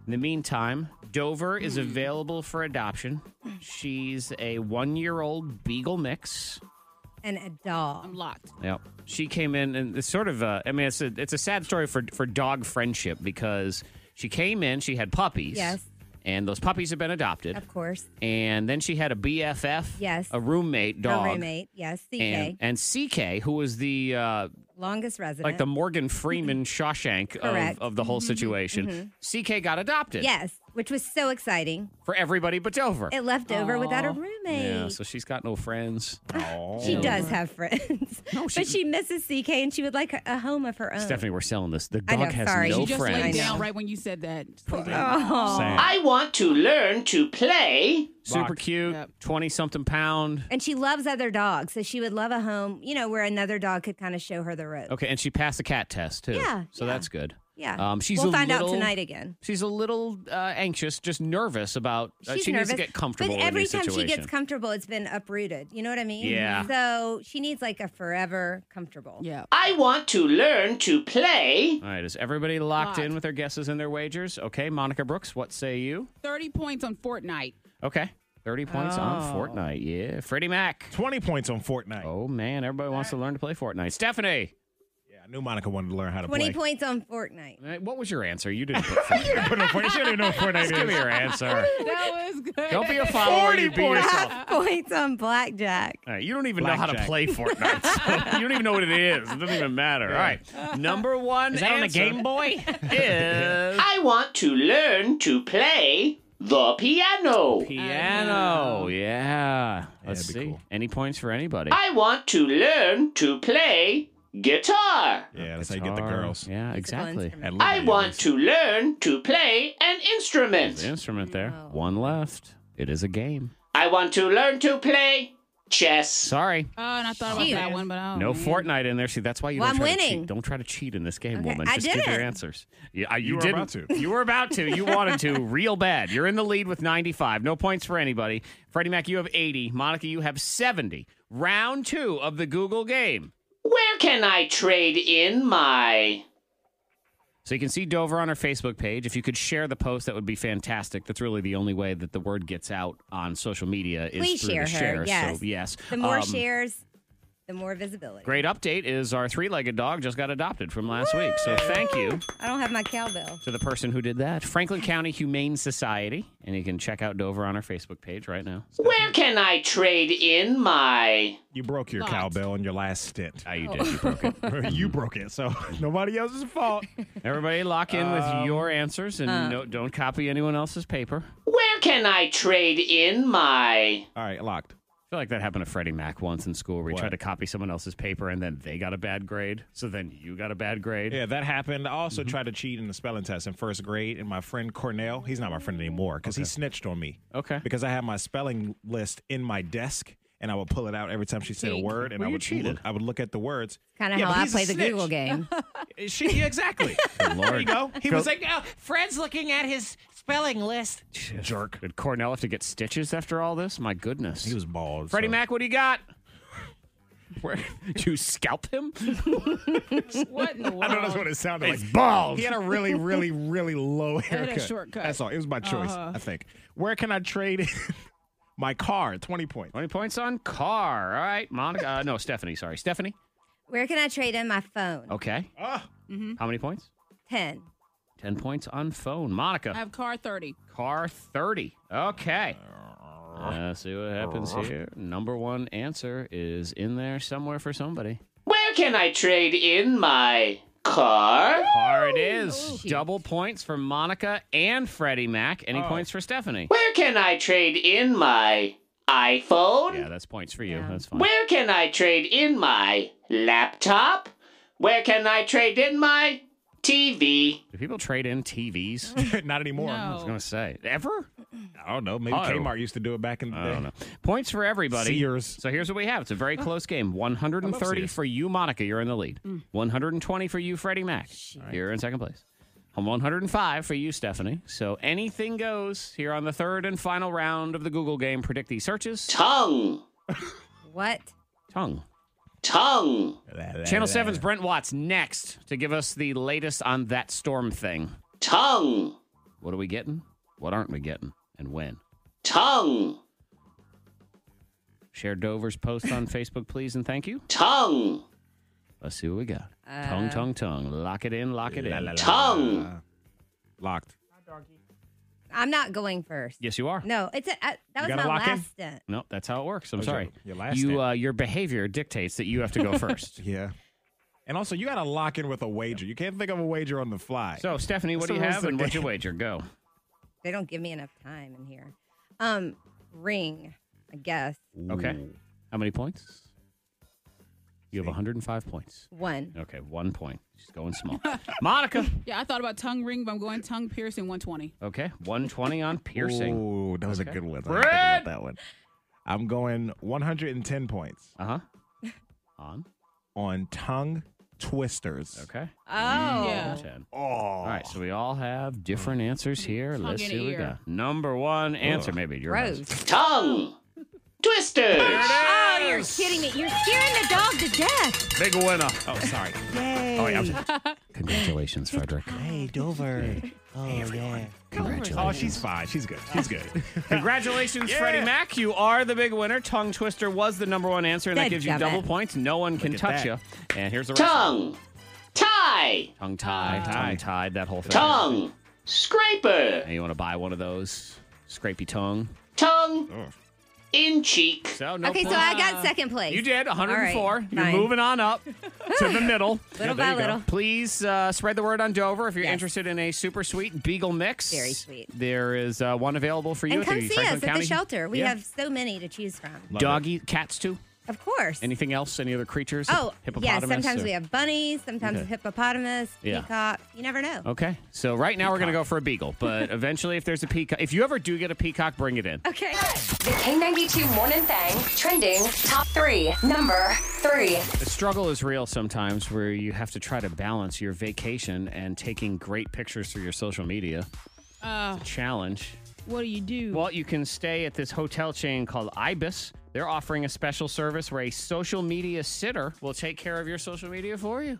Speaker 3: In the meantime, Dover is available for adoption. She's a one year old beagle mix.
Speaker 12: And a dog.
Speaker 4: I'm locked.
Speaker 3: Yep. She came in and it's sort of uh, I mean it's a it's a sad story for for dog friendship because she came in, she had puppies.
Speaker 12: Yes.
Speaker 3: And those puppies have been adopted.
Speaker 12: Of course.
Speaker 3: And then she had a BFF,
Speaker 12: Yes.
Speaker 3: a roommate
Speaker 12: Her
Speaker 3: dog,
Speaker 12: roommate. Yes. CK.
Speaker 3: and and CK, who was the uh,
Speaker 12: longest resident.
Speaker 3: like the Morgan Freeman Shawshank
Speaker 12: Correct. Mm-hmm.
Speaker 3: of, of the whole situation. CK got adopted.
Speaker 12: Yes, which was so exciting.
Speaker 3: for everybody but Dover.
Speaker 12: It left over without a roommate.
Speaker 3: yeah, so she's got no friends.
Speaker 12: she does have friends.
Speaker 3: Oh.
Speaker 12: <laughs>
Speaker 3: she-
Speaker 12: but she misses CK and she would like a home of her own.
Speaker 3: Stephanie, we're selling this. The
Speaker 12: I
Speaker 3: dog
Speaker 12: know,
Speaker 3: has
Speaker 12: sorry.
Speaker 3: no
Speaker 12: She
Speaker 4: Just laid
Speaker 3: friends.
Speaker 12: I know.
Speaker 4: down right when you said that. Just laid down.
Speaker 12: Oh.
Speaker 1: Sad.
Speaker 7: I want to learn to play.
Speaker 3: Super cute,
Speaker 4: Yep.
Speaker 3: twenty something pound.
Speaker 12: And she loves other dogs, so she would love a home, you know, where another dog could kind of show her the ropes.
Speaker 3: Okay, and she passed the cat test too.
Speaker 12: Yeah,
Speaker 3: so
Speaker 12: yeah.
Speaker 3: that's good.
Speaker 12: Yeah.
Speaker 3: um, she's
Speaker 12: we'll
Speaker 3: a
Speaker 12: find
Speaker 3: little-
Speaker 12: out tonight again.
Speaker 3: She's a little uh, anxious, just nervous about. Uh,
Speaker 12: She's
Speaker 3: she
Speaker 12: nervous,
Speaker 3: needs to get comfortable.
Speaker 12: But every
Speaker 3: in a new
Speaker 12: time she
Speaker 3: situation.
Speaker 12: gets comfortable, it's been uprooted. You know what I mean?
Speaker 3: Yeah.
Speaker 12: So she needs like a forever comfortable.
Speaker 4: Yeah.
Speaker 7: I want to learn to play.
Speaker 3: All right, is everybody locked
Speaker 4: Locked.
Speaker 3: in with their guesses and their wagers? Okay, Monica Brooks, what say you?
Speaker 4: 30 points on Fortnite.
Speaker 3: Okay, 30 points on
Speaker 1: Oh.
Speaker 3: Fortnite. Yeah. Freddie Mac.
Speaker 1: 20 points on Fortnite.
Speaker 3: Oh, man. Everybody wants to learn to play Fortnite. Stephanie.
Speaker 1: Yeah, I knew Monica wanted to learn how to
Speaker 12: 20 points on Fortnite.
Speaker 3: play. What was your answer?
Speaker 1: <laughs>
Speaker 3: You didn't put Fortnite. you
Speaker 1: didn't put no point. You didn't know Fortnite
Speaker 3: Just give me
Speaker 1: is.
Speaker 7: <laughs>
Speaker 3: your answer.
Speaker 12: <laughs>
Speaker 4: That was good.
Speaker 3: Don't be a follower. You be yourself.
Speaker 12: points on blackjack.
Speaker 3: All right, you don't even know how to
Speaker 1: Blackjack. <laughs>
Speaker 3: play Fortnite. so you don't even know what it is. It doesn't even matter. All right. Number one
Speaker 7: Is that on the
Speaker 3: answer
Speaker 7: Game
Speaker 4: <laughs>
Speaker 3: Boy? is
Speaker 7: I want to learn to play the piano.
Speaker 3: piano. Yeah. Let's see. Any points for anybody?
Speaker 7: I want to learn to play guitar.
Speaker 1: Yeah, that's how you get the girls.
Speaker 3: Yeah, exactly.
Speaker 7: I want to learn to play an instrument.
Speaker 3: The instrument there.
Speaker 4: Oh.
Speaker 3: One left. It is a game.
Speaker 7: I want to learn to play chess.
Speaker 3: Sorry.
Speaker 4: Oh, and I thought about
Speaker 12: Jeez.
Speaker 4: that one, but oh,
Speaker 3: no
Speaker 4: man.
Speaker 3: Fortnite in there. See, that's why you
Speaker 4: Well,
Speaker 3: don't,
Speaker 4: I'm
Speaker 3: try to
Speaker 4: winning.
Speaker 3: cheat. don't try to cheat in this game, woman.
Speaker 4: I
Speaker 3: Just give your
Speaker 4: didn't.
Speaker 3: answers. Yeah, I- you,
Speaker 1: You were
Speaker 3: didn't.
Speaker 1: about to.
Speaker 3: You were about to. You
Speaker 1: <laughs>
Speaker 3: wanted to real bad. You're in the lead with 95. No points for anybody. Freddie Mac, you have 80. Monica, you have 70. Round two of the Google game.
Speaker 7: Where can I trade in my.
Speaker 3: So you can see Dover on her Facebook page. If you could share the post, that would be fantastic. That's really the only way that the word gets out on social media is
Speaker 12: Please
Speaker 3: through
Speaker 12: share her.
Speaker 3: the share.
Speaker 12: Yes.
Speaker 3: So yes,
Speaker 12: The more
Speaker 3: Um,
Speaker 12: shares, the more visibility.
Speaker 3: Great update is our three-legged dog just got adopted from last week. So thank you.
Speaker 12: I don't have my cowbell.
Speaker 3: to the person who did that Franklin County Humane Society. And you can check out Dover on our Facebook page right now.
Speaker 7: Where can I trade in my.
Speaker 1: You broke your cowbell in your last stint.
Speaker 3: you did. You
Speaker 1: <laughs>
Speaker 3: broke
Speaker 1: it. you broke it. So <laughs> nobody else's fault.
Speaker 3: Everybody lock in with
Speaker 1: Um,
Speaker 3: your answers
Speaker 12: uh.
Speaker 3: and no, don't copy anyone else's paper.
Speaker 7: Where can I trade in my.
Speaker 1: All right, locked.
Speaker 3: I feel like that happened to Freddie Mac once in school where he tried to copy someone else's paper and then they got a bad grade. So then you got a bad grade. Mm-hmm.
Speaker 1: Yeah, that happened. I also tried to cheat in the spelling test in first grade, and my friend Cornell, he's not my friend anymore because he snitched on me.
Speaker 3: Okay.
Speaker 1: Because I had my spelling list in my desk, and I would pull it out every time she said a
Speaker 12: Cheat.
Speaker 1: word, and
Speaker 12: Well,
Speaker 1: I
Speaker 12: you
Speaker 1: would
Speaker 12: cheated.
Speaker 1: look, I would look at the words.
Speaker 12: Kind of
Speaker 1: Yeah, but
Speaker 12: how I
Speaker 1: he's a
Speaker 12: play the
Speaker 1: snitch.
Speaker 3: <laughs>
Speaker 12: Google game.
Speaker 1: She yeah, exactly. <laughs> There you go. He was like,
Speaker 7: oh, Fred's looking at his spelling list.
Speaker 1: jerk.
Speaker 3: Did Cornell have to get stitches after all this? My goodness. He was
Speaker 1: bald.
Speaker 3: Freddie Mac, <laughs> what do you got? Where did you scalp
Speaker 4: <laughs>
Speaker 3: him?
Speaker 4: what in the world?
Speaker 1: I know that's what it sounded
Speaker 3: It's
Speaker 1: like.
Speaker 3: bald.
Speaker 1: He had a really,
Speaker 4: <laughs>
Speaker 1: really, really low
Speaker 4: had a
Speaker 1: haircut.
Speaker 4: shortcut.
Speaker 1: That's all. It was by choice,
Speaker 4: Uh-huh.
Speaker 1: I think. Where can I trade in <laughs> my car? Twenty points.
Speaker 3: 20 points on car. All right. Monica. Uh, no, Stephanie. Sorry. Stephanie.
Speaker 12: <laughs> Where can I trade in my phone? Mm-hmm.
Speaker 3: Okay.
Speaker 4: Mhm.
Speaker 3: How many points?
Speaker 12: 10.
Speaker 3: 10 points on phone. Monica.
Speaker 4: I have car 30.
Speaker 3: Car 30. Okay. Let's see what happens here. Number one answer is in there somewhere for somebody.
Speaker 7: Where can I trade in my car?
Speaker 3: Car it is. Double points for Monica and Freddie Mac. Any points for Stephanie?
Speaker 7: Where can I trade in my iPhone?
Speaker 3: Yeah, that's points for you. That's fine.
Speaker 7: Where can I trade in my laptop? Where can I trade in my TV?
Speaker 3: Do people trade in TVs?
Speaker 1: <laughs> Not anymore.
Speaker 3: I was going to say. Ever?
Speaker 1: I don't know. Maybe
Speaker 3: Oh.
Speaker 1: Kmart used to do it back in the day.
Speaker 3: I don't know. Points for everybody.
Speaker 1: Sears.
Speaker 3: So here's what we have. It's a very close game. 130
Speaker 1: Sears.
Speaker 3: for you, Monica. You're in the lead. 120 for you, Freddie Mac. You're in second place. And 105 for you, Stephanie. So anything goes here on the third and final round of the Google game. Predict these searches.
Speaker 7: Tongue.
Speaker 12: What?
Speaker 3: Tongue.
Speaker 7: Tongue.
Speaker 3: Channel 7's Brent Watts next to give us the latest on that storm thing.
Speaker 7: Tongue.
Speaker 3: What are we getting? What aren't we getting? And when?
Speaker 7: Tongue.
Speaker 3: Share Dover's post on Facebook, please, and thank you.
Speaker 7: Tongue.
Speaker 3: Let's see what we got.
Speaker 12: Uh,
Speaker 3: tongue, tongue, tongue. Lock it in, lock it in.
Speaker 7: Tongue.
Speaker 1: Locked.
Speaker 12: I'm not going first.
Speaker 3: Yes, you are.
Speaker 12: No, it's a, I,
Speaker 3: You
Speaker 12: that was
Speaker 3: gotta
Speaker 12: my
Speaker 3: lock in?
Speaker 12: last stint.
Speaker 3: No, that's how it works. I'm
Speaker 1: Those
Speaker 3: sorry.
Speaker 1: are your last
Speaker 3: you,
Speaker 1: step.
Speaker 3: uh, your behavior dictates that you have
Speaker 4: <laughs>
Speaker 3: to go first.
Speaker 1: yeah. And also, you got to lock in with a wager. You can't think of a wager on the fly.
Speaker 3: so, Stephanie, what
Speaker 1: That's
Speaker 3: do
Speaker 1: the
Speaker 3: you
Speaker 1: rules
Speaker 3: have
Speaker 1: of <laughs>
Speaker 3: and
Speaker 1: the
Speaker 3: what's your
Speaker 1: game.
Speaker 3: wager? Go.
Speaker 12: They don't give me enough time in here. Um, ring, I guess.
Speaker 3: Okay. How many points? You have 105 points.
Speaker 12: One.
Speaker 3: Okay, one point. She's going small. <laughs> Monica.
Speaker 4: Yeah, I thought about tongue ring, but I'm going tongue piercing 120.
Speaker 3: Okay, 120 on piercing.
Speaker 1: Ooh, that was
Speaker 3: Okay.
Speaker 1: a good one. I didn't think
Speaker 3: Brett!
Speaker 1: about that one. I'm going 110 points
Speaker 3: Uh huh. On.
Speaker 1: on tongue twisters.
Speaker 3: Okay.
Speaker 12: Oh.
Speaker 4: Yeah.
Speaker 3: 110. All right, so we all have different answers here. Let's
Speaker 4: in
Speaker 3: see what we
Speaker 4: ear.
Speaker 3: got. Number one answer,
Speaker 1: Ugh.
Speaker 3: maybe. Your
Speaker 12: Gross.
Speaker 3: best.
Speaker 7: Tongue. Twisters.
Speaker 12: Oh, out of here. You're kidding me. You're scaring the dog to death.
Speaker 3: Big winner.
Speaker 1: <laughs> Oh, sorry.
Speaker 3: Oh, yeah,
Speaker 12: <laughs>
Speaker 3: Congratulations,
Speaker 4: <laughs>
Speaker 3: Frederick. <laughs> Hey, Dover.
Speaker 1: Oh, yeah. Oh, she's fine. She's good. She's good.
Speaker 3: Congratulations,
Speaker 1: Yeah.
Speaker 3: Freddie Mac. You are the big winner. Tongue Twister was the number one answer, and that
Speaker 7: Good
Speaker 3: gives you
Speaker 7: job,
Speaker 3: double
Speaker 7: Matt.
Speaker 3: points. No one can
Speaker 7: at
Speaker 3: touch
Speaker 7: that.
Speaker 3: you. And here's the rest.
Speaker 7: Tongue. Tie.
Speaker 3: Tongue tied. Tongue tied. That whole thing.
Speaker 7: Tongue. Scraper.
Speaker 3: Hey, you want to buy one of those? Scrapey tongue.
Speaker 7: Tongue. In cheek.
Speaker 3: Oh. So, no
Speaker 12: okay, so
Speaker 3: points.
Speaker 12: I got second place.
Speaker 3: You did
Speaker 12: All right,
Speaker 3: 104. You're
Speaker 12: fine.
Speaker 3: moving on
Speaker 12: <laughs>
Speaker 3: up to the middle.
Speaker 12: Little by
Speaker 3: you go.
Speaker 12: little.
Speaker 3: Please uh, spread the word on Dover if you're interested in a super sweet Beagle mix.
Speaker 12: Very sweet.
Speaker 3: There is uh, one available for you
Speaker 12: And
Speaker 3: at
Speaker 12: come
Speaker 3: the
Speaker 12: see
Speaker 3: Franklin
Speaker 12: us at
Speaker 3: County-
Speaker 12: the shelter. We
Speaker 3: Yeah.
Speaker 12: have so many to choose from.
Speaker 3: doggy cats too.
Speaker 12: Of course.
Speaker 3: Anything else? Any other creatures?
Speaker 12: Oh, yeah.
Speaker 3: hippopotamus.
Speaker 12: Sometimes
Speaker 3: or-
Speaker 12: we have bunnies, sometimes
Speaker 3: Okay.
Speaker 12: hippopotamus,
Speaker 3: Yeah.
Speaker 12: peacock. You never know.
Speaker 3: Okay, so right now we're gonna go for a beagle,
Speaker 4: <laughs>
Speaker 3: but eventually, if there's a peacock, if you ever do get a peacock, bring it in.
Speaker 12: Okay.
Speaker 5: The K92 Morning Thing trending top three. Number three.
Speaker 3: The struggle is real sometimes, where you have to try to balance your vacation and taking great pictures through your social media.
Speaker 4: Uh,
Speaker 3: Challenge.
Speaker 4: what do you do?
Speaker 3: Well, you can stay at this hotel chain called Ibis. They're offering a special service where a social media sitter will take care of your social media for you.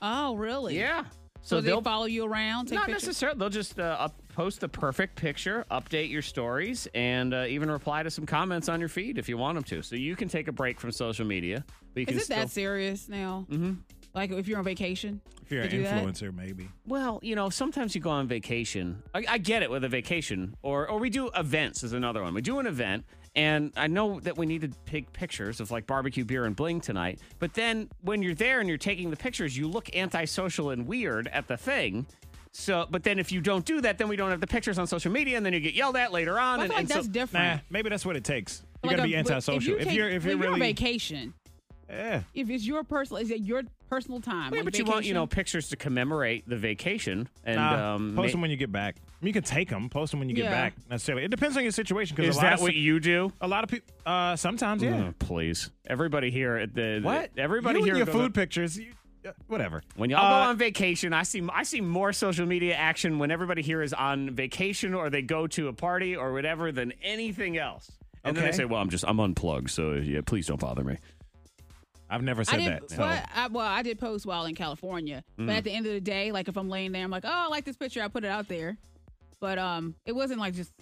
Speaker 4: Oh, really?
Speaker 3: Yeah.
Speaker 4: So,
Speaker 3: So
Speaker 4: they
Speaker 3: they'll-
Speaker 4: follow you around? Take
Speaker 3: Not
Speaker 4: pictures?
Speaker 3: necessarily. They'll just uh, up, post the perfect picture, update your stories, and uh, even reply to some comments on your feed if you want them to. So you can take a break from social media. But you can
Speaker 4: Is it that
Speaker 3: still-
Speaker 4: serious now? Mm-hmm. Like if you're on vacation?
Speaker 1: If you're
Speaker 4: to
Speaker 1: an
Speaker 4: do that?
Speaker 1: influencer, maybe.
Speaker 3: Well, you know, sometimes you go on vacation. I, I get it with a vacation, or or we do events is another one. We do an event, and I know that we need to take pictures of like barbecue, beer, and bling tonight. But then when you're there and you're taking the pictures, you look antisocial and weird at the thing. So, but then if you don't do that, then we don't have the pictures on social media, and then you get yelled at later on.
Speaker 4: Well, I
Speaker 3: and,
Speaker 4: feel
Speaker 3: and
Speaker 4: like
Speaker 3: so-
Speaker 4: that's different.
Speaker 1: Nah, maybe that's what it takes. You
Speaker 4: Like
Speaker 1: gotta
Speaker 4: a-
Speaker 1: be
Speaker 4: but
Speaker 1: antisocial. If
Speaker 4: take-
Speaker 1: you're, if
Speaker 4: when
Speaker 1: you're
Speaker 4: on
Speaker 1: really,
Speaker 4: vacation,
Speaker 1: yeah.
Speaker 4: if it's your personal, is it your personal time?
Speaker 3: Yeah,
Speaker 4: like
Speaker 3: but you want you
Speaker 4: vacation?
Speaker 3: know pictures to commemorate the vacation and
Speaker 1: nah,
Speaker 3: um,
Speaker 1: post
Speaker 3: ma-
Speaker 1: them when you get back. You can take them, post them when you get
Speaker 3: Yeah.
Speaker 1: back. Necessarily, it depends on your situation. Because
Speaker 3: Is
Speaker 1: a lot
Speaker 3: that
Speaker 1: of,
Speaker 3: what you do?
Speaker 1: A lot of people. Uh, sometimes, yeah.
Speaker 3: Oh, please, everybody here at the
Speaker 1: What?
Speaker 3: Everybody
Speaker 1: You
Speaker 3: here
Speaker 1: and your
Speaker 3: goes on-
Speaker 1: food pictures. You, uh, whatever.
Speaker 3: When y'all
Speaker 1: Uh,
Speaker 3: go on vacation, I see I see more social media action when everybody here is on vacation or they go to a party or whatever than anything else. And then
Speaker 1: Okay.
Speaker 3: they say, "Well, I'm just I'm unplugged, so yeah, please don't bother me."
Speaker 1: I've never
Speaker 4: I did well, I, well, I did post while in California,
Speaker 3: Mm.
Speaker 4: but at the end of the day, like if I'm laying there, I'm like, oh, I like this picture, I put it out there, but um, it wasn't like just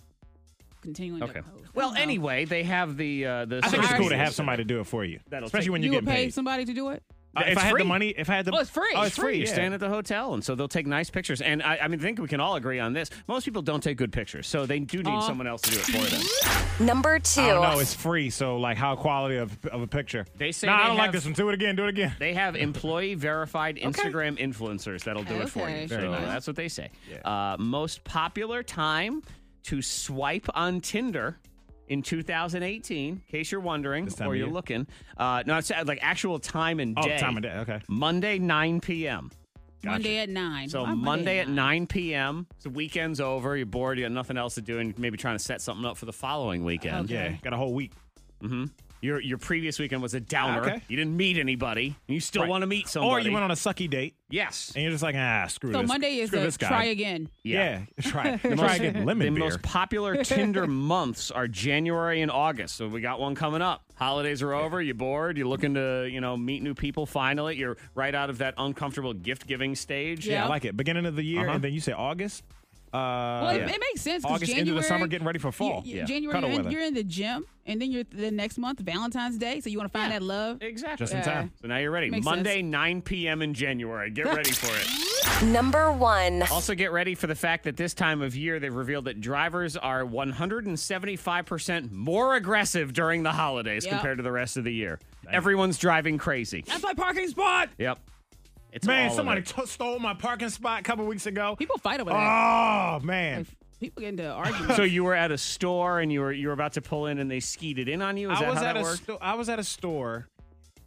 Speaker 4: continuing.
Speaker 3: Okay.
Speaker 4: To post.
Speaker 3: Well, anyway, they have the uh, the.
Speaker 1: I think it's
Speaker 3: services.
Speaker 1: cool to have somebody do it for you,
Speaker 3: That'll
Speaker 1: especially
Speaker 3: take-
Speaker 1: when
Speaker 4: you
Speaker 1: you,
Speaker 4: would
Speaker 1: get
Speaker 4: pay
Speaker 1: paid.
Speaker 4: somebody to do it.
Speaker 1: Uh, if
Speaker 3: It's
Speaker 1: I had
Speaker 3: free.
Speaker 1: the money, if I had the,
Speaker 4: Oh, it's free.
Speaker 1: Oh, it's free.
Speaker 3: You're
Speaker 1: yeah.
Speaker 3: staying at the hotel, and so they'll take nice pictures. And I, I mean, I think we can all agree on this. Most people don't take good pictures, so they do need
Speaker 5: Aw.
Speaker 3: someone else to do it for them.
Speaker 5: Number two.
Speaker 1: I don't know. Oh, It's free, so like, how quality of, of a picture?
Speaker 3: They say
Speaker 1: Nah,
Speaker 3: they
Speaker 1: I don't like
Speaker 3: have-
Speaker 1: this <laughs> one. Do it again. Do it again.
Speaker 3: They have employee verified Instagram influencers that'll do it for
Speaker 1: Okay.
Speaker 3: you.
Speaker 1: Very
Speaker 3: so
Speaker 1: nice.
Speaker 3: that's what they say. Uh, most popular time to swipe on Tinder in 2018, in case you're wondering
Speaker 1: time
Speaker 3: or
Speaker 1: of
Speaker 3: you're
Speaker 1: year?
Speaker 3: looking. Uh, no, it's uh, like actual time and
Speaker 1: Oh,
Speaker 3: day.
Speaker 1: time of day. Okay.
Speaker 3: Monday, 9 p.m.
Speaker 4: Monday at nine.
Speaker 3: So
Speaker 4: Why
Speaker 3: Monday, at 9 p.m. The weekend's over. You're bored. You got nothing else to do, and maybe trying to set something up for the following weekend.
Speaker 1: Okay. Yeah, got a whole week.
Speaker 3: Mm-hmm. Your your previous weekend was a downer.
Speaker 1: Okay.
Speaker 3: You didn't meet anybody. And you still
Speaker 1: Right.
Speaker 3: want to meet
Speaker 1: Or
Speaker 3: somebody.
Speaker 1: you went on a sucky date.
Speaker 3: Yes.
Speaker 1: And you're just like, ah, screw
Speaker 4: So
Speaker 1: this.
Speaker 4: Monday is
Speaker 1: screw
Speaker 4: a
Speaker 1: this guy.
Speaker 4: try again.
Speaker 1: Yeah. try
Speaker 3: <laughs>
Speaker 1: try
Speaker 3: The most-
Speaker 1: again. Lemon
Speaker 3: the
Speaker 1: beer. <laughs>
Speaker 3: most popular Tinder months are January and August. So we got one coming up. Holidays are over. You're bored. You're looking to, you know, meet new people finally. You're right out of that uncomfortable gift giving stage.
Speaker 1: yeah, I like it. Beginning of the year,
Speaker 3: Uh-huh.
Speaker 1: and then you say August. Uh,
Speaker 4: Well, it, it makes sense. 'cause
Speaker 1: August
Speaker 4: January,
Speaker 1: into the summer, getting ready for fall.
Speaker 4: you- you- January,
Speaker 1: Cuddle
Speaker 4: you're in,
Speaker 1: weather.
Speaker 4: you're in the gym, and then you're the next month Valentine's Day, so you want to find that love
Speaker 3: Exactly.
Speaker 1: Just in time.
Speaker 3: So now you're ready.
Speaker 4: Makes
Speaker 3: Monday, 9 p.m. in January. Get ready for it.
Speaker 5: Number one.
Speaker 3: Also, get ready for the fact that this time of year they've revealed that drivers are 175% more aggressive during the holidays
Speaker 4: Yep.
Speaker 3: compared to the rest of the year. Everyone's driving crazy.
Speaker 4: That's my parking spot.
Speaker 3: Yep. It's all
Speaker 1: man,
Speaker 3: of
Speaker 1: somebody
Speaker 3: it.
Speaker 1: t- stole my parking spot a couple weeks ago.
Speaker 4: People fight over
Speaker 1: that. Oh man.
Speaker 4: People get into
Speaker 3: <laughs>
Speaker 4: arguments.
Speaker 3: so you were at a store and you were you were about to pull in and they skied it in on you. Is
Speaker 1: I
Speaker 3: that
Speaker 1: was
Speaker 3: how
Speaker 1: at
Speaker 3: that
Speaker 1: a
Speaker 3: worked?
Speaker 1: sto- I was at a store,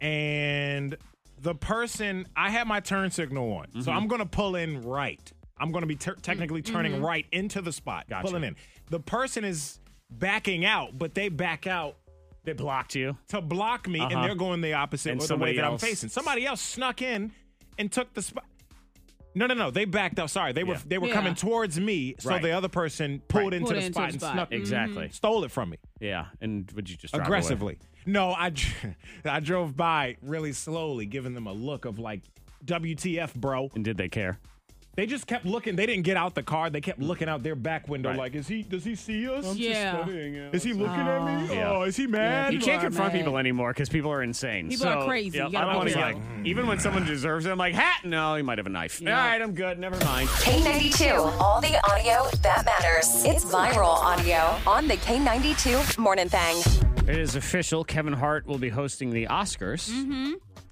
Speaker 1: and the person I had my turn signal on, so
Speaker 3: Mhm.
Speaker 1: I'm gonna pull in right. I'm gonna be tur technically turning
Speaker 3: Mhm.
Speaker 1: right into the spot,
Speaker 3: Gotcha.
Speaker 1: pulling in. The person is backing out, but they back out. They
Speaker 3: blocked you
Speaker 1: to block me,
Speaker 3: Uh-huh.
Speaker 1: and they're going the opposite
Speaker 3: And
Speaker 1: or the way
Speaker 3: somebody
Speaker 1: that I'm
Speaker 3: else-
Speaker 1: facing. Somebody else snuck in and took the spot. No, no, no. They backed up. Sorry, they were they were
Speaker 3: Yeah.
Speaker 1: coming towards me, so
Speaker 3: Right.
Speaker 1: the other person pulled
Speaker 3: Right.
Speaker 1: into
Speaker 3: Pulled
Speaker 1: the
Speaker 3: into
Speaker 1: spot
Speaker 3: the
Speaker 1: and
Speaker 3: spot.
Speaker 1: snuck
Speaker 3: Exactly.
Speaker 1: stole it from me
Speaker 3: Yeah, and would you just drive away?
Speaker 1: aggressively. No, I dr- <laughs> I drove by really slowly, giving them a look of like WTF, bro.
Speaker 3: And did they care?
Speaker 1: They just kept looking. They didn't get out the car. They kept looking out their back window,
Speaker 3: Right.
Speaker 1: like, is he? Does he see us?
Speaker 3: I'm just
Speaker 4: Yeah.
Speaker 3: studying
Speaker 1: Is he looking at me?
Speaker 3: Yeah.
Speaker 1: Oh, is he mad?
Speaker 3: You can't confront people anymore because people are insane.
Speaker 1: People are
Speaker 3: So,
Speaker 1: crazy.
Speaker 3: yeah,
Speaker 1: You gotta
Speaker 3: I'm always
Speaker 1: watch out.
Speaker 3: like, even when someone deserves it, I'm like, hat. No, you might have a knife. All right, I'm good. Never mind.
Speaker 5: K92, all the audio that matters. It's viral audio on the K92 Morning Thing.
Speaker 3: It is official. Kevin Hart will be hosting the Oscars.
Speaker 1: Mm-hmm.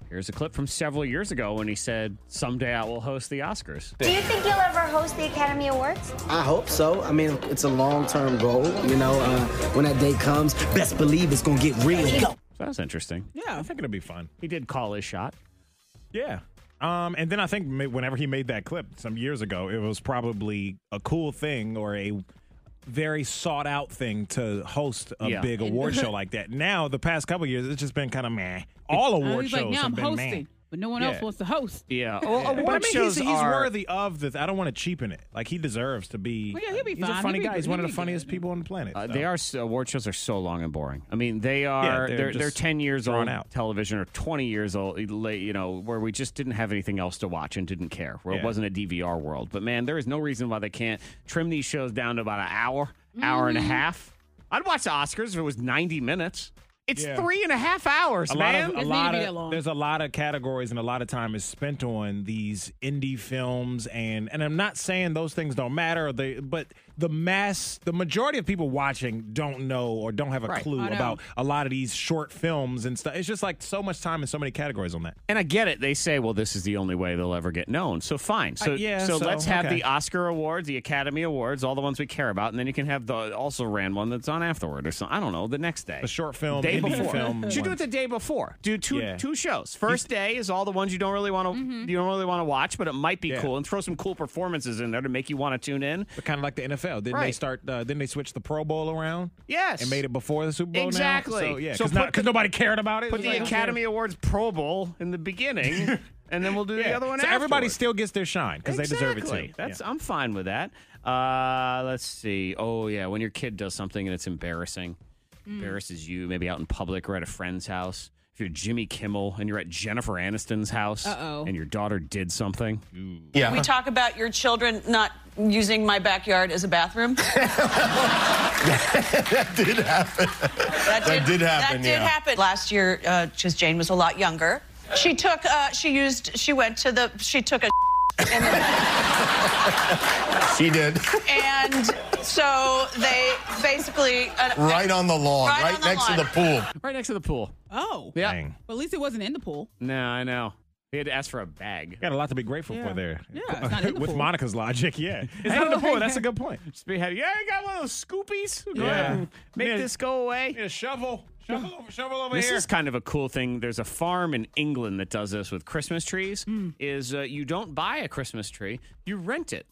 Speaker 3: Here's a clip from several years ago when he said, "Someday I will host the Oscars."
Speaker 13: Do you think you'll ever host the Academy Awards?
Speaker 14: I hope so. I mean, it's a long term goal. You know, uh, when that day comes, best believe it's going to get real.
Speaker 3: So that was interesting.
Speaker 1: Yeah, I think it'll be fun.
Speaker 3: He did call his shot.
Speaker 1: Yeah. Um, and then I think ma- whenever he made that clip some years ago, it was probably a cool thing or a very sought out thing to host a
Speaker 3: Yeah.
Speaker 1: big
Speaker 4: And-
Speaker 1: award show like
Speaker 4: <laughs>
Speaker 1: that. Now, the past couple years, it's just been kind of meh. All
Speaker 4: Uh,
Speaker 1: award
Speaker 4: he's
Speaker 1: shows
Speaker 4: like, now
Speaker 1: have
Speaker 4: I'm
Speaker 1: been
Speaker 4: hosting,
Speaker 1: meh.
Speaker 4: but no one
Speaker 1: Yeah.
Speaker 4: else wants to host.
Speaker 3: Yeah.
Speaker 1: Yeah.
Speaker 3: Well,
Speaker 1: But I
Speaker 3: award
Speaker 1: mean,
Speaker 3: shows
Speaker 1: he's, he's
Speaker 3: are
Speaker 1: worthy of this. I don't want to cheapen it. Like he deserves to be.
Speaker 4: Well, yeah, he'll be
Speaker 1: he's
Speaker 4: fine.
Speaker 1: a funny
Speaker 4: He'll be
Speaker 1: guy.
Speaker 4: good.
Speaker 1: He's one of
Speaker 4: He'll
Speaker 1: the
Speaker 4: be
Speaker 1: funniest people on the planet.
Speaker 3: Uh,
Speaker 1: so.
Speaker 3: they are so- award shows are so long and boring. I mean, they are
Speaker 1: they're
Speaker 3: they're they're,
Speaker 1: just
Speaker 3: ten years
Speaker 1: drawn
Speaker 3: old
Speaker 1: out.
Speaker 3: television or twenty years old. You know, where we just didn't have anything else to watch and didn't care. Where
Speaker 1: Yeah.
Speaker 3: it wasn't a DVR world. But man, there is no reason why they can't trim these shows down to about an hour, hour and a
Speaker 1: Mhm.
Speaker 3: half. I'd watch the Oscars if it was ninety minutes. It's
Speaker 1: Yeah.
Speaker 3: three and a half hours,
Speaker 1: a
Speaker 3: man.
Speaker 1: Lot of, a lot of, there's a lot of categories and a lot of time is spent on these indie films and and I'm not saying those things don't matter. or They but the mass, the majority of people watching don't know or don't have a
Speaker 3: Right. Oh,
Speaker 1: clue
Speaker 3: I know.
Speaker 1: about a lot of these short films and stuff. It's just like so much time and so many categories on that.
Speaker 3: And I get it. They say, well, this is the only way they'll ever get known. So fine. So
Speaker 1: Uh, yeah,
Speaker 3: so,
Speaker 1: so,
Speaker 3: let's have
Speaker 1: okay.
Speaker 3: the Oscar awards, the Academy Awards, all the ones we care about, and then you can have the also ran one that's on afterward or something. I don't know. The next day, the
Speaker 1: short film,
Speaker 3: day
Speaker 1: indie
Speaker 3: before.
Speaker 1: film
Speaker 3: Should do it
Speaker 1: ones.
Speaker 3: the day before. Do two
Speaker 1: Yeah.
Speaker 3: two shows. First day is all the ones you don't really want to you don't really want to watch, but it might be
Speaker 1: Yeah.
Speaker 3: cool, and throw some cool performances in there to make you want to tune in.
Speaker 1: But kind of like the NFL, Didn't they
Speaker 3: Right.
Speaker 1: start? Uh, didn't they switch the Pro Bowl around?
Speaker 3: Yes.
Speaker 1: and made it before the Super Bowl. now?
Speaker 3: Exactly.
Speaker 1: So yeah,
Speaker 3: So
Speaker 1: because
Speaker 3: put the-
Speaker 1: nobody cared about it.
Speaker 3: Put
Speaker 1: It was
Speaker 3: the
Speaker 1: like, okay.
Speaker 3: Academy Awards Pro Bowl in
Speaker 1: <laughs>
Speaker 3: the beginning, and then we'll do the
Speaker 1: Yeah.
Speaker 3: other one.
Speaker 1: So everybody
Speaker 3: afterward.
Speaker 1: still gets their shine because they deserve it
Speaker 3: Exactly.
Speaker 1: too.
Speaker 3: That's
Speaker 1: Yeah.
Speaker 3: I'm fine with that. Uh, let's see. Oh yeah, when your kid does something and it's embarrassing,
Speaker 15: Hmm.
Speaker 16: Mm.
Speaker 3: embarrasses you, maybe out in public or at a friend's house. If you're Jimmy Kimmel and you're at Jennifer Aniston's house
Speaker 17: Uh-oh.
Speaker 3: and your daughter did something,
Speaker 17: We talk about your children not using my backyard as a bathroom. <laughs> that did happen. That did,
Speaker 15: did happen,
Speaker 17: That did
Speaker 15: yeah.
Speaker 17: happen last year because Jane was a lot younger. She took. Uh, she used. She went to the. She took a. <laughs> in the-
Speaker 15: She did.
Speaker 17: and so they basically uh,
Speaker 15: Right on the lawn,
Speaker 17: Right
Speaker 15: right,
Speaker 17: on the
Speaker 15: next to
Speaker 17: lawn.
Speaker 15: the pool.
Speaker 3: right next to the pool.
Speaker 4: Oh.
Speaker 3: Yeah.
Speaker 4: Well, at least it wasn't in the pool.
Speaker 3: No, I know. He had to ask for a bag.
Speaker 1: Got a lot to be grateful
Speaker 3: Yeah.
Speaker 1: for there.
Speaker 3: Yeah, it's not in
Speaker 1: <laughs>
Speaker 3: the
Speaker 1: With
Speaker 3: pool.
Speaker 1: Monica's logic, yeah. It's
Speaker 3: Hey,
Speaker 1: not in the pool.
Speaker 3: yeah.
Speaker 1: That's a good point.
Speaker 3: Just be happy. Yeah, I got one of those scoopies. Go
Speaker 1: Yeah.
Speaker 3: ahead and make
Speaker 1: Yeah.
Speaker 3: this go away.
Speaker 1: Yeah, shovel. Shovel over, shovel over
Speaker 3: this
Speaker 1: here.
Speaker 3: is kind of a cool thing. There's a farm in England that does this with Christmas trees.
Speaker 4: Hmm.
Speaker 3: Is uh, you don't buy a Christmas tree, you rent it.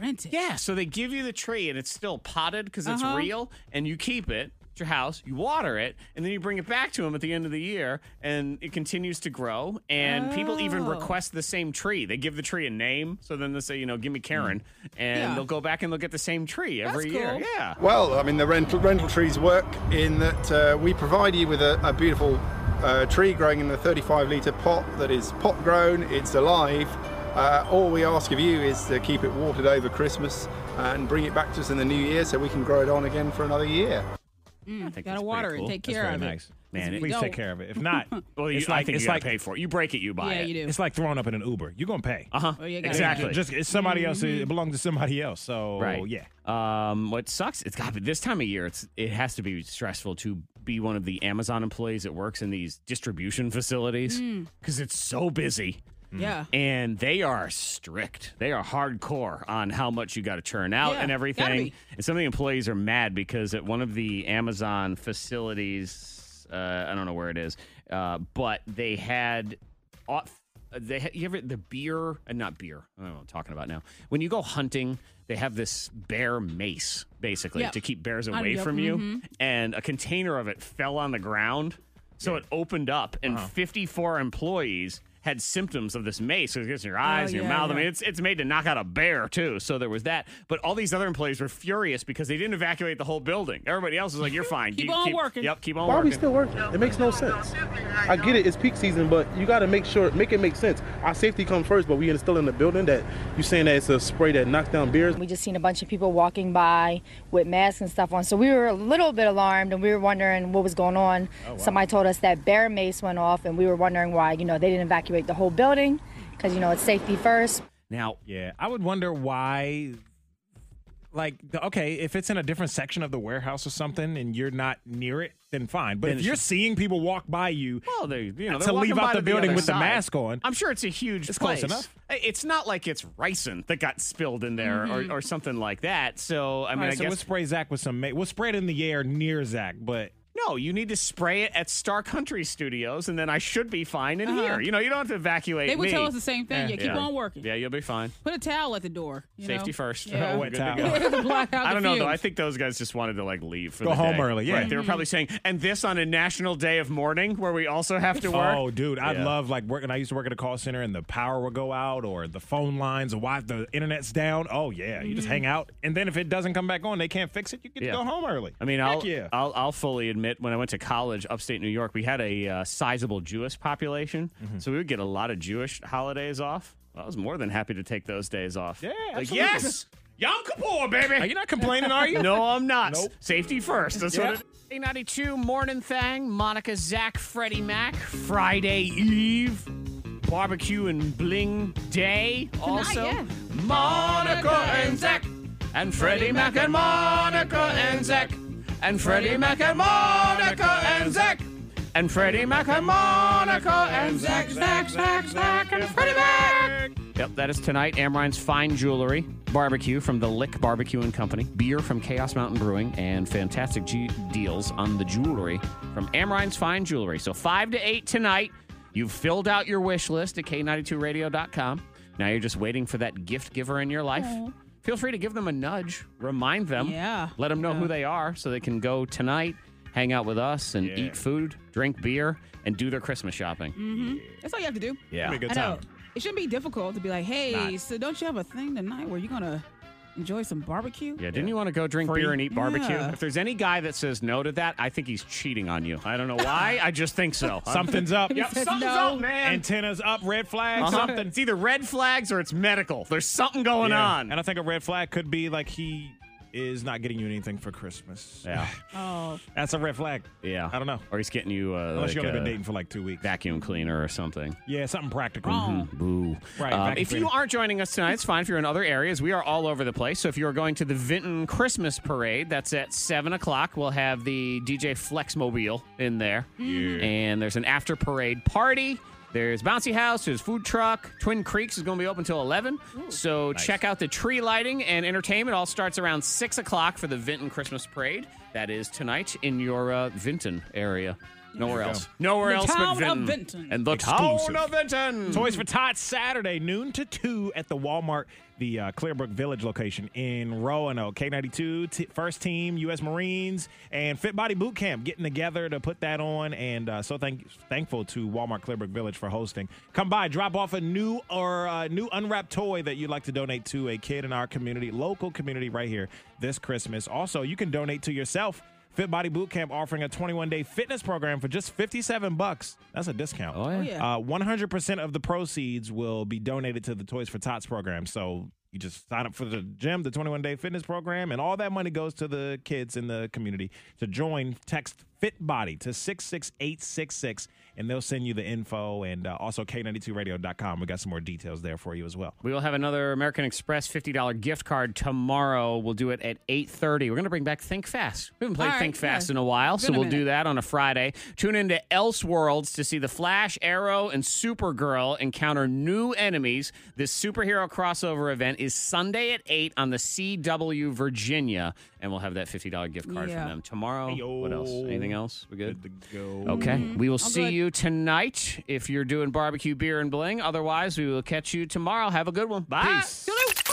Speaker 4: Rent it.
Speaker 3: Yeah, so they give you the tree and it's still potted because it's
Speaker 4: Uh-huh.
Speaker 3: real, and you keep it at your house, you water it, and then you bring it back to them at the end of the year, and it continues to grow. And people even
Speaker 4: Oh.
Speaker 3: request the same tree. They give the tree a name, so then they say, you know, give me Karen, and
Speaker 4: Hmm. Yeah.
Speaker 3: they'll go back and they'll get the same tree every year.
Speaker 4: cool.
Speaker 3: Yeah.
Speaker 18: Well, I mean, the rental rental trees work in that uh, we provide you with a, a beautiful uh, tree growing in a 35 litre pot that is pot grown, it's alive. Uh, all we ask of you is to keep it watered over Christmas and bring it back to us in the new year so we can grow it on again for another year.
Speaker 4: Mm. gotta water it. Take care of it.
Speaker 1: Man,
Speaker 4: If
Speaker 1: please
Speaker 4: you
Speaker 1: take
Speaker 4: don't-
Speaker 1: care of it. If <laughs>
Speaker 3: <laughs>
Speaker 1: not,
Speaker 3: Well, you,
Speaker 1: it's
Speaker 3: I
Speaker 1: like
Speaker 3: think
Speaker 1: it's
Speaker 3: you gotta
Speaker 1: like
Speaker 3: pay for it. You break it, you Uh-huh. buy
Speaker 4: Yeah,
Speaker 3: it.
Speaker 4: you do.
Speaker 1: It's like throwing up in an Uber. You're gonna pay. Uh
Speaker 3: huh.
Speaker 4: Oh, you gotta Mm-hmm.
Speaker 3: Exactly.
Speaker 1: Just it's
Speaker 3: Mm-hmm.
Speaker 1: somebody else. It belongs to somebody else. So
Speaker 3: Right.
Speaker 1: yeah.
Speaker 3: Um, what sucks? It's got to be this time of year. It's it has to be stressful to be one of the Amazon employees that works in these distribution facilities
Speaker 4: Mm.
Speaker 3: because it's so busy.
Speaker 1: Mm.
Speaker 4: Yeah.
Speaker 3: And they are strict. They are hardcore on how much you got to churn out
Speaker 4: Yeah,
Speaker 3: and
Speaker 4: gotta
Speaker 3: everything.
Speaker 4: be.
Speaker 3: And some of the employees are mad because at one of the Amazon facilities, uh, I don't know where it is, uh, but they had. off- They had, you ever the beer and not beer. I don't know what I'm talking about now. When you go hunting, they have this bear mace basically
Speaker 16: Yep.
Speaker 3: to keep bears
Speaker 16: I-
Speaker 3: away
Speaker 16: yep,
Speaker 3: from you,
Speaker 4: Mm-hmm.
Speaker 16: mhm.
Speaker 3: and a container of it fell on the ground, so it opened up, and
Speaker 16: Uh-huh.
Speaker 3: 54 employees had symptoms of this mace. It
Speaker 4: Oh,
Speaker 3: gets in your eyes, and your
Speaker 16: yeah,
Speaker 3: mouth. I
Speaker 16: yeah.
Speaker 3: mean, it's it's made to knock out a bear too. So there was that. But all these other employees were furious because they didn't evacuate the whole building. Everybody else was like, "You're fine.
Speaker 4: <laughs> Keep on working."
Speaker 3: Yep, keep on
Speaker 16: Why are
Speaker 3: working."
Speaker 16: we still working? It makes no sense. I get it, it's peak season, but you got to make sure, make it make sense. Our safety comes first, but we are still in the building that you saying that it's a spray that knocks down beers.
Speaker 15: We just seen a bunch of people walking by with masks and stuff on. So we were a little bit alarmed and we were wondering what was going on.
Speaker 19: Oh, wow.
Speaker 15: Somebody told us that bear mace went off and we were wondering why, you know, they didn't evacuate the whole building because, you know, it's safety first.
Speaker 3: Now,
Speaker 1: yeah, I would wonder why. Like, the- okay, if it's in a different section of the warehouse or something, and you're not near it, then fine. But
Speaker 3: Then
Speaker 1: if
Speaker 3: it's
Speaker 1: you're
Speaker 3: just-
Speaker 1: seeing people walk by you,
Speaker 3: well, they, you know,
Speaker 1: to
Speaker 3: they're walking
Speaker 1: leave
Speaker 3: by
Speaker 1: out the
Speaker 3: to
Speaker 1: building
Speaker 3: other
Speaker 1: with the
Speaker 3: side.
Speaker 1: mask on,
Speaker 3: I'm sure it's a huge.
Speaker 1: It's close
Speaker 3: place.
Speaker 1: enough.
Speaker 3: I- It's not like it's ricin that got spilled in there
Speaker 4: Mm-hmm.
Speaker 1: Mhm.
Speaker 3: or, or something like that. So I mean,
Speaker 1: All right,
Speaker 3: I
Speaker 1: so
Speaker 3: guess
Speaker 1: we'll spray Zach with some. Ma- we'll spray it in the air near Zach, but
Speaker 3: No, you need to spray it at Star Country Studios, and then I should be fine in
Speaker 4: Uh-huh.
Speaker 3: here. You know, you don't have to evacuate.
Speaker 4: They would
Speaker 3: me. Eh.
Speaker 4: tell us the same thing. Yeah, keep on working.
Speaker 3: Yeah, you'll be fine.
Speaker 4: Put a towel at the door. you know?
Speaker 3: Safety
Speaker 1: <laughs>
Speaker 3: first. <laughs>
Speaker 4: Yeah.
Speaker 3: Good to go.
Speaker 4: Black out
Speaker 3: I
Speaker 4: <laughs> the
Speaker 3: don't know though.
Speaker 4: fumes.
Speaker 3: I think those guys just wanted to like leave for
Speaker 1: Go
Speaker 3: the
Speaker 1: home
Speaker 3: day.
Speaker 1: early, yeah.
Speaker 3: Right, They were
Speaker 4: Mm-hmm.
Speaker 1: Mhm.
Speaker 3: probably saying, and this on a national day of mourning where we also have to work.
Speaker 1: Oh, dude, I
Speaker 3: Yeah.
Speaker 1: love like working. I used to work at a call center, and the power would go out, or the phone lines, or why the internet's down. Oh yeah, you just
Speaker 3: Mhm.
Speaker 1: hang out, and then if it doesn't come back on, they can't fix it. You get
Speaker 3: Yeah.
Speaker 1: to go home early.
Speaker 3: I mean,
Speaker 1: Heck
Speaker 3: I'll,
Speaker 1: yeah.
Speaker 3: I'll I'll fully admit when I went to college, upstate New York, we had a uh, sizable Jewish population,
Speaker 1: Mm-hmm.
Speaker 3: so we would get a lot of Jewish holidays off. I was more than happy to take those days off. Yeah, like
Speaker 1: absolutely. <laughs>
Speaker 3: yes, Yom Kippur, baby.
Speaker 1: Are you not complaining, are you?
Speaker 3: <laughs> no, I'm not.
Speaker 1: Nope.
Speaker 3: Safety first. That's what
Speaker 1: Yeah.
Speaker 3: it K92 Morning Thang, Monica, Zach, Freddie Mac, Friday Eve, Barbecue and Bling Day. also,
Speaker 16: yeah.
Speaker 3: Monica and Zach, and Freddie Mac and Monica and Zach, and Freddie Mac and Monica and Zach, and Freddie Mac and Monica and Zach, Zach, Zach, Zach, and Freddie Mac. Yep, that is tonight. Amrine's Fine Jewelry, barbecue from the Lick Barbecue and Company, beer from Chaos Mountain Brewing, and fantastic G- deals on the jewelry from Amrine's Fine Jewelry. So 5 to 8 tonight. You've filled out your wish list at K92radio.com. Now you're just waiting for that gift giver in your life.
Speaker 4: Aw.
Speaker 3: Feel free to give them a nudge, remind them,
Speaker 4: Yeah.
Speaker 3: let them know who they are so they can go tonight, hang out with us, and eat food, drink beer, and do their Christmas shopping.
Speaker 4: hmm That's all you have to do.
Speaker 3: Yeah. Be a good
Speaker 4: I know.
Speaker 3: time.
Speaker 4: It shouldn't be difficult to be like, hey,
Speaker 3: Not.
Speaker 4: so don't you have a thing tonight where you're going to enjoy some barbecue?
Speaker 3: Yeah, didn't you want to go drink beer and eat barbecue?
Speaker 4: Yeah.
Speaker 3: If there's any guy that says no to that, I think he's cheating on you. I don't know why. I just think
Speaker 1: Oh,
Speaker 3: so.
Speaker 1: <laughs> Something's up.
Speaker 3: Yep, something's up, man.
Speaker 1: Antennas up, red flag,
Speaker 3: Uh-huh.
Speaker 1: something.
Speaker 3: It's either red flags or it's medical. There's something going
Speaker 1: Yeah.
Speaker 3: on.
Speaker 1: And I think a red flag could be like he is not getting you anything for Christmas.
Speaker 3: Yeah.
Speaker 4: Oh.
Speaker 1: <laughs> That's a red flag.
Speaker 3: Yeah. I
Speaker 1: don't know.
Speaker 3: Or he's getting you. Uh,
Speaker 1: Unless
Speaker 3: like,
Speaker 1: you've only been
Speaker 3: uh,
Speaker 1: dating for like two weeks.
Speaker 3: Vacuum cleaner or something.
Speaker 1: Yeah, something practical.
Speaker 3: Mhm, Boo.
Speaker 1: Right,
Speaker 3: Um,
Speaker 1: vacuum
Speaker 3: if you
Speaker 1: cleaner.
Speaker 3: aren't joining us tonight, it's fine. If you're in other areas, we are all over the place. So if you are going to the Vinton Christmas Parade, that's at seven o'clock. We'll have the DJ Flexmobile in there, and there's an after parade party. There's bouncy house. There's food truck. Twin Creeks is going to be open till eleven. so check out the tree lighting and entertainment. All starts around six o'clock for the Vinton Christmas Parade. That is tonight in your uh, Vinton area. Nowhere
Speaker 1: There you
Speaker 3: else.
Speaker 1: go.
Speaker 3: Nowhere
Speaker 1: The
Speaker 3: else
Speaker 1: town of
Speaker 3: but Vinton.
Speaker 1: Vinton.
Speaker 3: And the
Speaker 1: Exclusive.
Speaker 3: town of Vinton.
Speaker 1: Toys for Tots Saturday, noon to 2 at the Walmart, the uh, Clearbrook Village location in Roanoke. K92, t- first team, U.S. Marines, and Fit Body Boot Camp getting together to put that on. And uh, so thank- thankful to Walmart Clearbrook Village for hosting. Come by, drop off a new or uh, new unwrapped toy that you'd like to donate to a kid in our community, local community right here this Christmas. Also, you can donate to yourself. Fit Body Boot Camp offering a 21-day fitness program for just 57 bucks. That's a discount. Oh
Speaker 16: yeah.
Speaker 1: Uh, 100% of the proceeds will be donated to the Toys for Tots program. So you just sign up for the gym, the 21-day fitness program, and all that money goes to the kids in the community. To join, text Fit Body to 66866 and they'll send you the info and uh, also k92radio.com. We got some more details there for you as well.
Speaker 3: We will have another American Express $50 gift card tomorrow. We'll do it at 8.30. We're going to bring back Think Fast. We haven't played
Speaker 16: All right,
Speaker 3: Think Fast
Speaker 16: yeah.
Speaker 3: in a while,
Speaker 16: It's
Speaker 3: so
Speaker 16: been a
Speaker 3: we'll do that on a Friday. Tune into Elseworlds to see The Flash, Arrow, and Supergirl encounter new enemies. This superhero crossover event is Sunday at 8 on the CW Virginia, and we'll have that $50 gift card
Speaker 16: Yeah.
Speaker 3: from them tomorrow. What else? Anything else? We good? Okay.
Speaker 16: Mhm.
Speaker 3: We will
Speaker 16: I'm
Speaker 3: see
Speaker 16: good.
Speaker 3: you tonight if you're doing barbecue, beer, and bling. Otherwise, we will catch you tomorrow. Have a good one. Bye.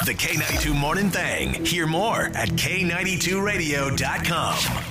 Speaker 2: The K92 Morning Thang. Hear more at K92Radio.com.